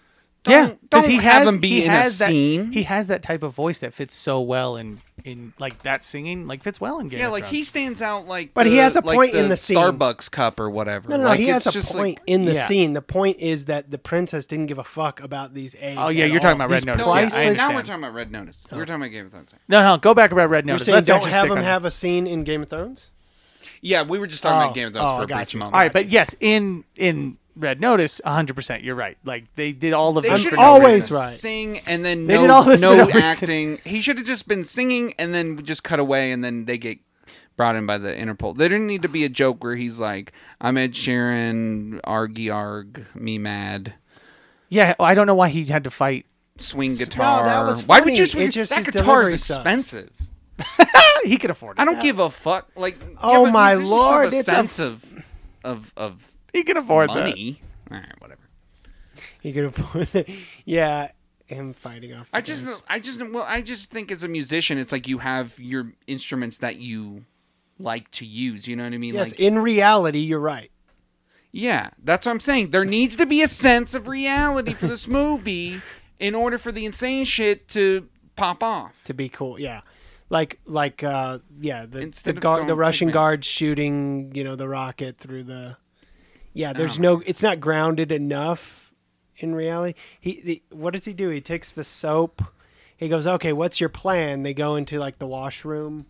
Speaker 3: don't,
Speaker 2: yeah.
Speaker 3: don't
Speaker 2: he
Speaker 3: have
Speaker 2: has,
Speaker 3: him be
Speaker 2: he
Speaker 3: in
Speaker 2: has
Speaker 3: a
Speaker 2: that,
Speaker 3: scene.
Speaker 2: He has that type of voice that fits so well in in like that singing like fits well in Game
Speaker 3: yeah,
Speaker 2: of
Speaker 3: like
Speaker 2: Thrones.
Speaker 3: he stands out like.
Speaker 4: But he
Speaker 3: the-
Speaker 4: has a
Speaker 3: like
Speaker 4: point in the scene.
Speaker 3: Starbucks cup or whatever.
Speaker 4: No, no, no,
Speaker 3: like,
Speaker 4: he has
Speaker 3: it's
Speaker 4: a
Speaker 3: just
Speaker 4: point
Speaker 3: Like,
Speaker 4: in the
Speaker 2: Yeah.
Speaker 4: scene. The point is that the princess didn't give a fuck about these eggs.
Speaker 2: Oh, yeah,
Speaker 4: at
Speaker 2: you're talking
Speaker 4: all.
Speaker 2: about Red
Speaker 4: These
Speaker 2: Notice, yeah, I
Speaker 4: priceless-
Speaker 3: now we're
Speaker 2: understand.
Speaker 3: talking about Red Notice. We were talking about Game of Thrones.
Speaker 2: no no go back about Red
Speaker 4: You're
Speaker 2: Notice.
Speaker 4: saying
Speaker 2: Let's
Speaker 4: don't
Speaker 2: actually
Speaker 4: have
Speaker 2: stick
Speaker 4: him
Speaker 2: on
Speaker 4: have a scene in Game of Thrones?
Speaker 3: Yeah, we were just talking
Speaker 4: Oh,
Speaker 3: about Game of Thrones
Speaker 4: oh,
Speaker 3: for a
Speaker 4: got
Speaker 3: brief
Speaker 4: you.
Speaker 3: moment.
Speaker 2: All right, but yes, in in Red Notice, 100%. You're right. Like they did all of
Speaker 3: They
Speaker 2: it
Speaker 3: should
Speaker 2: for
Speaker 3: have
Speaker 2: no
Speaker 4: always
Speaker 2: reason.
Speaker 3: just
Speaker 4: right.
Speaker 3: Sing and then
Speaker 2: They
Speaker 3: no,
Speaker 2: did all this for no
Speaker 3: no
Speaker 2: reason.
Speaker 3: acting. He should have just been singing and then just cut away and then they get brought in by the Interpol. There didn't need to be a joke where he's like, "I'm Ed Sheeran, argy arg, me mad,
Speaker 2: Yeah, I don't know why he had to fight.
Speaker 3: swing guitar."
Speaker 4: was
Speaker 3: Why would
Speaker 4: funny.
Speaker 3: you swing?
Speaker 4: It just-
Speaker 3: that
Speaker 4: his
Speaker 3: guitar is
Speaker 4: delivery sucks.
Speaker 3: expensive.
Speaker 2: He could afford it.
Speaker 3: I don't give a fuck. Like, yeah,
Speaker 4: Oh
Speaker 3: but
Speaker 4: my
Speaker 3: musicians have
Speaker 4: lord,
Speaker 3: a
Speaker 4: it's a-
Speaker 3: sense of of of
Speaker 2: He could afford
Speaker 3: money. All right, whatever.
Speaker 4: You could have, yeah, him fighting off. the
Speaker 3: I just,
Speaker 4: bears.
Speaker 3: I just, well, I just think as a musician, it's like you have your instruments that you like to use. You know what I mean?
Speaker 4: yes.
Speaker 3: Like,
Speaker 4: in reality, you're right.
Speaker 3: yeah, that's what I'm saying. There needs to be a sense of reality for this movie in order for the insane shit to pop off.
Speaker 4: To be cool, yeah. Like, like, uh, yeah. The the,
Speaker 3: Instead of
Speaker 4: guard,
Speaker 3: don't
Speaker 4: the
Speaker 3: take
Speaker 4: Russian
Speaker 3: me.
Speaker 4: guards shooting, you know, the rocket through the. Yeah, there's no. It's not grounded enough in reality. He, the, what does he do? He takes the soap. He goes, okay, what's your plan? They go into like the washroom,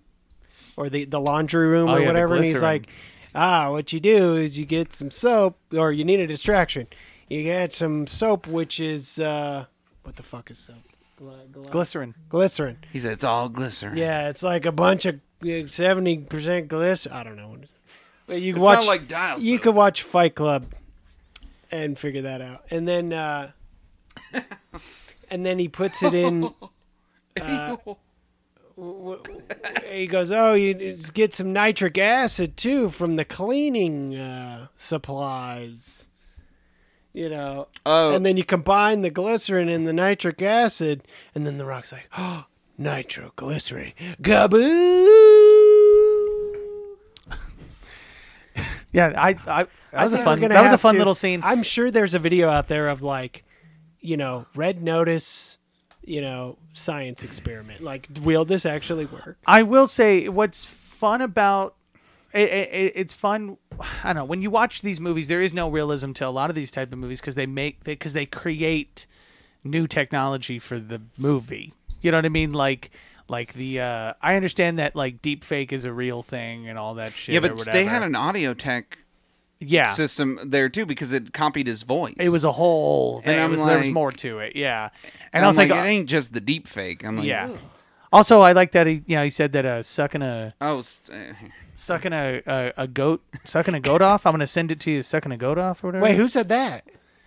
Speaker 4: or the the laundry room,
Speaker 2: Oh,
Speaker 4: or
Speaker 2: yeah, the
Speaker 4: whatever. And he's
Speaker 2: glycerin.
Speaker 4: like, ah, what you do is you get some soap, or you need a distraction. You get some soap, which is uh, what the fuck is soap? Gly- gly-
Speaker 2: Glycerin.
Speaker 4: glycerin.
Speaker 3: He said it's all glycerin.
Speaker 4: Yeah, it's like a bunch of seventy percent glycerin. I don't know what it is. But you
Speaker 3: it's
Speaker 4: watch
Speaker 3: not like dial.
Speaker 4: you
Speaker 3: soap.
Speaker 4: could watch Fight Club and figure that out, and then uh, and then he puts it in.
Speaker 2: uh,
Speaker 4: w- w- He goes, "Oh, you just get some nitric acid too from the cleaning uh, supplies." You know,
Speaker 3: Oh.
Speaker 4: and then you combine the glycerin and the nitric acid, and then the rock's like, "Oh, nitroglycerin, gaboo!"
Speaker 2: Yeah, I, I that was a
Speaker 4: think
Speaker 2: fun
Speaker 4: we're gonna
Speaker 2: that was a
Speaker 4: have
Speaker 2: fun
Speaker 4: to-
Speaker 2: little scene.
Speaker 4: I'm sure there's a video out there of like, you know, red notice, you know, science experiment. Like, will this actually work?
Speaker 2: I will say what's fun about it, it, it- it's fun. I don't know when you watch these movies, there is no realism to a lot of these type of movies because they make because they, create new technology for the movie. You know what I mean? Like like the uh, I understand that like deep fake is a real thing and all that shit.
Speaker 3: yeah,
Speaker 2: or
Speaker 3: but
Speaker 2: whatever.
Speaker 3: they had an audio tech
Speaker 2: yeah.
Speaker 3: system there too because it copied his voice.
Speaker 2: Ah. It was a whole thing.
Speaker 3: And
Speaker 2: It
Speaker 3: I'm
Speaker 2: was- there was
Speaker 3: like-
Speaker 2: more to it. Yeah, and,
Speaker 3: and
Speaker 2: I was like, uh,
Speaker 3: it ain't just the deep fake. I'm like,
Speaker 2: yeah.
Speaker 3: yeah.
Speaker 2: Also, I like that he, you know, he said that uh, sucking a
Speaker 3: Oh, st-
Speaker 2: sucking a, a, a goat sucking a goat off. I'm gonna send it to you. Sucking a goat off or whatever.
Speaker 4: Wait, who said that?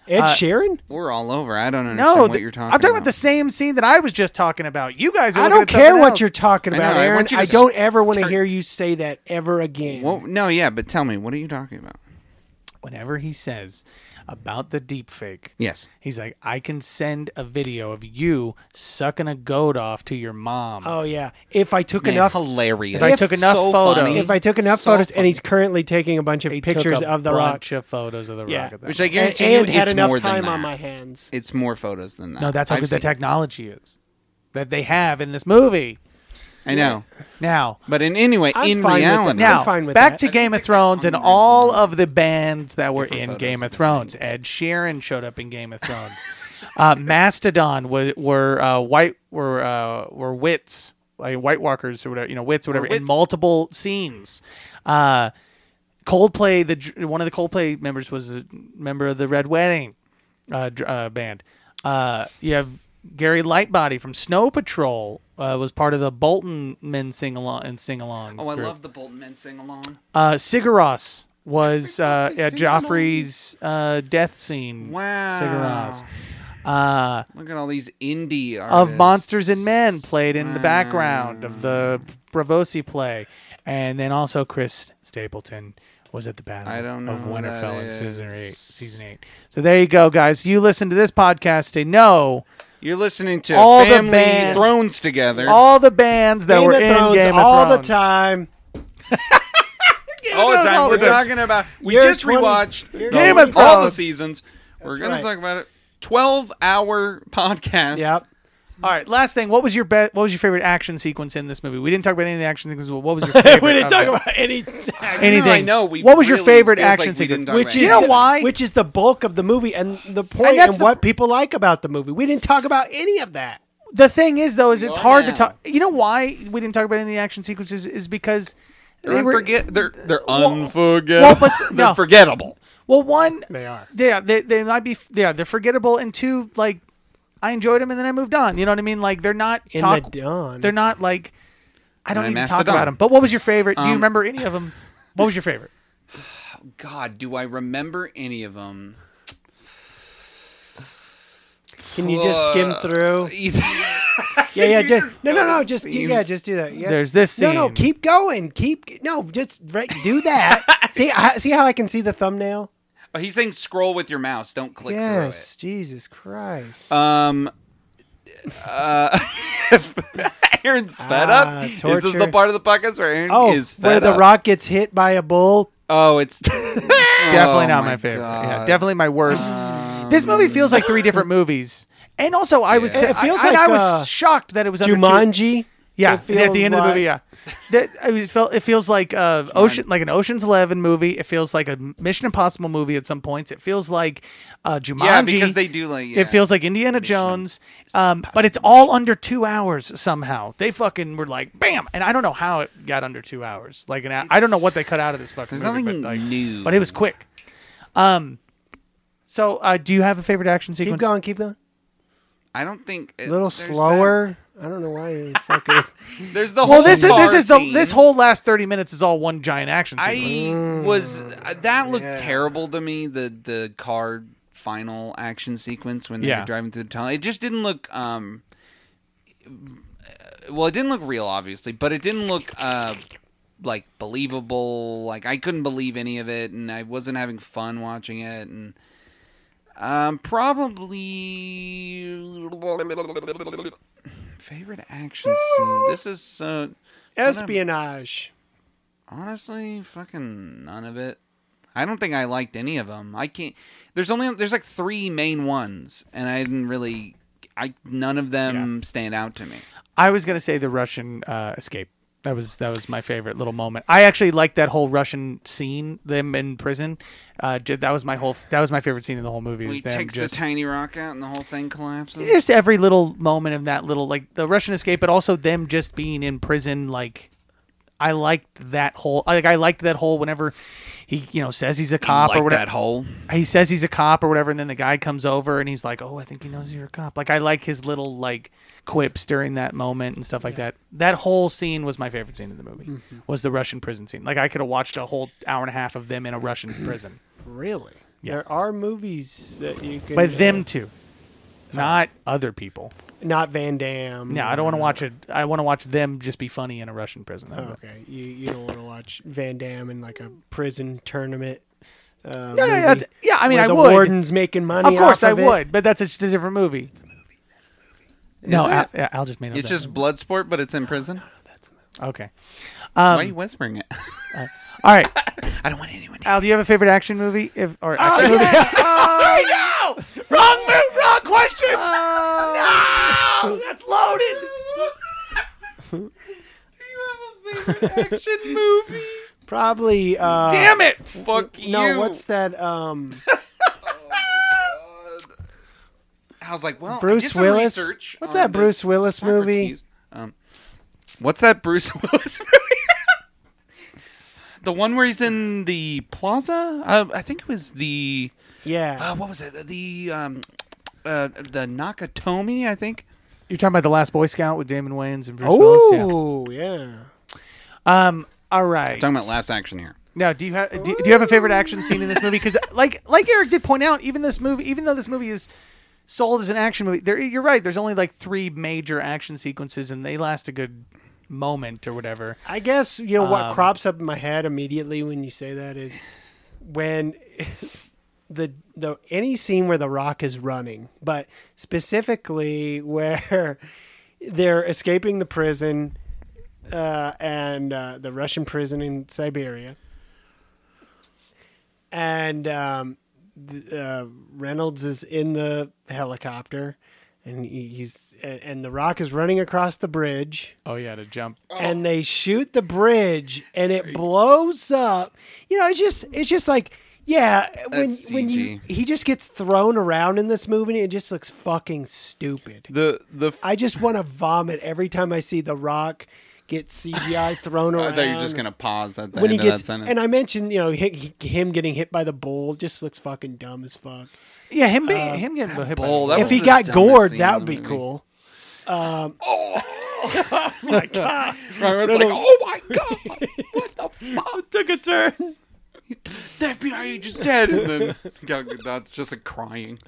Speaker 4: Ed Sheeran?
Speaker 3: we're all over. I don't understand
Speaker 2: No,
Speaker 3: what
Speaker 2: th-
Speaker 3: you're
Speaker 2: I'm
Speaker 3: talking.
Speaker 2: talking about. the same scene that I was just talking about. You guys, are
Speaker 4: I
Speaker 2: looking
Speaker 4: don't
Speaker 2: at something
Speaker 4: care what
Speaker 2: else.
Speaker 4: you're talking
Speaker 3: I know,
Speaker 4: about,
Speaker 3: I
Speaker 4: Aaron.
Speaker 3: want
Speaker 4: I,
Speaker 3: you to
Speaker 4: don't ever want to
Speaker 3: start-
Speaker 4: hear you say that ever again.
Speaker 3: Well, no, yeah, but tell me, what are you talking about?
Speaker 2: Whenever he says about the deep fake,
Speaker 3: Yes.
Speaker 2: he's like, I can send a video of you sucking a goat off to your mom.
Speaker 4: oh yeah, if I took
Speaker 3: Man,
Speaker 4: enough.
Speaker 3: hilarious.
Speaker 2: If I took enough photos-
Speaker 3: funny.
Speaker 4: If I took enough
Speaker 3: So
Speaker 4: photos, and
Speaker 3: funny.
Speaker 4: he's currently taking a bunch of
Speaker 2: He took
Speaker 4: pictures
Speaker 2: a
Speaker 4: of the rock,
Speaker 2: bunch of photos of the
Speaker 4: Yeah.
Speaker 2: rock. At that
Speaker 3: which I
Speaker 2: moment.
Speaker 4: and,
Speaker 3: guarantee
Speaker 4: and
Speaker 3: you,
Speaker 4: had
Speaker 3: it's
Speaker 4: enough
Speaker 3: more
Speaker 4: time
Speaker 3: than
Speaker 4: on
Speaker 3: that.
Speaker 4: my hands.
Speaker 3: It's more photos than that.
Speaker 2: no, that's how
Speaker 3: I've
Speaker 2: good the
Speaker 3: seen-
Speaker 2: technology is that they have in this movie.
Speaker 3: I know,
Speaker 2: Now,
Speaker 3: but in anyway,
Speaker 4: I'm
Speaker 3: in
Speaker 4: fine with
Speaker 3: reality,
Speaker 4: that.
Speaker 2: now
Speaker 4: I'm fine with
Speaker 2: back
Speaker 4: that.
Speaker 2: to
Speaker 4: I
Speaker 2: Game of
Speaker 3: it's like
Speaker 2: Thrones and
Speaker 3: hundreds
Speaker 2: all of the bands that were
Speaker 3: different
Speaker 2: in
Speaker 3: photos
Speaker 2: Game
Speaker 3: of
Speaker 2: of Thrones. Ed Sheeran showed up in Game of Thrones. uh, Mastodon were, were uh, white were uh, were wits like White Walkers or whatever you know wits whatever in
Speaker 3: wits.
Speaker 2: multiple scenes. Uh, Coldplay the dr- one of the Coldplay members was a member of the Red Wedding uh, dr- uh, band. Uh, you have Gary Lightbody from Snow Patrol uh, was part of the Bolton Men sing along and sing along.
Speaker 3: oh, I love the Bolton men sing along.
Speaker 2: Uh, Sigaros was uh,
Speaker 3: Everybody's
Speaker 2: uh,
Speaker 3: singing along.
Speaker 2: Joffrey's uh, death scene.
Speaker 3: Wow,
Speaker 2: Sigaros. Uh,
Speaker 3: look at all these indie artists.
Speaker 2: of Monsters and Men played in the
Speaker 4: Mm.
Speaker 2: background of the Bravosi play. And then also Chris Stapleton was at the battle
Speaker 3: I don't know
Speaker 2: of
Speaker 3: what that
Speaker 2: Winterfell in season eight,
Speaker 3: is.
Speaker 2: season eight. So there you go, guys. You listen to this podcast to know
Speaker 3: You're listening to
Speaker 2: All the
Speaker 3: family
Speaker 2: band-
Speaker 3: thrones together.
Speaker 2: all the bands that
Speaker 4: Game
Speaker 2: were
Speaker 4: of
Speaker 2: in
Speaker 4: Thrones
Speaker 2: Game of
Speaker 4: all
Speaker 2: Thrones.
Speaker 4: the time.
Speaker 3: all the
Speaker 2: Thrones,
Speaker 3: time.
Speaker 2: all
Speaker 3: We're
Speaker 2: the time.
Speaker 3: talking about. We
Speaker 4: Year
Speaker 3: just
Speaker 4: 20
Speaker 3: rewatched
Speaker 4: Year
Speaker 3: the-
Speaker 2: Game of
Speaker 3: all the
Speaker 2: Thrones.
Speaker 3: seasons. We're gonna
Speaker 4: right.
Speaker 3: talk about it. Twelve hour podcast.
Speaker 4: Yep.
Speaker 2: All right, last thing. What was your be- What was your favorite action sequence in this movie? We didn't talk about any of the action sequences. but What was your favorite?
Speaker 4: we didn't
Speaker 2: of
Speaker 4: talk
Speaker 2: it?
Speaker 4: about any,
Speaker 2: anything.
Speaker 3: I know. We
Speaker 2: what was your
Speaker 3: really
Speaker 2: favorite
Speaker 3: feels like
Speaker 2: action
Speaker 3: we
Speaker 2: sequence?
Speaker 3: didn't talk about
Speaker 2: you know
Speaker 3: anything.
Speaker 2: why?
Speaker 4: which is the bulk of the movie and the point
Speaker 2: And
Speaker 4: and,
Speaker 2: that's the-
Speaker 4: what people like about the movie. We didn't talk about any of that.
Speaker 2: the thing is though is it's
Speaker 3: are
Speaker 2: hard to
Speaker 3: now.
Speaker 2: talk you know why we didn't talk about any of the action sequences is because
Speaker 3: They're
Speaker 2: they were
Speaker 3: unforget- they're they're
Speaker 2: Well-
Speaker 3: unforgettable.
Speaker 2: well, but-
Speaker 3: they're
Speaker 2: no.
Speaker 3: forgettable.
Speaker 2: well one
Speaker 4: They are.
Speaker 2: yeah they, they might be yeah they're forgettable and two like i enjoyed them and then i moved on you know what i mean like they're not
Speaker 4: In
Speaker 2: talk
Speaker 4: the dawn.
Speaker 2: they're not like i don't
Speaker 3: And I
Speaker 2: need to
Speaker 3: messed
Speaker 2: talk
Speaker 3: it up.
Speaker 2: about them but what was your favorite do you
Speaker 3: Um,
Speaker 2: remember any of them what was your favorite
Speaker 3: God, do I remember any of them?
Speaker 4: Can you just skim through? Yeah, yeah, just no, no, no, just yeah, just do that. Yeah.
Speaker 2: There's this
Speaker 4: No, no,
Speaker 2: scene.
Speaker 4: keep going. Keep no, just right, do that. see, I, see how I can see the thumbnail.
Speaker 3: Oh, he's saying scroll with your mouse. Don't click
Speaker 4: Yes, Jesus Christ.
Speaker 2: Uh,
Speaker 3: through it. Um. Uh, Aaron's fed
Speaker 4: Ah,
Speaker 3: up. Is this
Speaker 4: torture.
Speaker 3: the part of the podcast where Aaron
Speaker 4: oh,
Speaker 3: is fed
Speaker 4: where the
Speaker 3: up?
Speaker 4: rock gets hit by a bull.
Speaker 3: Oh, it's Oh definitely
Speaker 2: definitely not my, favorite yeah definitely my worst this movie feels like three different movies and also i was
Speaker 4: It feels
Speaker 2: I, and I
Speaker 4: like,
Speaker 2: was
Speaker 4: uh,
Speaker 2: shocked that it was under two-
Speaker 4: Jumanji.
Speaker 2: Yeah,
Speaker 4: It
Speaker 2: and at
Speaker 4: feels
Speaker 2: the end of the
Speaker 4: like-
Speaker 2: movie, yeah. That I was felt it feels like uh ocean like an Ocean's Eleven movie. It feels like a Mission Impossible movie at some points. It feels like uh Jumanji.
Speaker 3: Yeah, because they do like. yeah.
Speaker 2: It feels like Indiana Jones, um, but it's all under two hours somehow. They fucking were like, bam, and I don't know how it got under two hours. Like an, hou- I don't know what they cut out of this fucking
Speaker 3: There's
Speaker 2: movie,
Speaker 3: nothing
Speaker 2: but, like,
Speaker 3: new.
Speaker 2: but it was quick. Um, so uh, do you have a favorite action
Speaker 4: Keep
Speaker 2: sequence?
Speaker 4: going, keep going.
Speaker 3: I don't think it-
Speaker 4: A little
Speaker 3: there's
Speaker 4: slower. I don't know why you fucking.
Speaker 3: that- there's the
Speaker 2: Well,
Speaker 3: whole
Speaker 2: this is this
Speaker 3: bar
Speaker 2: is the
Speaker 3: scene.
Speaker 2: this whole last thirty minutes is all one giant action
Speaker 3: I
Speaker 2: sequence.
Speaker 3: was uh, that looked terrible to me. The the car final action sequence when they
Speaker 2: Yeah.
Speaker 3: were driving through the tunnel. It just didn't look. Um, uh, well, it didn't look real, obviously, but it didn't look uh, like believable. Like I couldn't believe any of it, and I wasn't having fun watching it, and. Um, probably favorite action scene. This is so
Speaker 4: Espionage.
Speaker 3: Honestly, fucking none of it. I don't think I liked any of them. I can't. There's only there's like three main ones, and I didn't really. I none of them stand out to me.
Speaker 2: I was gonna say the Russian uh, escape. That was that was my favorite little moment. I actually liked that whole Russian scene, them in prison. Uh, ju- that was my whole. That was my favorite scene in the whole movie. Was
Speaker 3: He
Speaker 2: them
Speaker 3: takes
Speaker 2: just,
Speaker 3: the tiny rock out, and the whole thing collapses.
Speaker 2: just every little moment of that little like the Russian escape, but also them just being in prison. Like I liked that whole. Like I liked that whole whenever he you know says he's a cop
Speaker 3: like
Speaker 2: or whatever.
Speaker 3: that hole.
Speaker 2: He says he's a cop or whatever, and then the guy comes over and he's like, "Oh, I think he knows you're a cop." Like I like his little like quips during that moment and stuff like that. That whole scene was my favorite scene in the movie. Was the Russian prison scene? Like I could have watched a whole hour and a half of them in a Russian prison,
Speaker 4: Really?
Speaker 2: Yeah.
Speaker 4: There are movies that you can.
Speaker 2: but them too, not other people.
Speaker 4: Not Van Damme.
Speaker 2: No, I don't want to watch it. I want to watch them just be funny in a Russian prison. That was it.
Speaker 4: Okay, you you don't want to watch Van Damme in like a prison tournament. Uh,
Speaker 2: No, no,
Speaker 4: movie
Speaker 2: that's- yeah, I mean,
Speaker 4: where
Speaker 2: I
Speaker 4: the
Speaker 2: would.
Speaker 4: warden's making money.
Speaker 2: Of course,
Speaker 4: off
Speaker 2: I
Speaker 4: it.
Speaker 2: would, but that's just a different movie. No, Al, yeah, Al just made up
Speaker 3: It's
Speaker 2: that.
Speaker 3: just blood sport, but it's in prison.
Speaker 2: okay. Um,
Speaker 3: Why are you whispering it?
Speaker 2: All right,
Speaker 3: I don't want anyone. To
Speaker 2: Al, do you have a favorite action movie? If
Speaker 4: Oh,
Speaker 2: or action movie? Oh,
Speaker 4: I know. Oh, Wrong move. Wrong question.
Speaker 2: Oh.
Speaker 4: no,
Speaker 3: you have
Speaker 4: that's loaded.
Speaker 3: a favorite action movie?
Speaker 4: Probably. Uh,
Speaker 2: Damn it!
Speaker 3: Fuck you.
Speaker 4: No, what's that? Um,
Speaker 3: I was like, well, I
Speaker 4: Bruce
Speaker 3: did some
Speaker 4: Willis?
Speaker 3: research
Speaker 4: What's
Speaker 3: on
Speaker 4: that Bruce
Speaker 3: this
Speaker 4: Willis movie?
Speaker 3: Socrates. Um, what's that Bruce Willis movie? the one where he's in the plaza. Uh, I think it was the uh,
Speaker 4: yeah.
Speaker 3: what was it? The um, uh, the Nakatomi. I think.
Speaker 2: You're talking about the Last Boy Scout with Damon Wayans and Bruce Willis.
Speaker 4: Oh yeah.
Speaker 2: Yeah. Um. All right.
Speaker 3: Talking about last action here.
Speaker 2: Now, do you have do, do you have a favorite action scene in this movie? Because like like Eric did point out, even this movie, even though this movie is sold as an action movie, there you're right. There's only like three major action sequences, and they last a good moment or whatever.
Speaker 4: I guess you know what
Speaker 2: Um,
Speaker 4: crops up in my head immediately when you say that is when the the any scene where the rock is running, but specifically where they're escaping the prison uh, and uh, the Russian prison in Siberia, and um, th- uh, Reynolds is in the helicopter. And he- he's and- and the rock is running across the bridge
Speaker 2: Oh yeah, to jump.
Speaker 3: Oh.
Speaker 4: and they shoot the bridge and it blows up. You know, it's just it's just like yeah, when
Speaker 3: That's
Speaker 4: when you
Speaker 3: CG.
Speaker 4: he just gets thrown around in this movie, it just looks fucking stupid.
Speaker 3: The the f-
Speaker 4: I just want to vomit every time I see The Rock get CGI thrown
Speaker 3: I
Speaker 4: around.
Speaker 3: thought you were just gonna pause at the
Speaker 4: when he
Speaker 3: end of
Speaker 4: gets
Speaker 3: that sentence.
Speaker 4: and I mentioned you know hi- hi- him getting hit by the bull just looks fucking dumb as fuck.
Speaker 2: Yeah, him being him getting hit by
Speaker 3: bull,
Speaker 2: the
Speaker 3: that
Speaker 2: bull.
Speaker 4: if he
Speaker 3: the
Speaker 4: got
Speaker 3: dumbest
Speaker 4: gored,
Speaker 3: scene
Speaker 4: that
Speaker 3: in
Speaker 4: would
Speaker 3: the
Speaker 4: be
Speaker 3: movie.
Speaker 4: cool.
Speaker 3: Robert Oh! was like, "Oh my god, what the fuck?
Speaker 4: Took a turn.
Speaker 3: The FBI agent's dead," and then Gal Gadot's just like crying,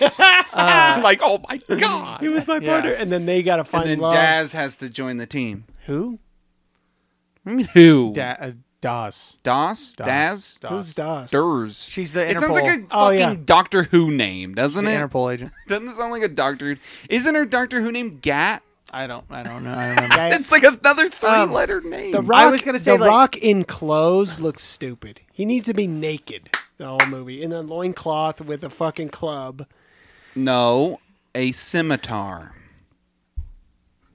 Speaker 3: like, "Oh my
Speaker 4: He
Speaker 3: god!"
Speaker 4: was my partner, and then they got to
Speaker 3: And
Speaker 4: find
Speaker 3: then
Speaker 4: love.
Speaker 3: Daz has to join the team.
Speaker 4: Who?
Speaker 3: I mean, who?
Speaker 2: Da- uh, Das.
Speaker 3: Das? Daz?
Speaker 2: Das.
Speaker 4: Who's Das?
Speaker 3: Durs.
Speaker 2: She's the
Speaker 3: It sounds like a
Speaker 2: Interpol-
Speaker 3: fucking
Speaker 4: Oh, yeah.
Speaker 3: Doctor Who name, doesn't
Speaker 2: The
Speaker 3: it?
Speaker 2: Interpol agent.
Speaker 3: Doesn't it sound like a Doctor? Isn't her Doctor Who name Gat?
Speaker 2: I don't. I don't know. I don't remember.
Speaker 4: Okay.
Speaker 3: It's like another three-letter name.
Speaker 4: The Rock.
Speaker 2: was gonna say,
Speaker 4: the
Speaker 2: like-
Speaker 4: Rock in clothes looks stupid. He needs to be naked the whole movie in a loincloth with a fucking club.
Speaker 3: no, a scimitar.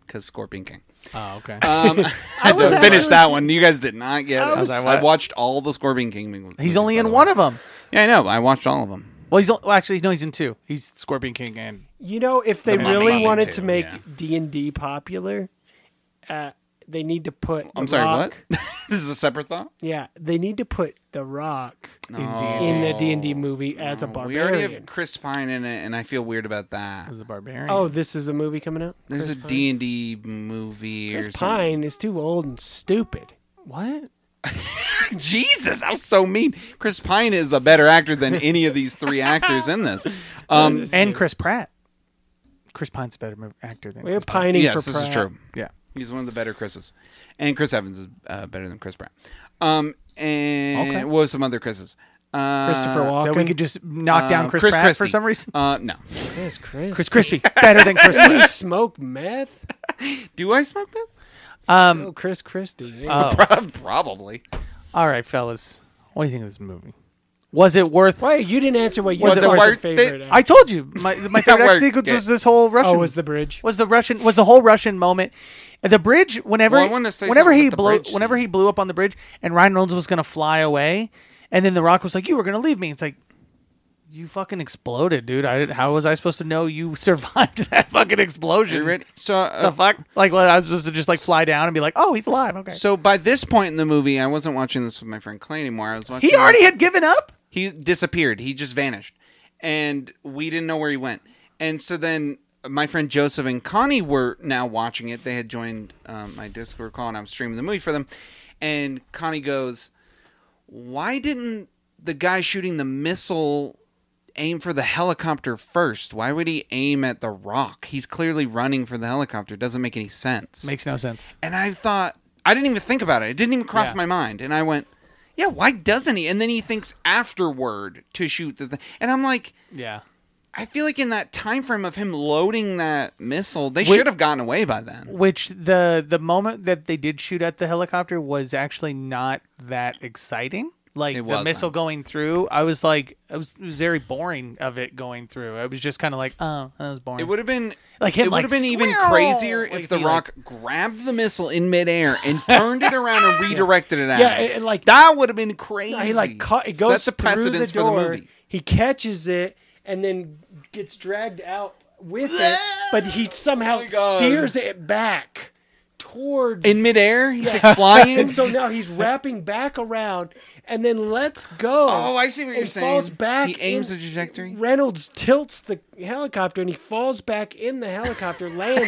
Speaker 3: Because Scorpion King.
Speaker 2: oh, okay.
Speaker 3: Um, I
Speaker 4: was
Speaker 3: was to finish
Speaker 4: actually-
Speaker 3: that one. You guys did not get it. I,
Speaker 2: was-
Speaker 3: watched all the Scorpion King. mo- movies,
Speaker 2: he's only
Speaker 3: by
Speaker 2: in
Speaker 3: the
Speaker 2: one
Speaker 3: way.
Speaker 2: of them.
Speaker 3: Yeah, I know. I watched all of them.
Speaker 2: Well, he's on- well, actually no, he's in two. He's Scorpion King and
Speaker 4: You know, if they
Speaker 3: The Mummy
Speaker 4: really wanted to
Speaker 3: too,
Speaker 4: make
Speaker 3: yeah.
Speaker 4: D and D popular, uh, they need to put.
Speaker 3: I'm
Speaker 4: The
Speaker 3: sorry.
Speaker 4: Rock,
Speaker 3: What? this is a separate thought.
Speaker 4: Yeah, they need to put the Rock
Speaker 3: No.
Speaker 4: in the D and D movie as a
Speaker 3: We already have
Speaker 4: barbarian.
Speaker 3: Chris Pine in it, and I feel weird about that.
Speaker 2: is a barbarian.
Speaker 4: Oh, this is a movie coming out.
Speaker 3: There's a D and D movie or
Speaker 4: Chris
Speaker 3: something.
Speaker 4: Pine is too old and stupid.
Speaker 2: what?
Speaker 3: Jesus, I'm so mean. Chris Pine is a better actor than any of these three actors in this. Um,
Speaker 2: And Chris Pratt. Chris Pine's a better mov- actor than.
Speaker 4: We're
Speaker 2: Chris Pine.
Speaker 4: pining
Speaker 3: yes,
Speaker 4: for
Speaker 3: this
Speaker 4: Pratt.
Speaker 3: is true.
Speaker 2: Yeah.
Speaker 3: He's one of the better Chris's, and Chris Evans is uh, better than Chris Pratt. Um, and what was some other Chris's? Uh,
Speaker 4: Christopher Walken.
Speaker 2: That we could just knock
Speaker 3: uh,
Speaker 2: down Chris, Pratt for
Speaker 3: Christie.
Speaker 2: some reason.
Speaker 3: Uh, no.
Speaker 4: Chris, Chris.
Speaker 2: Chris Christie better than Chris
Speaker 4: Does he
Speaker 2: Pratt.
Speaker 4: smoke meth?
Speaker 3: Do I smoke meth?
Speaker 4: Oh, Chris Christie.
Speaker 3: Oh.
Speaker 2: Oh.
Speaker 3: Probably.
Speaker 2: All right, fellas, what do you think of this movie? Was it worth?
Speaker 4: Wait, you didn't answer what you
Speaker 3: Was
Speaker 4: was
Speaker 3: it
Speaker 4: your
Speaker 3: worth
Speaker 4: favorite.
Speaker 3: it?
Speaker 4: act-
Speaker 2: I told you my my favorite
Speaker 3: Worth
Speaker 2: action sequence
Speaker 3: it.
Speaker 2: was this whole Russian.
Speaker 4: oh, was the bridge.
Speaker 2: was the Russian was the whole Russian moment. The bridge, whenever
Speaker 3: Well, I wanted to say
Speaker 2: whenever
Speaker 3: something
Speaker 2: he
Speaker 3: about the
Speaker 2: blew
Speaker 3: bridge
Speaker 2: whenever he blew up on the bridge and Ryan Reynolds was gonna fly away, and then the rock was like, You were gonna leave me. It's like you fucking exploded, dude. I how was I supposed to know you survived that fucking
Speaker 3: You
Speaker 2: explosion?
Speaker 3: ready? So,
Speaker 2: The
Speaker 3: uh,
Speaker 2: fuck? Like well, I was supposed to just like fly down and be like, Oh, he's alive. Okay.
Speaker 3: so by this point in the movie, I wasn't watching this with my friend Clay anymore. I was watching.
Speaker 2: he already had given up?
Speaker 3: he disappeared he just vanished and we didn't know where he went and so then my friend joseph and connie were now watching it they had joined um, my discord call and i was streaming the movie for them and connie goes why didn't the guy shooting the missile aim for the helicopter first why would he aim at the rock he's clearly running for the helicopter It doesn't make any sense
Speaker 2: Makes no sense.
Speaker 3: and I thought I didn't even think about it. It didn't even cross
Speaker 2: Yeah.
Speaker 3: my mind. And I went, "Yeah, why doesn't he?" And then he thinks afterward to shoot the thing. And I'm like,
Speaker 2: Yeah.
Speaker 3: I feel like in that time frame of him loading that missile, they should have gotten away by then.
Speaker 2: Which the the moment that they did shoot at the helicopter was actually not that exciting. Like
Speaker 3: It
Speaker 2: the
Speaker 3: wasn't.
Speaker 2: missile going through, I was like, I was, it was very boring of it going through. I was just kind of like, oh, that was boring.
Speaker 3: It would have been
Speaker 2: Like him,
Speaker 3: it would have
Speaker 2: like,
Speaker 3: been even
Speaker 2: "Swear!"
Speaker 3: crazier
Speaker 2: Like,
Speaker 3: if the
Speaker 2: be
Speaker 3: Rock grabbed the missile in midair and turned it around and redirected it at
Speaker 4: Yeah,
Speaker 3: him.
Speaker 4: it- it, like-
Speaker 3: that would have been crazy.
Speaker 4: he like caught, it goes
Speaker 3: Sets a
Speaker 4: through
Speaker 3: precedence
Speaker 4: the door.
Speaker 3: for the movie.
Speaker 4: He catches it and then gets dragged out with it, but
Speaker 3: Oh
Speaker 4: he somehow steers it back towards.
Speaker 3: In midair, he's like flying.
Speaker 4: and so now he's wrapping back around and then lets go.
Speaker 3: oh, I see what you're
Speaker 4: and
Speaker 3: saying.
Speaker 4: Falls back.
Speaker 3: he aims
Speaker 4: in-
Speaker 3: the trajectory.
Speaker 4: Reynolds tilts the helicopter and he falls back in the helicopter, lands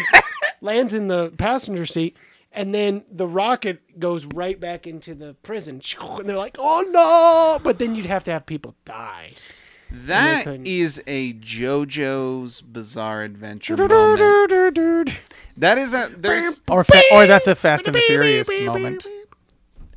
Speaker 4: lands in the passenger seat, and then the rocket goes right back into the prison. And they're like, "Oh no!" But then you'd have to have people die.
Speaker 3: That
Speaker 4: couldn't.
Speaker 3: is a JoJo's Bizarre Adventure moment. That is a there's
Speaker 2: Or fa- or that's a Fast and the Furious moment.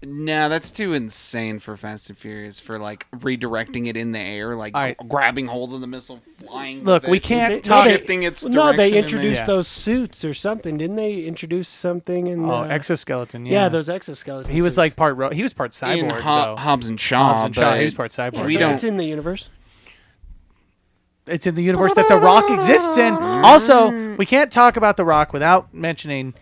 Speaker 3: nah. That's too insane for Fast and Furious for like redirecting it in the air, like
Speaker 2: All right.
Speaker 3: g- grabbing hold of the missile, flying. with
Speaker 2: Look, we
Speaker 3: it,
Speaker 2: can't
Speaker 3: and
Speaker 2: talk-
Speaker 3: shifting its.
Speaker 4: no,
Speaker 3: direction and
Speaker 4: they
Speaker 3: then-
Speaker 4: introduced
Speaker 2: Yeah.
Speaker 4: those suits or something, didn't they? Introduce something in
Speaker 2: Oh,
Speaker 4: the
Speaker 2: exoskeleton. Yeah,
Speaker 4: yeah. those exoskeletons.
Speaker 2: he was like part. Ro- he was part cyborg.
Speaker 3: in Hob-
Speaker 2: though.
Speaker 3: Hobbs and Shaw.
Speaker 2: Hobbs and Shaw,
Speaker 3: but
Speaker 2: he was part cyborg.
Speaker 3: we
Speaker 4: so
Speaker 3: don't.
Speaker 4: It's in the universe.
Speaker 2: it's in the universe that The Rock exists in.
Speaker 3: Mm-hmm.
Speaker 2: Also, we can't talk about The Rock without mentioning.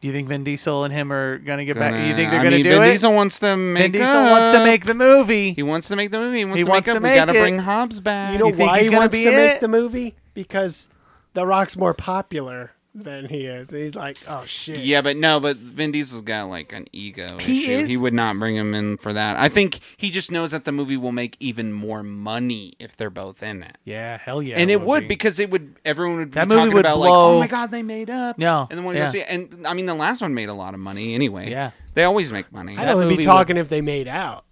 Speaker 2: Do you think Vin Diesel and him are gonna get back? You think they're
Speaker 3: I
Speaker 2: gonna
Speaker 3: mean,
Speaker 2: do
Speaker 3: Vin
Speaker 2: it?
Speaker 3: Diesel wants to make.
Speaker 2: Vin Diesel wants to
Speaker 3: up.
Speaker 2: make the movie.
Speaker 3: He wants to make the movie. He wants
Speaker 2: He
Speaker 3: to
Speaker 2: wants
Speaker 3: make
Speaker 2: to
Speaker 3: up. We gotta
Speaker 2: make it.
Speaker 3: bring Hobbs back.
Speaker 4: You know
Speaker 2: You think
Speaker 4: why
Speaker 2: he's
Speaker 4: he
Speaker 2: gonna
Speaker 4: wants
Speaker 2: be
Speaker 4: to
Speaker 2: it?
Speaker 4: make the movie? Because The Rock's more popular than he is. And he's like, oh shit.
Speaker 3: Yeah, but no, but Vin Diesel's got like an ego
Speaker 2: He
Speaker 3: issue.
Speaker 2: is-
Speaker 3: He would not bring him in for that. I think he just knows that the movie will make even more money if they're both in it.
Speaker 2: yeah, hell yeah.
Speaker 3: and it would because it would everyone would be
Speaker 2: That movie
Speaker 3: talking
Speaker 2: would
Speaker 3: about like,
Speaker 2: blow-
Speaker 3: oh my god, they made up.
Speaker 2: No,
Speaker 3: and then when
Speaker 2: yeah.
Speaker 3: you go see, it- and I mean, the last one made a lot of money anyway.
Speaker 2: Yeah.
Speaker 3: they always make money.
Speaker 4: I'd
Speaker 2: That
Speaker 4: only
Speaker 2: movie
Speaker 4: be talking if they made out.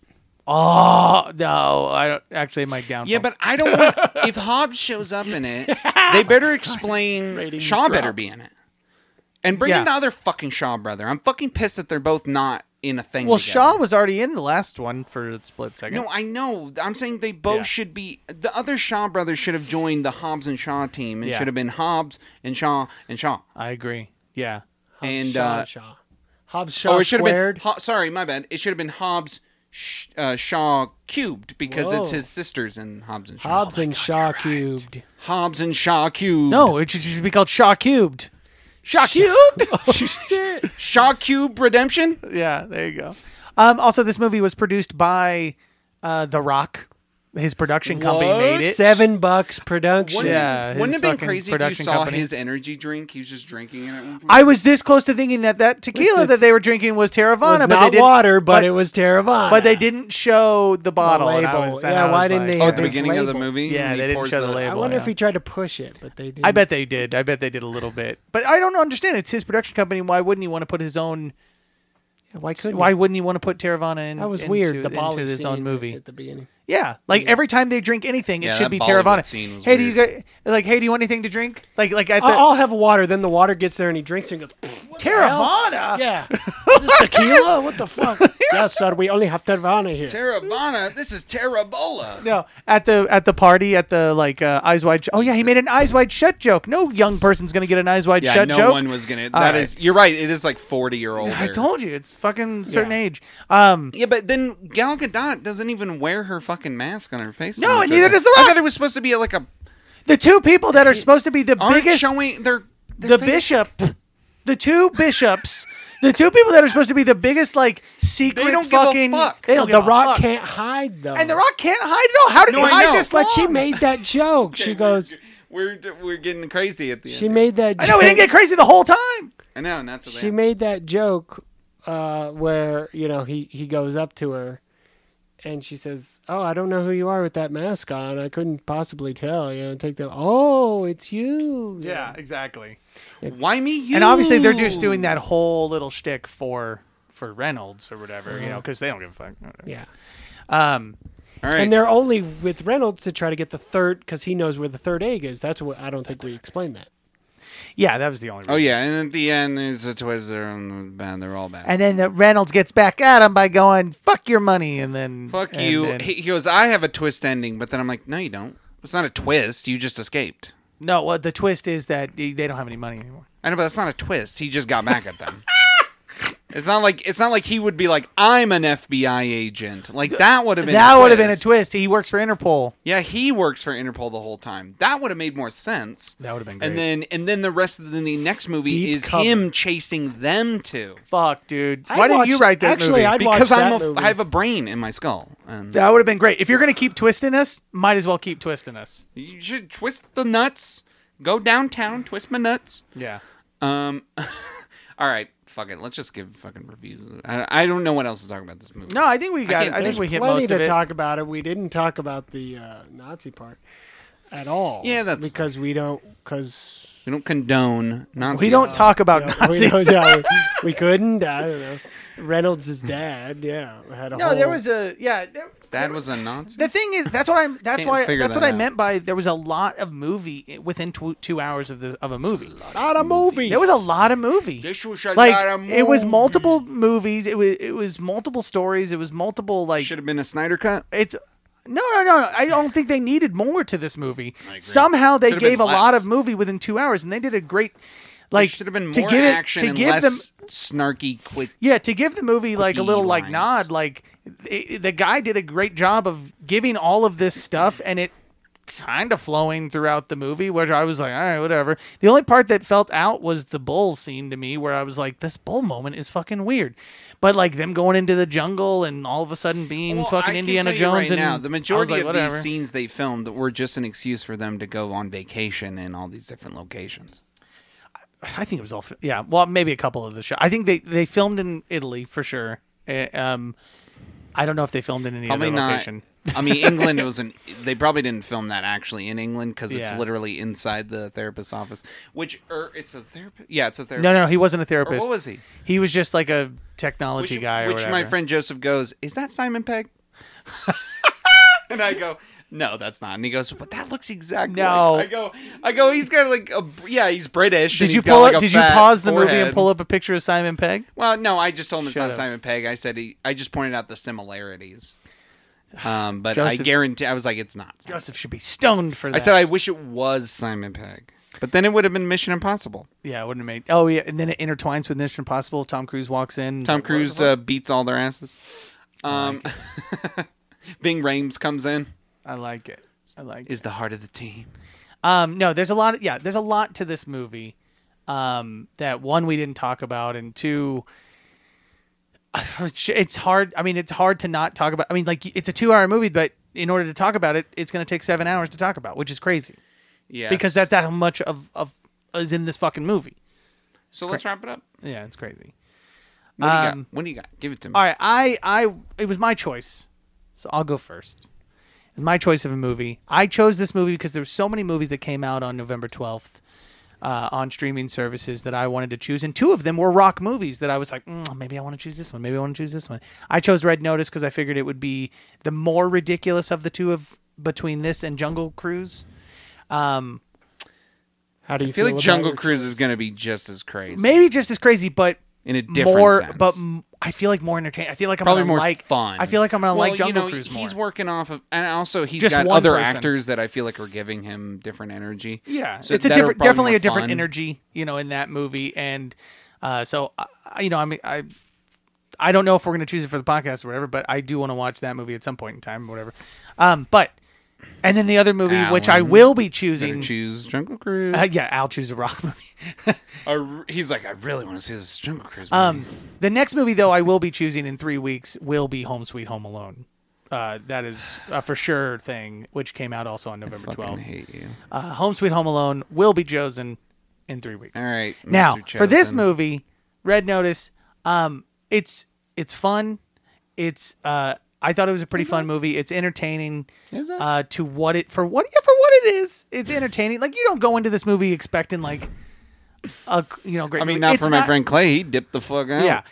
Speaker 2: Oh no, I don't actually my down.
Speaker 3: Yeah, but I don't want. if Hobbs shows up in it, they better explain.
Speaker 4: Ratings
Speaker 3: Shaw
Speaker 4: drop.
Speaker 3: better be in it, and bring
Speaker 2: Yeah.
Speaker 3: in the other fucking Shaw brother. I'm fucking pissed that they're both not in a thing.
Speaker 2: well,
Speaker 3: together.
Speaker 2: Shaw was already in the last one for a split second.
Speaker 3: No, I know. I'm saying they both
Speaker 2: Yeah.
Speaker 3: should be. The other Shaw brothers should have joined the Hobbs and Shaw team and
Speaker 2: Yeah.
Speaker 3: should have been Hobbs and Shaw and Shaw.
Speaker 2: I agree. Yeah,
Speaker 4: Hobbs
Speaker 3: And,
Speaker 4: Shaw,
Speaker 3: uh,
Speaker 4: Shaw. Hobbs Shaw
Speaker 3: Oh, it should have been.
Speaker 4: squared.
Speaker 3: Ho- sorry, my bad. It should have been Hobbs Sh- uh, Shaw cubed because it's
Speaker 4: Whoa.
Speaker 3: his sisters in Hobbs and Shaw.
Speaker 2: Oh
Speaker 4: Hobbs and Shaw cubed.
Speaker 3: Hobbs and Shaw cubed.
Speaker 2: no, it should just be called Shaw cubed. Shaw cubed.
Speaker 3: Shaw cube redemption.
Speaker 2: yeah, there you go. Um, also, this movie was produced by uh, The Rock. His production company
Speaker 3: What?
Speaker 2: made it.
Speaker 4: Seven bucks production.
Speaker 3: Wouldn't,
Speaker 2: Yeah, his
Speaker 3: wouldn't it have
Speaker 2: fucking
Speaker 3: been crazy if you
Speaker 2: production
Speaker 3: saw
Speaker 2: company.
Speaker 3: his energy drink? He was just drinking it. At one point.
Speaker 2: I was this close to thinking that that tequila that they were drinking was
Speaker 4: It
Speaker 2: Terravana,
Speaker 4: was
Speaker 2: but they
Speaker 4: not
Speaker 2: didn't.
Speaker 4: water, but, it was Terravana.
Speaker 2: but they didn't show the bottle. and I
Speaker 4: label.
Speaker 2: was- and
Speaker 4: Yeah,
Speaker 2: I
Speaker 4: why
Speaker 2: was
Speaker 4: didn't
Speaker 2: like-
Speaker 4: they
Speaker 3: oh,
Speaker 4: have
Speaker 3: at the
Speaker 4: his
Speaker 3: beginning of the
Speaker 4: label.
Speaker 3: movie.
Speaker 2: Yeah,
Speaker 3: when he
Speaker 2: they didn't
Speaker 3: pours
Speaker 2: show the label.
Speaker 4: I wonder
Speaker 2: yeah.
Speaker 4: if he tried to push it, but they didn't.
Speaker 2: I bet they did. I bet they did a little bit. But I don't understand. It's his production company. Why wouldn't he want to put his own?
Speaker 4: Why couldn't?
Speaker 2: Why
Speaker 4: he?
Speaker 2: wouldn't he want to put Taravana in?
Speaker 4: That was
Speaker 2: into,
Speaker 4: weird. The
Speaker 2: into
Speaker 4: Bali
Speaker 2: his own
Speaker 4: scene
Speaker 2: movie.
Speaker 4: at the beginning.
Speaker 2: Yeah, like every time they drink anything, it
Speaker 3: Yeah,
Speaker 2: should
Speaker 3: that
Speaker 2: be
Speaker 3: Bollywood
Speaker 2: Taravana.
Speaker 3: scene was
Speaker 2: Hey, do you guys, like? Hey, do you want anything to drink? Like, like at the
Speaker 4: I'll, I'll have water. Then the water gets there, and he drinks and goes.
Speaker 2: Taravana.
Speaker 4: Yeah. Is this tequila? What the fuck? yes, sir. We only have Terravana here.
Speaker 3: Terravana. This is Terrabola.
Speaker 2: No, at the at the party at the like uh, eyes wide. Sh- oh yeah, he made an eyes wide shut joke. No young person's gonna get an eyes wide
Speaker 3: Yeah,
Speaker 2: shut
Speaker 3: no
Speaker 2: joke.
Speaker 3: one was gonna.
Speaker 2: All
Speaker 3: That
Speaker 2: right.
Speaker 3: is- you're right. It is like forty year old.
Speaker 2: I told you, it's fucking certain age. Um,
Speaker 3: Yeah, but then Gal Gadot doesn't even wear her fucking mask on her face.
Speaker 2: No,
Speaker 3: so
Speaker 2: and
Speaker 3: much.
Speaker 2: neither does The
Speaker 3: I
Speaker 2: Rock.
Speaker 3: thought it was supposed to be like a
Speaker 2: the two people that are supposed to be the
Speaker 3: aren't
Speaker 2: biggest
Speaker 3: showing their, their
Speaker 2: the
Speaker 3: face.
Speaker 2: bishop, the two bishops, the two people that are supposed to be the biggest like secret
Speaker 3: They don't give a
Speaker 2: fucking.
Speaker 3: fuck.
Speaker 2: They don't
Speaker 4: The
Speaker 2: give a
Speaker 4: Rock
Speaker 2: fuck.
Speaker 4: can't hide though.
Speaker 2: And the Rock can't hide at all. How did
Speaker 3: No,
Speaker 2: he
Speaker 3: I
Speaker 2: hide
Speaker 3: know.
Speaker 2: this long?
Speaker 4: Like she made that joke. She goes.
Speaker 3: We're we're getting crazy at the end.
Speaker 4: She made that.
Speaker 2: I know we didn't get crazy the whole time.
Speaker 3: I know, not to
Speaker 4: She
Speaker 3: that.
Speaker 4: made that joke uh, where you know he he goes up to her, and she says, "Oh, I don't know who you are with that mask on. I couldn't possibly tell. You know, take the. Oh, it's you.
Speaker 2: exactly.
Speaker 3: Why me? You
Speaker 2: And obviously they're just doing that whole little shtick for for Reynolds or whatever, you know, because they don't give a fuck.
Speaker 4: Uh-huh. yeah.
Speaker 2: Um,
Speaker 3: All right.
Speaker 4: And they're only with Reynolds to try to get the third because he knows where the third egg is. That's what I don't think we explained that.
Speaker 2: yeah, that was the only. Reason.
Speaker 3: oh yeah, and at the end there's a twist. They're on the band. They're all bad.
Speaker 2: And then the Reynolds gets back at him by going "fuck your money" and then
Speaker 3: Fuck
Speaker 2: and
Speaker 3: you.
Speaker 2: then-
Speaker 3: he, he goes. I have a twist ending, but then I'm like, no, you don't. It's not a twist. You just escaped.
Speaker 2: no, well, the twist is that they don't have any money anymore.
Speaker 3: I know, but that's not a twist. He just got back at them. it's not like it's not like he would be like, I'm an FBI agent. Like that would have been
Speaker 2: That
Speaker 3: a
Speaker 2: would have been a
Speaker 3: twist.
Speaker 2: twist. He works for Interpol.
Speaker 3: Yeah, he works for Interpol the whole time. That would have made more sense.
Speaker 2: That would have been great.
Speaker 3: And then and then the rest of the, the next movie
Speaker 4: Deep
Speaker 3: is
Speaker 4: cover.
Speaker 3: him chasing them to.
Speaker 2: Fuck, dude.
Speaker 4: I
Speaker 2: Why didn't you
Speaker 4: watched-
Speaker 2: write that
Speaker 4: actually,
Speaker 2: movie?
Speaker 4: I'd watch
Speaker 3: Because I'm
Speaker 4: that
Speaker 3: a,
Speaker 4: movie.
Speaker 3: I have a brain in my skull. And
Speaker 2: that would have been great. If you're gonna keep twisting us, might as well keep twisting us.
Speaker 3: you should twist the nuts. Go downtown, twist my nuts.
Speaker 2: Yeah.
Speaker 3: Um All right, fuck it. Let's just give fucking reviews. I, I don't know what else to talk about this movie.
Speaker 2: No, I think we got.
Speaker 3: can't-
Speaker 2: I, think
Speaker 3: there's
Speaker 2: we hit
Speaker 4: Plenty
Speaker 2: most
Speaker 4: to
Speaker 2: of it.
Speaker 4: talk about it. We didn't talk about the uh, Nazi part at all.
Speaker 3: Yeah, that's
Speaker 4: because we don't because
Speaker 3: We don't condone nonsense.
Speaker 2: We don't talk about
Speaker 4: we,
Speaker 2: Nazis.
Speaker 4: don't- yeah, we, we couldn't. I don't know. Reynolds' dad, yeah, had a
Speaker 2: no,
Speaker 4: whole-
Speaker 2: there was a yeah. There,
Speaker 3: Dad was a Nazi.
Speaker 2: the thing is, that's what I'm. That's
Speaker 3: Can't
Speaker 2: why.
Speaker 3: figure
Speaker 2: That's
Speaker 3: that
Speaker 2: what I
Speaker 3: out.
Speaker 2: meant by there was a lot of movie within tw- two hours of the of a movie.
Speaker 4: not a movie.
Speaker 2: There was a lot of movie.
Speaker 3: This was a
Speaker 2: like
Speaker 3: lot of
Speaker 2: it was
Speaker 3: movie.
Speaker 2: multiple movies. It was it was multiple stories. It was multiple like
Speaker 3: Should have been a Snyder cut.
Speaker 2: it's no no no. I don't think they needed more to this movie. Somehow they
Speaker 3: Should've
Speaker 2: gave a
Speaker 3: been
Speaker 2: lot
Speaker 3: less.
Speaker 2: of movie within two hours, and they did a great like
Speaker 3: should have been more
Speaker 2: to give it
Speaker 3: action
Speaker 2: to
Speaker 3: and
Speaker 2: give
Speaker 3: less
Speaker 2: them
Speaker 3: snarky quick.
Speaker 2: yeah, to give the movie like a
Speaker 3: Quippy
Speaker 2: little like
Speaker 3: lines.
Speaker 2: nod, like it, the guy did a great job of giving all of this stuff, and it kind of flowing throughout the movie, which I was like, all right, whatever. The only part that felt out was the bull scene to me, where I was like, this bull moment is fucking weird. But like them going into the jungle and all of a sudden being
Speaker 3: Well, I
Speaker 2: fucking
Speaker 3: can
Speaker 2: Indiana
Speaker 3: tell you
Speaker 2: Jones
Speaker 3: right
Speaker 2: and
Speaker 3: now, the
Speaker 2: I was
Speaker 3: majority
Speaker 2: like,
Speaker 3: of
Speaker 2: whatever.
Speaker 3: these scenes they filmed were just an excuse for them to go on vacation in all these different locations.
Speaker 2: I think it was all. fi- Yeah, well, maybe a couple of the show. I think they they filmed in Italy for sure. Eh, um, I don't know if they filmed in any
Speaker 3: Probably
Speaker 2: other
Speaker 3: not.
Speaker 2: location.
Speaker 3: I mean, England was an. They probably didn't film that actually in England because it's
Speaker 2: Yeah.
Speaker 3: literally inside the therapist's office. Which, or it's a therapist. Yeah, it's a therapist.
Speaker 2: No, no, he wasn't a therapist.
Speaker 3: was he?
Speaker 2: He was just like a technology
Speaker 3: which,
Speaker 2: guy. Or
Speaker 3: which my
Speaker 2: whatever.
Speaker 3: friend Joseph goes, "Is that Simon Pegg?" and I go, "No, that's not." And he goes, "But that looks exactly."
Speaker 2: No.
Speaker 3: like-" I go, "I go." He's got like a yeah, he's British. and
Speaker 2: Did you
Speaker 3: he's got,
Speaker 2: pull?
Speaker 3: like,
Speaker 2: up,
Speaker 3: a
Speaker 2: did you
Speaker 3: fat
Speaker 2: pause the movie and
Speaker 3: forehead.
Speaker 2: pull up a picture of Simon Pegg?
Speaker 3: Well, no, I just told him it's
Speaker 2: Shut
Speaker 3: not
Speaker 2: up.
Speaker 3: Simon Pegg. I said he. I just pointed out the similarities. Um, but I
Speaker 2: Joseph-
Speaker 3: guarantee, I was like, "It's not." Simon.
Speaker 2: Joseph should be stoned for that.
Speaker 3: I said, "I wish it was Simon Pegg." But then it would have been Mission Impossible.
Speaker 2: yeah, it wouldn't have made. Oh yeah, and then it intertwines with Mission Impossible. Tom Cruise walks in.
Speaker 3: Tom Cruise uh, beats all their asses. Um, Bing Rames comes in.
Speaker 2: I like it. I like it.
Speaker 3: Is the heart of the team.
Speaker 2: Um, no, there's a lot. Of, yeah, there's a lot to this movie. Um, that one we didn't talk about, and two, it's hard. I mean, it's hard to not talk about. I mean, like it's a two-hour movie, but in order to talk about it, it's going to take seven hours to talk about, which is crazy.
Speaker 3: Yeah,
Speaker 2: because that's how much of, of is in this fucking movie.
Speaker 3: So let's wrap it up.
Speaker 2: Yeah, it's crazy.
Speaker 3: What do you
Speaker 2: Um,
Speaker 3: got? What do you got? Give it to me.
Speaker 2: All right, I I it was my choice, so I'll go first. It's my choice of a movie. I chose this movie because there were so many movies that came out on November twelfth. Uh, on streaming services that I wanted to choose, and two of them were rock movies that I was like, "Mm, maybe I want to choose this one, maybe I want to choose this one. I chose Red Notice because I figured it would be the more ridiculous of the two of between this and Jungle Cruise.
Speaker 4: How do you
Speaker 3: I feel like
Speaker 4: about
Speaker 3: Jungle
Speaker 4: your-
Speaker 3: Cruise is going to be just as crazy.
Speaker 2: Maybe just as crazy, but
Speaker 3: in a different
Speaker 2: more,
Speaker 3: sense.
Speaker 2: but m- I feel like more entertaining. I feel like I'm
Speaker 3: probably
Speaker 2: gonna
Speaker 3: more
Speaker 2: like,
Speaker 3: fun.
Speaker 2: I feel like I'm gonna
Speaker 3: Well,
Speaker 2: like Jungle
Speaker 3: you know,
Speaker 2: Cruise more.
Speaker 3: He's working off of, and also he's
Speaker 2: Just
Speaker 3: got
Speaker 2: one
Speaker 3: other
Speaker 2: person.
Speaker 3: actors that I feel like are giving him different energy.
Speaker 2: yeah,
Speaker 3: So
Speaker 2: it's a
Speaker 3: that'll
Speaker 2: different,
Speaker 3: probably
Speaker 2: definitely
Speaker 3: more
Speaker 2: a different
Speaker 3: fun.
Speaker 2: energy, you know, in that movie. And uh, so, I I- you know, I mean, I, I don't know if we're gonna choose it for the podcast or whatever, but I do want to watch that movie at some point in time or whatever. Um, but and then the other movie, which I
Speaker 3: Alan,
Speaker 2: will be
Speaker 3: Better
Speaker 2: choosing.
Speaker 3: choose Jungle Cruise.
Speaker 2: uh, yeah, I'll choose a rock movie.
Speaker 3: I r- he's like, I really want to see this Jungle Cruise.
Speaker 2: Um, the next movie though I will be choosing in three weeks will be Home Sweet Home Alone. Uh, that is a for sure thing, which came out also on November
Speaker 3: fucking
Speaker 2: twelfth.
Speaker 3: hate you.
Speaker 2: Uh, Home Sweet Home Alone will be chosen in three weeks.
Speaker 3: All right.
Speaker 2: Now
Speaker 3: Mr.
Speaker 2: for this
Speaker 3: Chosen.
Speaker 2: movie, Red Notice, um, it's it's fun. It's uh, I thought it was a pretty fun movie. It's entertaining.
Speaker 3: Is it?
Speaker 2: Uh, to what it for what yeah, for what it is, it's entertaining. Like you don't go into this movie expecting like a you know great.
Speaker 3: I mean,
Speaker 2: movie.
Speaker 3: not
Speaker 2: It's
Speaker 3: for my friend Clay. He dipped the fuck out.
Speaker 2: Yeah.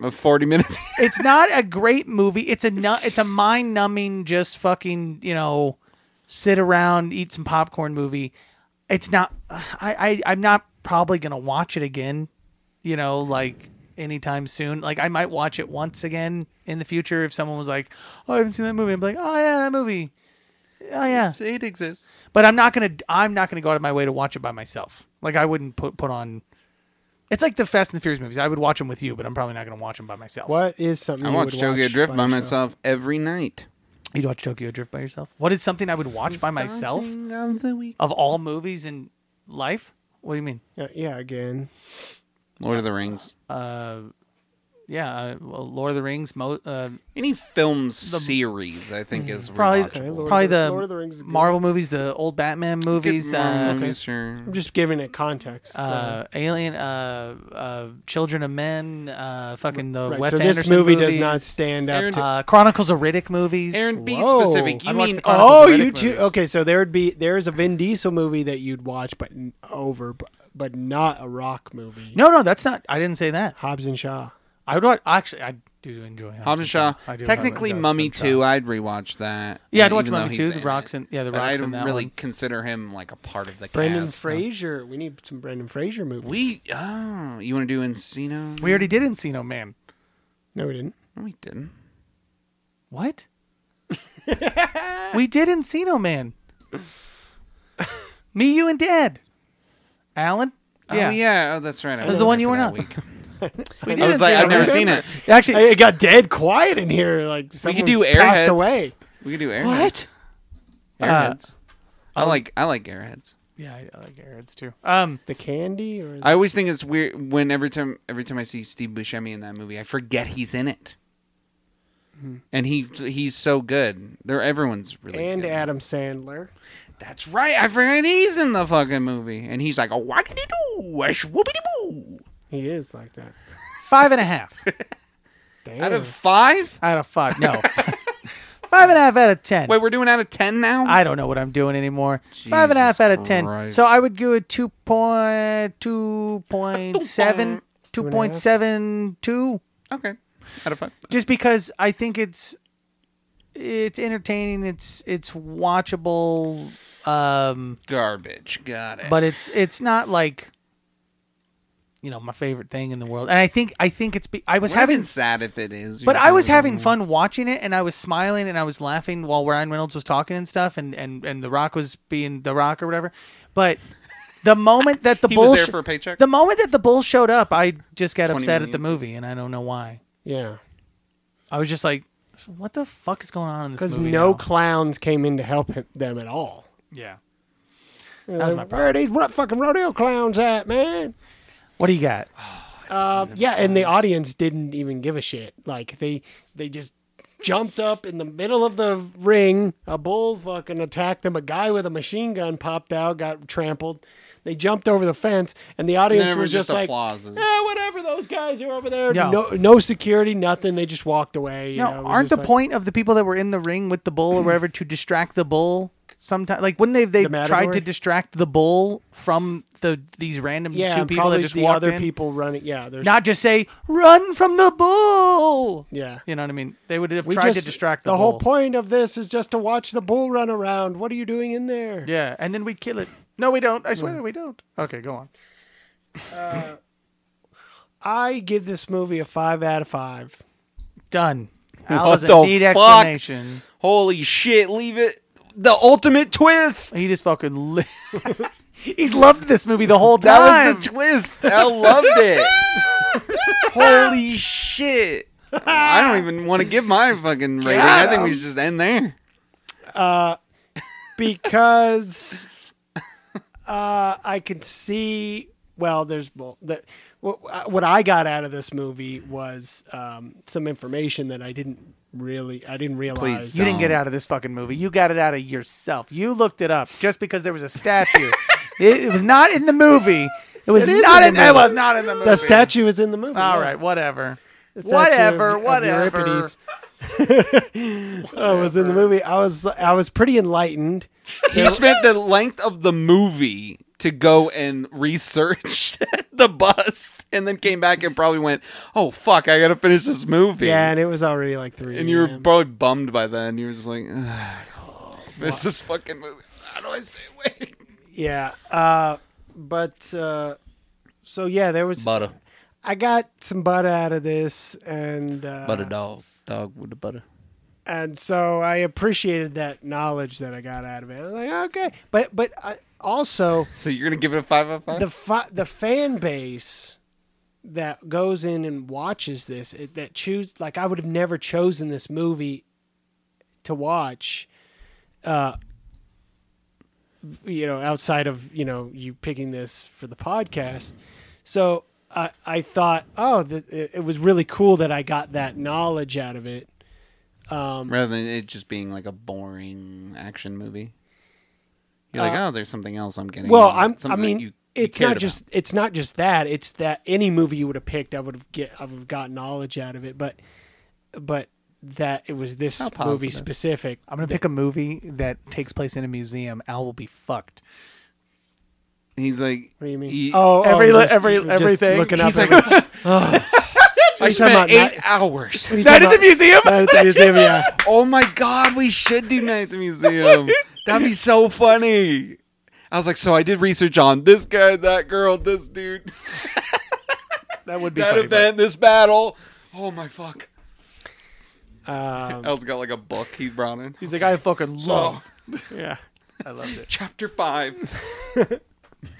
Speaker 3: Of Forty minutes.
Speaker 2: it's not a great movie. It's a nu- it's a mind numbing, just fucking you know, sit around, eat some popcorn movie. It's not. I, I I'm not probably gonna watch it again. You know, like anytime soon. Like I might watch it once again in the future if someone was like, "Oh, I haven't seen that movie." I'm like, "Oh yeah, that movie." Oh yeah,
Speaker 3: it exists.
Speaker 2: but I'm not gonna I'm not gonna go out of my way to watch it by myself. Like I wouldn't put put on. It's like the Fast and the Furious movies. I would watch them with you, but I'm probably not gonna watch them by myself.
Speaker 4: What is something
Speaker 3: I
Speaker 4: you
Speaker 3: watch
Speaker 4: would
Speaker 3: Tokyo
Speaker 4: watch
Speaker 3: Drift by
Speaker 4: yourself?
Speaker 3: myself every night.
Speaker 2: You'd watch Tokyo Drift by yourself? What is something I would watch by myself
Speaker 3: Starting of the week.
Speaker 2: of all movies in life? What do you mean?
Speaker 4: Yeah, yeah, again.
Speaker 3: Lord of the Rings.
Speaker 2: Uh, Yeah, uh, well, Lord of the Rings, Mo- uh,
Speaker 3: Any film series, I think, is
Speaker 2: Mm, probably
Speaker 4: Okay,
Speaker 3: rewatchable.
Speaker 4: Lord
Speaker 2: probably
Speaker 4: of the-
Speaker 2: the,
Speaker 4: Lord of the Rings is good.
Speaker 2: Marvel movies, the old Batman movies,
Speaker 3: Good
Speaker 2: uh,
Speaker 3: movies, sure.
Speaker 4: I'm just giving it context.
Speaker 2: uh, Alien, uh, uh, Children of Men, uh, fucking the
Speaker 4: right,
Speaker 2: Wes
Speaker 4: so this
Speaker 2: Anderson
Speaker 4: movie does
Speaker 2: movies,
Speaker 4: not stand up
Speaker 3: Aaron-
Speaker 4: to.
Speaker 2: uh, Chronicles of Riddick movies.
Speaker 3: Aaron, be
Speaker 4: Whoa.
Speaker 3: specific. You
Speaker 2: I'd watch
Speaker 3: mean
Speaker 2: the Chronicles
Speaker 4: Oh,
Speaker 2: of
Speaker 4: you
Speaker 2: Riddick
Speaker 4: too.
Speaker 2: movies.
Speaker 4: Okay, so there'd be there's a Vin Diesel movie that you'd watch, but n- over but not a rock movie.
Speaker 2: No, no, that's not. I didn't say that.
Speaker 4: Hobbs and Shaw.
Speaker 2: I would watch, actually. I do enjoy
Speaker 3: Hobbs and Shaw.
Speaker 2: I do
Speaker 3: Technically,
Speaker 2: enjoy
Speaker 3: Mummy
Speaker 2: Hobbs and
Speaker 3: Two.
Speaker 2: Shaw.
Speaker 3: I'd rewatch that.
Speaker 2: Yeah, I'd
Speaker 3: uh,
Speaker 2: watch
Speaker 3: even though
Speaker 2: Mummy
Speaker 3: he's
Speaker 2: 2, The
Speaker 3: in
Speaker 2: Rock's
Speaker 3: it.
Speaker 2: in- yeah, The
Speaker 3: But
Speaker 2: Rock's
Speaker 3: I
Speaker 2: in
Speaker 3: don't
Speaker 2: that
Speaker 3: really
Speaker 2: one.
Speaker 3: consider him like a part of the
Speaker 4: Brandon
Speaker 3: cast.
Speaker 4: Fraser. We need some Brandon Fraser movies.
Speaker 3: We oh, you want to do Encino?
Speaker 2: We already did Encino Man.
Speaker 4: no, we didn't.
Speaker 3: No, we didn't.
Speaker 2: What? we did Encino Man. Me, you, and Dad. Alan.
Speaker 3: Oh yeah. Oh, that's right. I
Speaker 2: was the
Speaker 3: wasn't
Speaker 2: one
Speaker 3: here
Speaker 2: you
Speaker 3: for
Speaker 2: were
Speaker 3: that
Speaker 2: not.
Speaker 3: Week.
Speaker 2: We did
Speaker 3: I was like,
Speaker 2: Encino
Speaker 3: I've never
Speaker 2: Man.
Speaker 3: seen it.
Speaker 2: Actually,
Speaker 4: It got dead quiet in here. Like
Speaker 3: We
Speaker 4: someone
Speaker 3: could do
Speaker 4: passed
Speaker 3: Airheads.
Speaker 4: away.
Speaker 3: We could do Airheads.
Speaker 2: what?
Speaker 3: Airheads. Uh,
Speaker 2: Oh.
Speaker 3: I like I like Airheads.
Speaker 2: Yeah, I, I like Airheads too. Um,
Speaker 4: The candy or
Speaker 3: I always think it's weird when every time every time I see Steve Buscemi in that movie, I forget he's in it.
Speaker 2: Hmm.
Speaker 3: And he he's so good. They're everyone's really
Speaker 4: and
Speaker 3: good.
Speaker 4: Adam Sandler.
Speaker 3: That's right. I forgot he's in the fucking movie. And he's like, oh, what did he do? A Whoopity boo.
Speaker 4: He is like that.
Speaker 2: five and a half
Speaker 4: Damn.
Speaker 3: Out of five?
Speaker 2: out of five. No, five and a half out of ten.
Speaker 3: Wait, we're doing out of ten now.
Speaker 2: I don't know what I'm doing anymore. Five and a half
Speaker 3: Jesus
Speaker 2: out of ten.
Speaker 3: Christ.
Speaker 2: So I would give it two point two point seven two point seven two.
Speaker 3: Okay. Out of five.
Speaker 2: Just because I think it's it's entertaining, it's it's watchable, um,
Speaker 3: Garbage. Got it.
Speaker 2: but it's it's not like you know my favorite thing in the world. And I think I think it's be, I was
Speaker 3: Would've
Speaker 2: having
Speaker 3: been sad if it is.
Speaker 2: But
Speaker 3: You're
Speaker 2: I was
Speaker 3: doing-
Speaker 2: having fun watching it, and I was smiling and I was laughing while Ryan Reynolds was talking and stuff, and and and The Rock was being The Rock or whatever. But the moment that the
Speaker 3: He
Speaker 2: bull
Speaker 3: was there
Speaker 2: sh-
Speaker 3: for a paycheck.
Speaker 2: the moment that the bull showed up, I just got
Speaker 3: 20
Speaker 2: upset at the
Speaker 3: million.
Speaker 2: movie, and I don't know why.
Speaker 4: yeah,
Speaker 2: I was just like, "What the fuck is going on in this
Speaker 4: because
Speaker 2: movie?"
Speaker 4: no
Speaker 2: now?"
Speaker 4: clowns came in to help him, them at all.
Speaker 2: yeah.
Speaker 4: That was my Where are these ro- fucking rodeo clowns at, man?
Speaker 2: What do you got?
Speaker 4: Uh, yeah, and the audience didn't even give a shit. Like they they just jumped up in the middle of the ring. A bull fucking attacked them. A guy with a machine gun popped out, got trampled. They jumped over the fence, and the
Speaker 3: And
Speaker 4: audience
Speaker 3: everyone
Speaker 4: was just, like,
Speaker 3: applauses.
Speaker 4: "Eh, whatever. Those guys are over there.
Speaker 2: No.
Speaker 4: No, no, security, nothing. They just walked away. you
Speaker 2: No,
Speaker 4: know, it was
Speaker 2: aren't the
Speaker 4: just like-
Speaker 2: point of the people that were in the ring with the bull or wherever to distract the bull? Sometimes, like, wouldn't they? They
Speaker 4: The
Speaker 2: tried to
Speaker 4: Matador?
Speaker 2: distract the bull from the these random
Speaker 4: Yeah,
Speaker 2: two
Speaker 4: and
Speaker 2: people
Speaker 4: probably
Speaker 2: that just
Speaker 4: the
Speaker 2: walked
Speaker 4: other
Speaker 2: in?
Speaker 4: people running. Yeah, there's
Speaker 2: not just say run from the bull.
Speaker 4: Yeah.
Speaker 2: You know what I mean? They would have tried to distract the,
Speaker 4: whole
Speaker 2: bull.
Speaker 4: point of this is just to watch the bull run around. What are you doing in there?
Speaker 2: Yeah, and then we kill it. No, we don't. I swear we don't. Okay, go on.
Speaker 4: I give this movie a five out of five.
Speaker 2: Done. Al
Speaker 3: What
Speaker 2: doesn't
Speaker 3: the
Speaker 2: need
Speaker 3: fuck?
Speaker 2: explanation.
Speaker 3: Holy shit! Leave it. The ultimate twist.
Speaker 2: He just fucking. Li- He's loved this movie the whole time.
Speaker 3: That was the twist. I loved it. Holy shit. I don't even want to give my fucking rating. I think we should just end there.
Speaker 4: because uh, I can see. Well, there's well, the, what, what I got out of this movie was um, some information that I didn't really, I didn't realize.
Speaker 2: you didn't get out of this fucking movie. You got it out of yourself. You looked it up just because there was a statue. it, it was not in the movie. It was
Speaker 4: It is
Speaker 2: not in.
Speaker 4: in the
Speaker 2: It
Speaker 4: movie.
Speaker 2: was not in the movie.
Speaker 4: the statue is in the movie.
Speaker 2: All
Speaker 4: yeah.
Speaker 2: right, whatever.
Speaker 4: The statue
Speaker 2: Whatever,
Speaker 4: of- of
Speaker 2: whatever.
Speaker 4: Euripides. I was in the movie. I was, I was pretty enlightened.
Speaker 3: He spent the length of the movie to go and research the bust and then came back and probably went, oh, fuck, I got to finish this movie.
Speaker 4: Yeah, and it was already like three.
Speaker 3: And you were
Speaker 4: a.m.
Speaker 3: probably bummed by then. You were just like, "Ugh, miss this fucking movie. How do I stay awake?
Speaker 4: yeah. Uh, but uh, so yeah, there was.
Speaker 3: Butter.
Speaker 4: I got some butter out of this, and uh,
Speaker 3: dog. Dog with the butter.
Speaker 4: and so I appreciated that knowledge that I got out of it. I was like, okay, but but I, also
Speaker 3: So you're going to give it a 5 out of 5?
Speaker 4: the fa- the fan base that goes in and watches this it, that choose like I would have never chosen this movie to watch uh you know outside of you know you picking this for the podcast so I I thought oh th- it, it was really cool that I got that knowledge out of it
Speaker 3: Um, rather than it just being like a boring action movie. You're like, oh, there's something else I'm getting.
Speaker 4: Uh, Well,
Speaker 3: out of it,
Speaker 4: I'm. I
Speaker 3: something that
Speaker 4: mean,
Speaker 3: you- you
Speaker 4: it's
Speaker 3: cared
Speaker 4: not
Speaker 3: about."
Speaker 4: just. It's not just that. It's that any movie you would have picked, I would have get. I would have got knowledge out of it. But, but that it was this movie
Speaker 3: positive.
Speaker 4: specific.
Speaker 2: I'm gonna pick a movie that takes place in a museum. Al will be fucked.
Speaker 3: He's like,
Speaker 4: What do you mean?
Speaker 3: he-
Speaker 4: oh, oh,
Speaker 2: every-
Speaker 4: just-
Speaker 2: every-
Speaker 4: just
Speaker 2: everything.
Speaker 4: Looking up
Speaker 3: he's like,
Speaker 4: every-
Speaker 3: I
Speaker 4: talking about
Speaker 3: spent eight
Speaker 4: night-
Speaker 3: hours.
Speaker 4: What are you
Speaker 2: Night
Speaker 4: talking
Speaker 2: at the
Speaker 4: about?
Speaker 2: museum.
Speaker 4: Night at the museum, yeah.
Speaker 3: Oh my god, we should do Night at the Museum. That'd be so funny. I was like, so I did research on this guy, that girl, this dude,
Speaker 2: That would be
Speaker 3: that
Speaker 2: funny,
Speaker 3: event, this battle. Oh my fuck.
Speaker 4: Um,
Speaker 3: Al's got like a book he brought in.
Speaker 2: but- He's like, I fucking love.
Speaker 4: yeah.
Speaker 2: I loved it.
Speaker 3: Chapter five.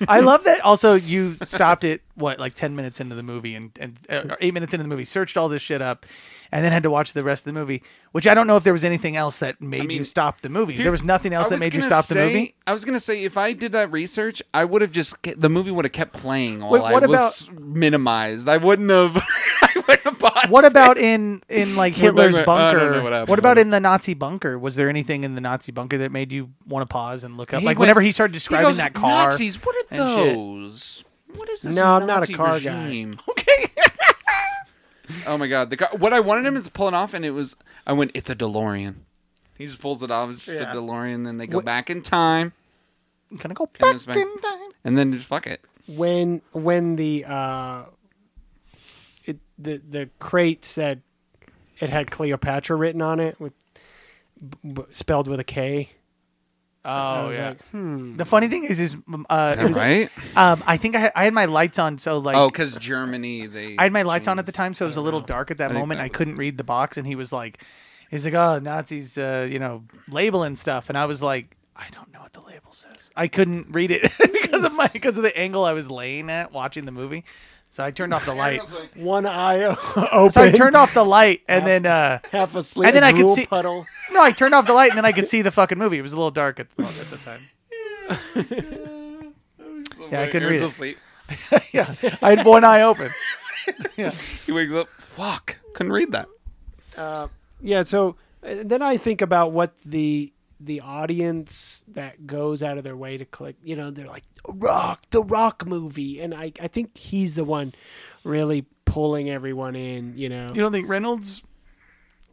Speaker 2: I love that. Also, you stopped it what like ten minutes into the movie and and uh, or eight minutes into the movie, searched all this shit up, and then had to watch the rest of the movie. Which I don't know if there was anything else that made you
Speaker 3: mean,
Speaker 2: stop the movie.
Speaker 3: here-
Speaker 2: there was nothing else
Speaker 3: I
Speaker 2: that
Speaker 3: was
Speaker 2: made you
Speaker 3: gonna
Speaker 2: stop the
Speaker 3: say-
Speaker 2: movie.
Speaker 3: I was gonna say if I did that research, I would have just ke- the movie would have kept playing while
Speaker 2: Wait, what
Speaker 3: I was minimized. I wouldn't have. I wouldn't have paused
Speaker 2: What
Speaker 3: it.
Speaker 2: about in in like
Speaker 3: We're back
Speaker 2: Hitler's
Speaker 3: where- Oh, I don't
Speaker 2: bunker?
Speaker 3: know what happened,
Speaker 2: what about
Speaker 3: but-
Speaker 2: in the Nazi bunker? Was there anything in the Nazi bunker that made you want to pause and look up?
Speaker 3: He
Speaker 2: like
Speaker 3: went-
Speaker 2: whenever he started describing
Speaker 3: goes,
Speaker 2: that car.
Speaker 3: Nazis, what are
Speaker 2: and shit.
Speaker 3: those? What is this?
Speaker 4: No, I'm not a
Speaker 3: Nazi
Speaker 4: car guy.
Speaker 3: regime?
Speaker 2: Okay.
Speaker 3: Oh my god, the car, what I wanted him is pulling off, and it was I went, it's a DeLorean. He just pulls it off, it's just
Speaker 2: Yeah.
Speaker 3: a DeLorean. Then they go back in time,
Speaker 2: I'm gonna go
Speaker 3: And
Speaker 2: back
Speaker 3: it's
Speaker 2: in time.
Speaker 3: and then just fuck it.
Speaker 4: When when the uh, it the the crate said it had Cleopatra written on it with b- b- spelled with a K. I
Speaker 2: Oh
Speaker 4: was
Speaker 2: yeah.
Speaker 4: like, hmm.
Speaker 2: the funny thing is, is um, uh, it
Speaker 3: Is that
Speaker 2: was,
Speaker 3: right?
Speaker 2: um, I think I had, I had my lights on, so like
Speaker 3: Oh, because Germany, they.
Speaker 2: I had my lights on at the time, so it was a little dark at that
Speaker 3: think
Speaker 2: moment.
Speaker 3: that
Speaker 2: I
Speaker 3: was-
Speaker 2: couldn't read the box, and he was like, "He's like, oh, Nazis, uh, you know, labeling stuff," and I was like, "I don't know what the label says." I couldn't read it because of my because of the angle I was laying at watching the movie, so I turned off the
Speaker 3: I
Speaker 2: light.
Speaker 3: was like,
Speaker 4: One eye o- open.
Speaker 2: So I turned off the light, and then uh,
Speaker 4: half asleep.
Speaker 2: and then I could
Speaker 4: drool
Speaker 2: see-
Speaker 4: puddle.
Speaker 2: no, I turned off the light, and then I could see the fucking movie. It was a little dark at the, at the time. Yeah, I couldn't read
Speaker 3: Aaron's
Speaker 2: it.
Speaker 3: asleep.
Speaker 2: Yeah, I had one eye open.
Speaker 3: He wakes up. Fuck, couldn't read that.
Speaker 4: Yeah, so uh, then I think about what the the audience that goes out of their way to click, you know, they're like Rock, the Rock movie, and I I think he's the one really pulling everyone in, you know.
Speaker 2: You don't think Reynolds?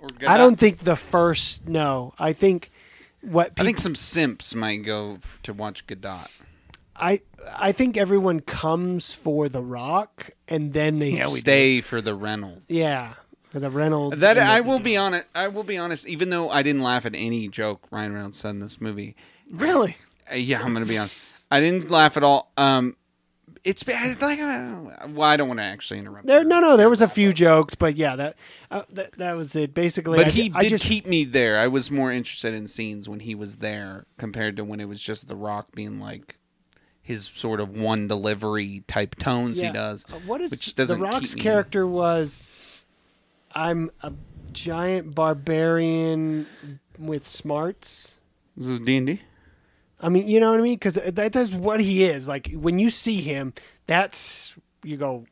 Speaker 3: Or
Speaker 4: I don't think the first no. I think what
Speaker 3: I
Speaker 4: people
Speaker 3: think some simps might go f- to watch Godot.
Speaker 4: I I think everyone comes for The Rock and then they
Speaker 2: Yeah, we
Speaker 4: s-
Speaker 3: Stay for the Reynolds.
Speaker 4: yeah for the Reynolds.
Speaker 3: That
Speaker 4: and the-
Speaker 3: I will be honest. I will be honest. Even though I didn't laugh at any joke Ryan Reynolds said in this movie,
Speaker 2: Really?
Speaker 3: Uh, yeah, I'm gonna be honest. I didn't laugh at all. Um, it's, it's like uh, well, I don't want to actually interrupt.
Speaker 4: There,
Speaker 3: you.
Speaker 4: no, no, there was a few jokes, but yeah, that uh, that, that was it. Basically,
Speaker 3: but
Speaker 4: I
Speaker 3: he
Speaker 4: ju- I
Speaker 3: did
Speaker 4: just,
Speaker 3: keep me there. I was more interested in scenes when he was there compared to when it was just The Rock being like his sort of one delivery type tones
Speaker 4: Yeah.
Speaker 3: he does.
Speaker 4: Uh, What is
Speaker 3: which doesn't
Speaker 4: the Rock's
Speaker 3: keep me-
Speaker 4: character was? I'm a giant barbarian with smarts.
Speaker 3: This is D and D.
Speaker 4: I mean, you know what I mean? Because that, that's what he is. Like when you see him, that's you go.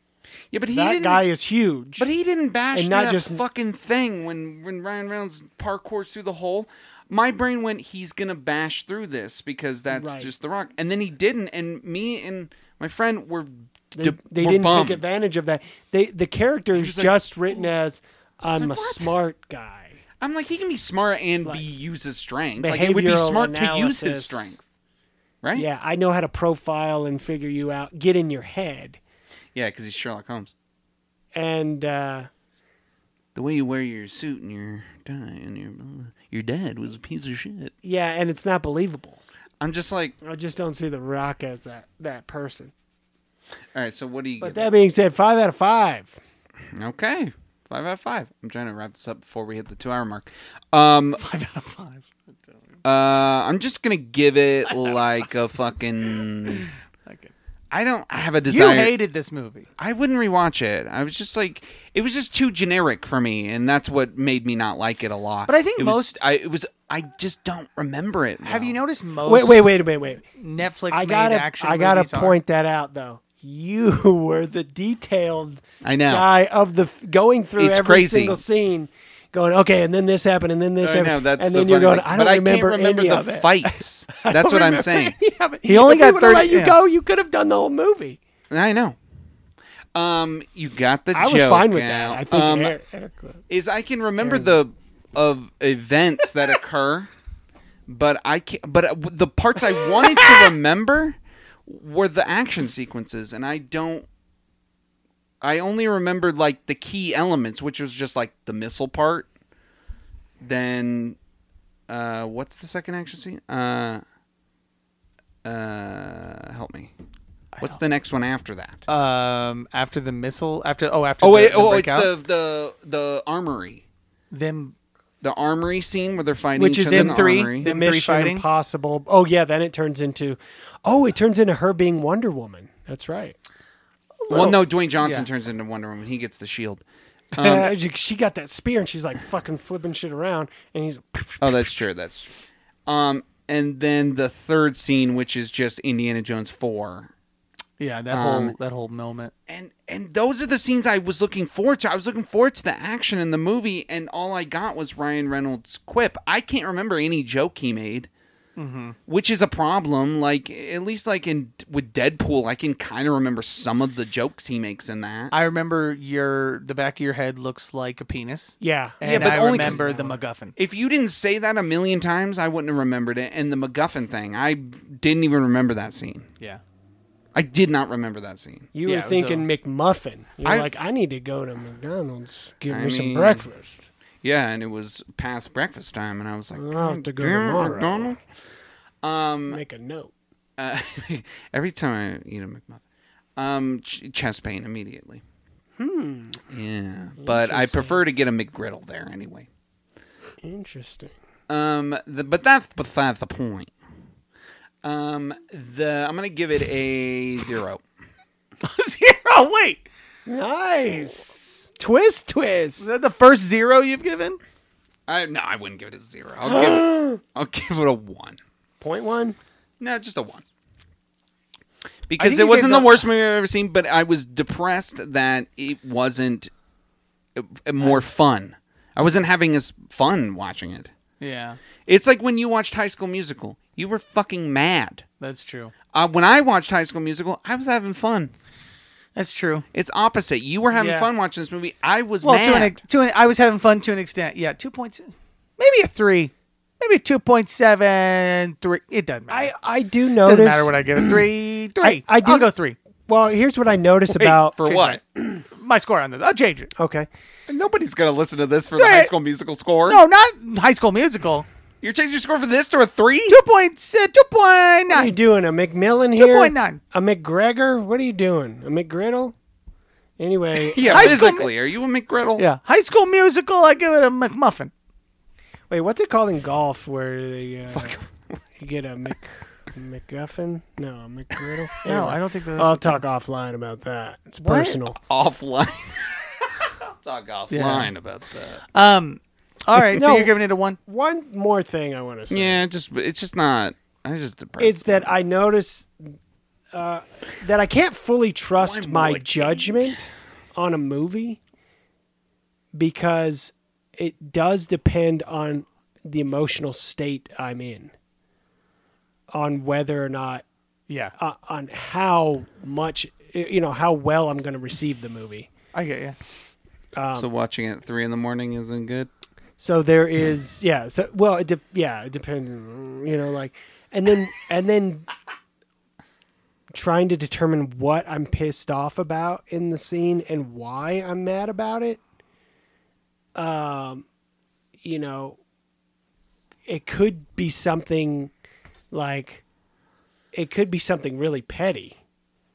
Speaker 3: Yeah, but he
Speaker 4: That
Speaker 3: didn't.
Speaker 4: guy is huge.
Speaker 3: But he didn't bash
Speaker 4: And
Speaker 3: and
Speaker 4: not
Speaker 3: that
Speaker 4: just-
Speaker 3: fucking thing when when Ryan Reynolds parkours through the hole. My brain went, he's gonna bash through this because that's
Speaker 4: Right.
Speaker 3: just the rock, and then he didn't. And me and my friend were
Speaker 4: they,
Speaker 3: de-
Speaker 4: they
Speaker 3: were
Speaker 4: didn't
Speaker 3: bummed.
Speaker 4: take advantage of that. They the character is
Speaker 3: He's like,
Speaker 4: just written as I'm
Speaker 3: Oh. like,
Speaker 4: a
Speaker 3: what?
Speaker 4: smart guy.
Speaker 3: I'm like, he can be smart and be use his strength. Like it would be
Speaker 4: Behavioral
Speaker 3: smart to use his
Speaker 4: analysis.
Speaker 3: strength, right?
Speaker 4: Yeah, I know how to profile and figure you out. Get in your head
Speaker 3: yeah, because he's Sherlock Holmes.
Speaker 4: and. uh
Speaker 3: The way you wear your suit and your tie and your your dad was a piece of shit.
Speaker 4: Yeah, and it's not believable.
Speaker 3: I'm just like,
Speaker 4: I just don't see The Rock as that that person.
Speaker 3: all right. So what do you?
Speaker 4: But
Speaker 3: give
Speaker 4: that being said, five out of five.
Speaker 3: it? okay, five out of five. I'm trying to wrap this up before we hit the two hour mark. Um,
Speaker 2: Five out of five.
Speaker 3: Uh, I'm just gonna give it like a fucking.
Speaker 2: Okay.
Speaker 3: I don't have a
Speaker 2: You
Speaker 3: desire.
Speaker 2: hated this movie.
Speaker 3: I wouldn't rewatch it. I was just like, it was just too generic for me, and that's what made me not like it a lot.
Speaker 2: But I think
Speaker 3: It was-
Speaker 2: most-
Speaker 3: I it was. I just don't remember it.
Speaker 2: Have
Speaker 3: well.
Speaker 2: you noticed most?
Speaker 4: Wait, wait, wait, wait, wait.
Speaker 2: Netflix
Speaker 4: I
Speaker 2: made
Speaker 4: gotta
Speaker 2: action.
Speaker 4: I gotta
Speaker 2: movies are-
Speaker 4: point that out though. You were the detailed
Speaker 3: I know.
Speaker 4: guy of the f- going through
Speaker 3: It's
Speaker 4: every
Speaker 3: crazy.
Speaker 4: single scene, going okay, and then this happened, and then this
Speaker 3: I
Speaker 4: happened,
Speaker 3: know that's
Speaker 4: and
Speaker 3: the
Speaker 4: then you're
Speaker 3: funny
Speaker 4: going.
Speaker 3: thing.
Speaker 4: I don't
Speaker 3: but
Speaker 4: remember,
Speaker 3: I can't remember
Speaker 4: any
Speaker 3: the
Speaker 4: of it.
Speaker 3: fights.
Speaker 4: I
Speaker 3: That's
Speaker 4: don't
Speaker 3: what I'm
Speaker 4: remember
Speaker 3: saying.
Speaker 4: any of it.
Speaker 2: He only
Speaker 4: If
Speaker 2: got
Speaker 4: we would've
Speaker 2: 30
Speaker 4: Let you
Speaker 2: yeah.
Speaker 4: go. You could have done the whole movie.
Speaker 3: I know. Um, you got the.
Speaker 4: I was
Speaker 3: joke
Speaker 4: fine with
Speaker 3: now.
Speaker 4: that. I think
Speaker 3: Um,
Speaker 4: Eric, Eric was.
Speaker 3: is I can remember the of events that occur, but I can't. But uh, the parts I wanted to remember were the action sequences, and I don't. I only remembered like the key elements, which was just like the missile part. Then, uh, what's the second action scene? Uh, uh, help me. What's the next one after that?
Speaker 2: Um, after the missile, after oh, after
Speaker 3: oh
Speaker 2: the,
Speaker 3: wait,
Speaker 2: the
Speaker 3: oh it's
Speaker 2: breakout,
Speaker 3: the the the armory,
Speaker 2: them
Speaker 3: the armory scene where they're fighting,
Speaker 2: Which is
Speaker 3: each other in the
Speaker 2: M3.
Speaker 3: armory.
Speaker 2: Them three
Speaker 4: Mission
Speaker 2: fighting?
Speaker 4: Impossible. Oh yeah, then it turns into, oh, it turns into her being Wonder Woman. That's right.
Speaker 3: Well, no, Dwayne Johnson
Speaker 2: yeah.
Speaker 3: turns into Wonder Woman. He gets the shield.
Speaker 2: Um,
Speaker 4: she she got that spear and she's like fucking flipping shit around, and he's
Speaker 3: Oh, that's true. That's true. Um, and then the third scene, which is just Indiana Jones four,
Speaker 2: yeah that whole that whole moment.
Speaker 3: and and those are the scenes I was looking forward to. I was looking forward to the action in the movie, and all I got was Ryan Reynolds' quip. I can't remember any joke he made,
Speaker 2: Mm-hmm.
Speaker 3: which is a problem. Like at least like in with Deadpool, I can kind of remember some of the jokes he makes in that.
Speaker 2: I remember your the back of your head looks like a penis.
Speaker 4: yeah.
Speaker 2: and
Speaker 3: but
Speaker 2: I
Speaker 3: only 'cause-
Speaker 2: remember the MacGuffin.
Speaker 3: if you didn't say that a million times, I wouldn't have remembered it. And the MacGuffin thing, I didn't even remember that scene.
Speaker 2: Yeah,
Speaker 3: I did not remember that scene.
Speaker 4: You
Speaker 2: Yeah,
Speaker 4: were
Speaker 2: it was
Speaker 4: thinking McMuffin. You're
Speaker 3: I-
Speaker 4: like, I need to go to McDonald's, get
Speaker 3: I
Speaker 4: me some
Speaker 3: mean-
Speaker 4: breakfast.
Speaker 3: Yeah, and it was past breakfast time, and I was like,
Speaker 4: I'll have to go
Speaker 3: "God damn it,
Speaker 4: tomorrow."
Speaker 3: McDonald's."
Speaker 4: Make a note.
Speaker 3: Uh, every time I eat a McMuffin, um, ch- chest pain immediately. Hmm. Yeah, but I prefer to get a McGriddle there anyway.
Speaker 4: Interesting.
Speaker 3: Um, the, but that's but that's the point. Um, the I'm gonna give it a zero.
Speaker 2: zero. Wait,
Speaker 4: Nice twist,
Speaker 2: is
Speaker 4: twist.
Speaker 2: that the first zero you've given?
Speaker 3: I no, I wouldn't give it a zero. I'll give it. I'll give it a one.
Speaker 4: Point one.
Speaker 3: No, just a one.
Speaker 2: you
Speaker 3: Because
Speaker 2: gave
Speaker 3: it wasn't the
Speaker 2: the-
Speaker 3: worst movie I've ever seen, but I was depressed that it wasn't uh, uh, more fun. I wasn't having as fun watching it.
Speaker 2: Yeah,
Speaker 3: It's like when you watched High School Musical. You were fucking mad.
Speaker 2: that's true.
Speaker 3: Uh, when I watched High School Musical, I was having fun.
Speaker 2: That's true.
Speaker 3: It's opposite. You were having
Speaker 2: Yeah.
Speaker 3: fun watching this movie. I was
Speaker 2: Well, to an,
Speaker 3: mad.
Speaker 2: ex- to an, I was having fun to an extent. Yeah, two points, maybe a three, maybe a two point seven three. It doesn't matter.
Speaker 4: I I do
Speaker 2: doesn't
Speaker 4: notice.
Speaker 2: matter what I give it. Three, three.
Speaker 4: I do-
Speaker 2: will go three.
Speaker 4: Well, here's what I notice
Speaker 3: Wait,
Speaker 4: about
Speaker 3: for what?
Speaker 2: My score on this. I'll change it.
Speaker 4: Okay.
Speaker 3: Nobody's gonna listen to this for the
Speaker 2: Yeah.
Speaker 3: High School Musical score.
Speaker 2: No, not High School Musical.
Speaker 3: You're changing your score for this to a three.
Speaker 2: Two points. Uh, two point
Speaker 4: What are you
Speaker 2: nine.
Speaker 4: doing? A McMillan here?
Speaker 2: 2.9.
Speaker 4: A McGregor? What are you doing? A McGriddle? Anyway,
Speaker 3: Yeah,
Speaker 2: High School
Speaker 3: physically. Are you a McGriddle?
Speaker 2: Yeah, High School Musical. I give it a McMuffin.
Speaker 4: wait, what's it called in golf where they uh, you get a Mc McGuffin? No, a McGriddle.
Speaker 2: No, I don't think that-
Speaker 4: I'll talk offline about that. It's
Speaker 2: What?
Speaker 4: personal.
Speaker 3: offline. I'll talk offline about that.
Speaker 2: Um, all right. So
Speaker 4: No.
Speaker 2: you're giving it a one.
Speaker 4: One more thing I want to say.
Speaker 3: Yeah, just it's just not. I was just depressed.
Speaker 4: is that I notice uh, that I can't fully trust
Speaker 3: One
Speaker 4: my
Speaker 3: more
Speaker 4: judgment on a movie because it does depend on the emotional state I'm in, on whether or not,
Speaker 2: Yeah,
Speaker 4: uh, on how much, you know, how well I'm going to receive the movie.
Speaker 2: I get you.
Speaker 3: so
Speaker 2: um,
Speaker 3: watching it at three in the morning isn't good.
Speaker 4: So there is, yeah. So well, it de- yeah, it depends. You know, like, and then and then trying to determine what I'm pissed off about in the scene and why I'm mad about it. Um, you know, it could be something like it could be something really petty.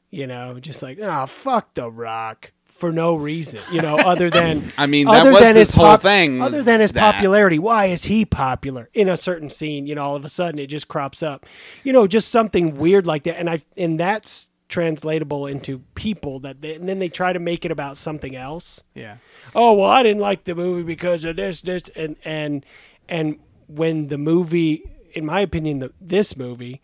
Speaker 4: You know, just like ah, fuck the rock for no reason. You know, other than
Speaker 3: I mean, that
Speaker 4: other
Speaker 3: was
Speaker 4: than
Speaker 3: this
Speaker 4: his
Speaker 3: whole thing
Speaker 4: Other
Speaker 3: was
Speaker 4: than his
Speaker 3: that.
Speaker 4: popularity, why is he popular in a certain scene? You know, all of a sudden it just crops up. You know, just something weird like that, and I and that's translatable into people that they, and then they try to make it about something else.
Speaker 2: Yeah.
Speaker 4: Oh well, I didn't like the movie because of this, this, and and and when the movie, in my opinion, the, this movie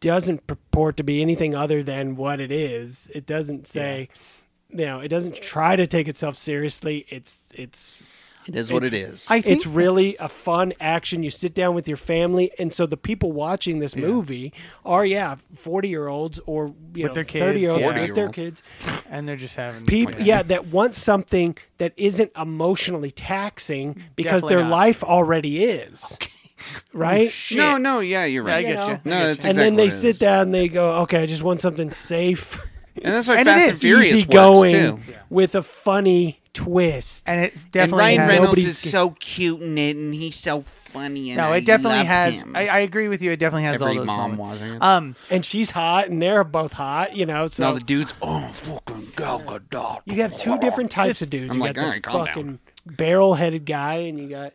Speaker 4: doesn't purport to be anything other than what it is. It doesn't say, you know, it doesn't try to take itself seriously. It's it's
Speaker 3: It is what it is.
Speaker 2: I think
Speaker 4: it's really a fun action. You sit down with your family, and so the people watching this movie are yeah, forty year olds or you know
Speaker 2: their kids,
Speaker 4: thirty year olds
Speaker 2: yeah.
Speaker 4: with their
Speaker 3: 40-year-olds.
Speaker 4: kids.
Speaker 2: and they're just having
Speaker 4: People, yeah, that want something that isn't emotionally taxing because
Speaker 2: Definitely
Speaker 4: their
Speaker 2: not.
Speaker 4: life already is. right?
Speaker 3: No, no, yeah, you're
Speaker 2: I
Speaker 3: right.
Speaker 2: get
Speaker 4: know.
Speaker 2: you.
Speaker 3: No, that's exactly
Speaker 4: and then
Speaker 3: what
Speaker 4: they
Speaker 3: it
Speaker 4: sit
Speaker 3: is.
Speaker 4: down and they go, okay, I just want something safe,
Speaker 3: And that's why
Speaker 2: And it
Speaker 3: Fast
Speaker 2: is
Speaker 3: and Furious
Speaker 4: easy
Speaker 3: works
Speaker 4: going
Speaker 3: too.
Speaker 4: with a funny twist.
Speaker 2: and it
Speaker 3: And
Speaker 2: definitely
Speaker 3: Ryan
Speaker 2: has,
Speaker 3: Reynolds
Speaker 4: Nobody's
Speaker 3: is
Speaker 4: g-
Speaker 3: so cute in it, and he's so funny. And
Speaker 2: No,
Speaker 3: I
Speaker 2: it definitely
Speaker 3: love
Speaker 2: has.
Speaker 3: him.
Speaker 2: I, I agree with you. It definitely has
Speaker 3: Every
Speaker 2: all those
Speaker 3: mom
Speaker 2: moments.
Speaker 3: was. I guess.
Speaker 2: Um,
Speaker 4: and she's hot and they're both hot, you know. So
Speaker 3: no, the dude's.
Speaker 5: Oh, fucking Gal Gadot.
Speaker 4: you have two different types of dudes.
Speaker 3: I'm
Speaker 4: you
Speaker 3: like,
Speaker 4: got
Speaker 3: all
Speaker 4: the
Speaker 3: right, calm down.
Speaker 4: fucking barrel-headed guy, and you got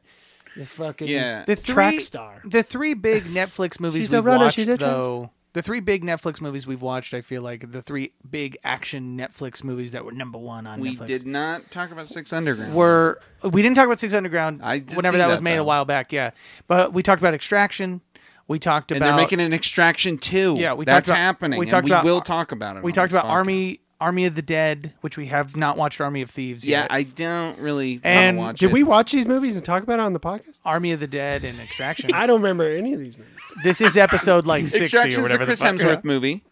Speaker 4: the fucking
Speaker 3: Yeah.
Speaker 2: the three,
Speaker 4: track star.
Speaker 2: The three big Netflix movies
Speaker 4: She's a
Speaker 2: we've
Speaker 4: runner,
Speaker 2: watched,
Speaker 4: she's a track-
Speaker 2: though. The three big Netflix movies we've watched, I feel like the three big action Netflix movies that were number one on
Speaker 3: We
Speaker 2: Netflix
Speaker 3: did not talk about Six Underground.
Speaker 2: were we didn't talk about Six Underground
Speaker 3: I did
Speaker 2: whenever
Speaker 3: see
Speaker 2: that
Speaker 3: that,
Speaker 2: was made a
Speaker 3: though.
Speaker 2: while back, yeah. But we talked about Extraction. We talked
Speaker 3: and
Speaker 2: about
Speaker 3: they're making an extraction too.
Speaker 2: Yeah, we
Speaker 3: that's
Speaker 2: talked about-
Speaker 3: happening.
Speaker 2: we
Speaker 3: and
Speaker 2: talked
Speaker 3: we
Speaker 2: about-
Speaker 3: will talk about it.
Speaker 2: we
Speaker 3: on
Speaker 2: talked
Speaker 3: this
Speaker 2: about
Speaker 3: podcast.
Speaker 2: Army Army of the Dead, which we have not watched Army of Thieves
Speaker 3: Yeah,
Speaker 2: yet.
Speaker 3: I don't really. wanna
Speaker 2: And
Speaker 3: watch
Speaker 4: Did
Speaker 3: it.
Speaker 4: we watch these movies and talk about it on the podcast?
Speaker 2: Army of the Dead and Extraction.
Speaker 4: I don't remember any of these movies.
Speaker 2: this is episode like sixty
Speaker 3: Extraction
Speaker 2: or
Speaker 3: is a
Speaker 2: whatever.
Speaker 3: Chris
Speaker 2: the fuck.
Speaker 3: Hemsworth movie.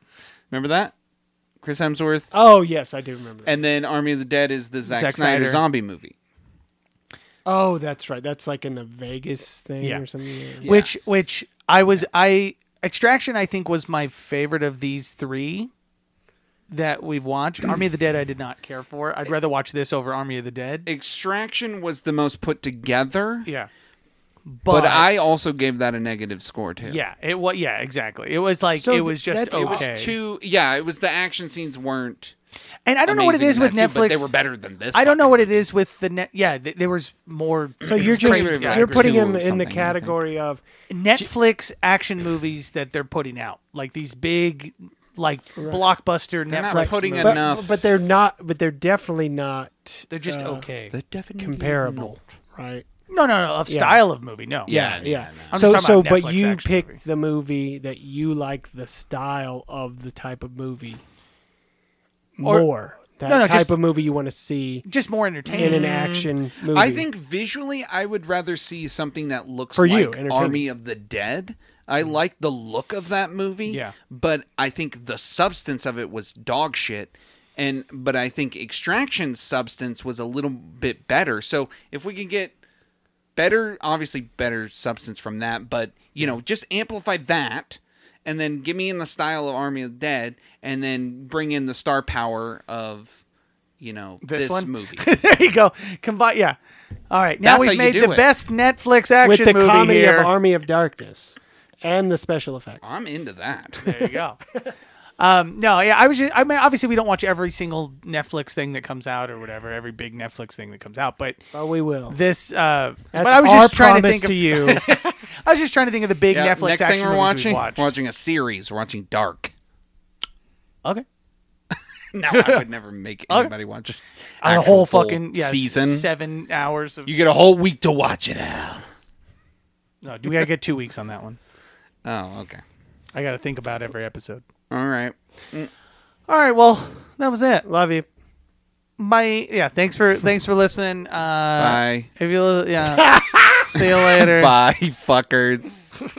Speaker 3: Remember that? Chris Hemsworth.
Speaker 4: Oh yes, I do remember. that.
Speaker 3: And then Army of the Dead is the Zack,
Speaker 2: Zack
Speaker 3: Snyder,
Speaker 2: Snyder.
Speaker 3: zombie movie.
Speaker 4: Oh, that's right. That's like in the Vegas thing
Speaker 2: Yeah.
Speaker 4: or something. Yeah.
Speaker 2: Which which I was I Extraction I think was my favorite of these three that we've watched. Army of the Dead I did not care for. I'd rather watch this over Army of the Dead.
Speaker 3: Extraction was the most put together,
Speaker 2: yeah.
Speaker 3: but I also gave that a negative score too.
Speaker 2: Yeah, it was. Yeah, exactly. It was like
Speaker 4: So
Speaker 2: it
Speaker 4: th-
Speaker 2: was just
Speaker 4: that's- it
Speaker 2: okay.
Speaker 3: it was too. Yeah, it was the action scenes weren't.
Speaker 2: and I don't know what it is with Netflix.
Speaker 3: but they were better than this.
Speaker 2: I don't know
Speaker 3: fucking
Speaker 2: what it is with the net. Yeah, th- there was more.
Speaker 4: So you're just
Speaker 2: crazy. Yeah, I
Speaker 4: you're
Speaker 2: agree.
Speaker 4: putting
Speaker 3: Two
Speaker 4: him
Speaker 3: or
Speaker 4: in
Speaker 3: something, I
Speaker 4: the
Speaker 3: think.
Speaker 4: category of
Speaker 2: Netflix action movies that they're putting out, like these big, like blockbuster
Speaker 3: They're not
Speaker 2: Netflix.
Speaker 3: putting
Speaker 2: movies.
Speaker 4: but,
Speaker 3: Enough.
Speaker 4: but they're not. But they're definitely not.
Speaker 2: They're just
Speaker 4: uh,
Speaker 2: okay.
Speaker 3: movie. The definitely
Speaker 4: comparable, right?
Speaker 2: No, no, no. Of style of movie, no.
Speaker 3: Yeah, yeah.
Speaker 4: yeah.
Speaker 2: I'm
Speaker 4: so
Speaker 2: just
Speaker 4: so
Speaker 2: talking about
Speaker 4: but
Speaker 2: Netflix
Speaker 4: you
Speaker 2: action
Speaker 4: pick
Speaker 2: movie.
Speaker 4: the movie that you like the style of the type of movie
Speaker 2: Or-
Speaker 4: more. That
Speaker 2: No, no,
Speaker 4: type
Speaker 2: just- Mm.
Speaker 4: of movie you want to see
Speaker 2: Just more
Speaker 4: in
Speaker 2: entertaining.
Speaker 4: an action movie.
Speaker 3: I think visually, I would rather see something that looks
Speaker 4: For you,
Speaker 3: like
Speaker 4: entertaining. Mm.
Speaker 3: Army of the Dead. I like the look of that movie,
Speaker 2: Yeah.
Speaker 3: but I think the substance of it was dog shit. And but I think Extraction's substance was a little bit better. So if we can get better, obviously better substance from that, but you know, just amplify that. And then give me in the style of Army of the Dead, and then bring in the star power of, you know,
Speaker 2: This
Speaker 3: this,
Speaker 2: one?
Speaker 3: movie.
Speaker 2: there you go. Combine. Yeah. All right. Now
Speaker 3: That's
Speaker 2: we've
Speaker 3: how you
Speaker 2: made
Speaker 3: do
Speaker 2: the
Speaker 3: it.
Speaker 2: best Netflix action
Speaker 4: with the
Speaker 2: movie
Speaker 4: comedy
Speaker 2: here.
Speaker 4: of Army of Darkness and the special effects.
Speaker 3: I'm into that.
Speaker 2: There you go. Um, no, yeah, I was just, I mean, obviously we don't watch every single Netflix thing that comes out or whatever, every big Netflix thing that comes out, but
Speaker 4: Oh, we will.
Speaker 2: this, uh,
Speaker 4: That's
Speaker 2: but I was
Speaker 4: our
Speaker 2: just trying to
Speaker 4: promise
Speaker 2: think
Speaker 4: to,
Speaker 2: of,
Speaker 4: you.
Speaker 2: I was just trying to think of the big
Speaker 3: Yeah,
Speaker 2: Netflix
Speaker 3: next
Speaker 2: action
Speaker 3: thing we're
Speaker 2: movies
Speaker 3: watching,
Speaker 2: we've watched.
Speaker 3: we're watching a series. We're watching Dark.
Speaker 2: Okay.
Speaker 3: No, I would never make anybody watch it.
Speaker 2: A
Speaker 3: Actual
Speaker 2: whole
Speaker 3: full
Speaker 2: fucking yeah,
Speaker 3: season.
Speaker 2: seven hours of,
Speaker 3: You get a whole week to watch it, Al.
Speaker 2: no, do we gotta get two weeks on that one?
Speaker 3: Oh, okay.
Speaker 2: I gotta think about every episode.
Speaker 3: All right.
Speaker 2: All right. Well, that was it.
Speaker 4: Love you.
Speaker 2: Bye. Yeah. Thanks for, thanks for listening. Uh,
Speaker 3: Bye.
Speaker 2: If you, yeah. See you later.
Speaker 3: Bye, fuckers.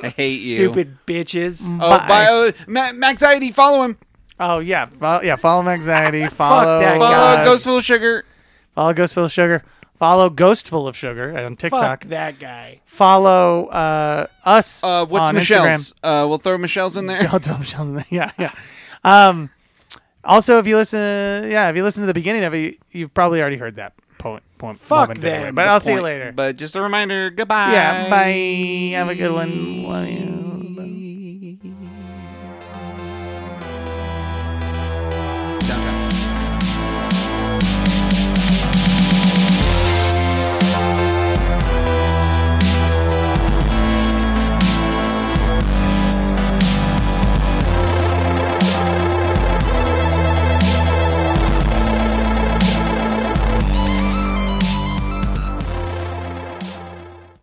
Speaker 3: I hate you.
Speaker 4: Stupid bitches.
Speaker 3: Oh, bye. Oh, Ma- Maxiety, follow him.
Speaker 2: Oh yeah, Fol- yeah. Follow Anxiety. Follow
Speaker 4: that
Speaker 3: Follow
Speaker 4: Guys.
Speaker 3: Ghost Full of Sugar.
Speaker 2: Follow Ghostful of Sugar. Follow Ghostful of Sugar on TikTok.
Speaker 4: Fuck that guy.
Speaker 2: Follow uh, us.
Speaker 3: Uh, what's
Speaker 2: on
Speaker 3: Michelle's? Uh, we'll throw Michelle's in there.
Speaker 2: Instagram. I'll throw Michelle's in there. Yeah, yeah. Um, also, if you listen, yeah, if you listen to the beginning of it, you've probably already heard that point. point
Speaker 4: Fuck
Speaker 2: moment anyway.
Speaker 4: them.
Speaker 2: But
Speaker 4: Good
Speaker 2: I'll see you later.
Speaker 3: But just a reminder. Goodbye.
Speaker 2: yeah, bye. Have a good one. Love you.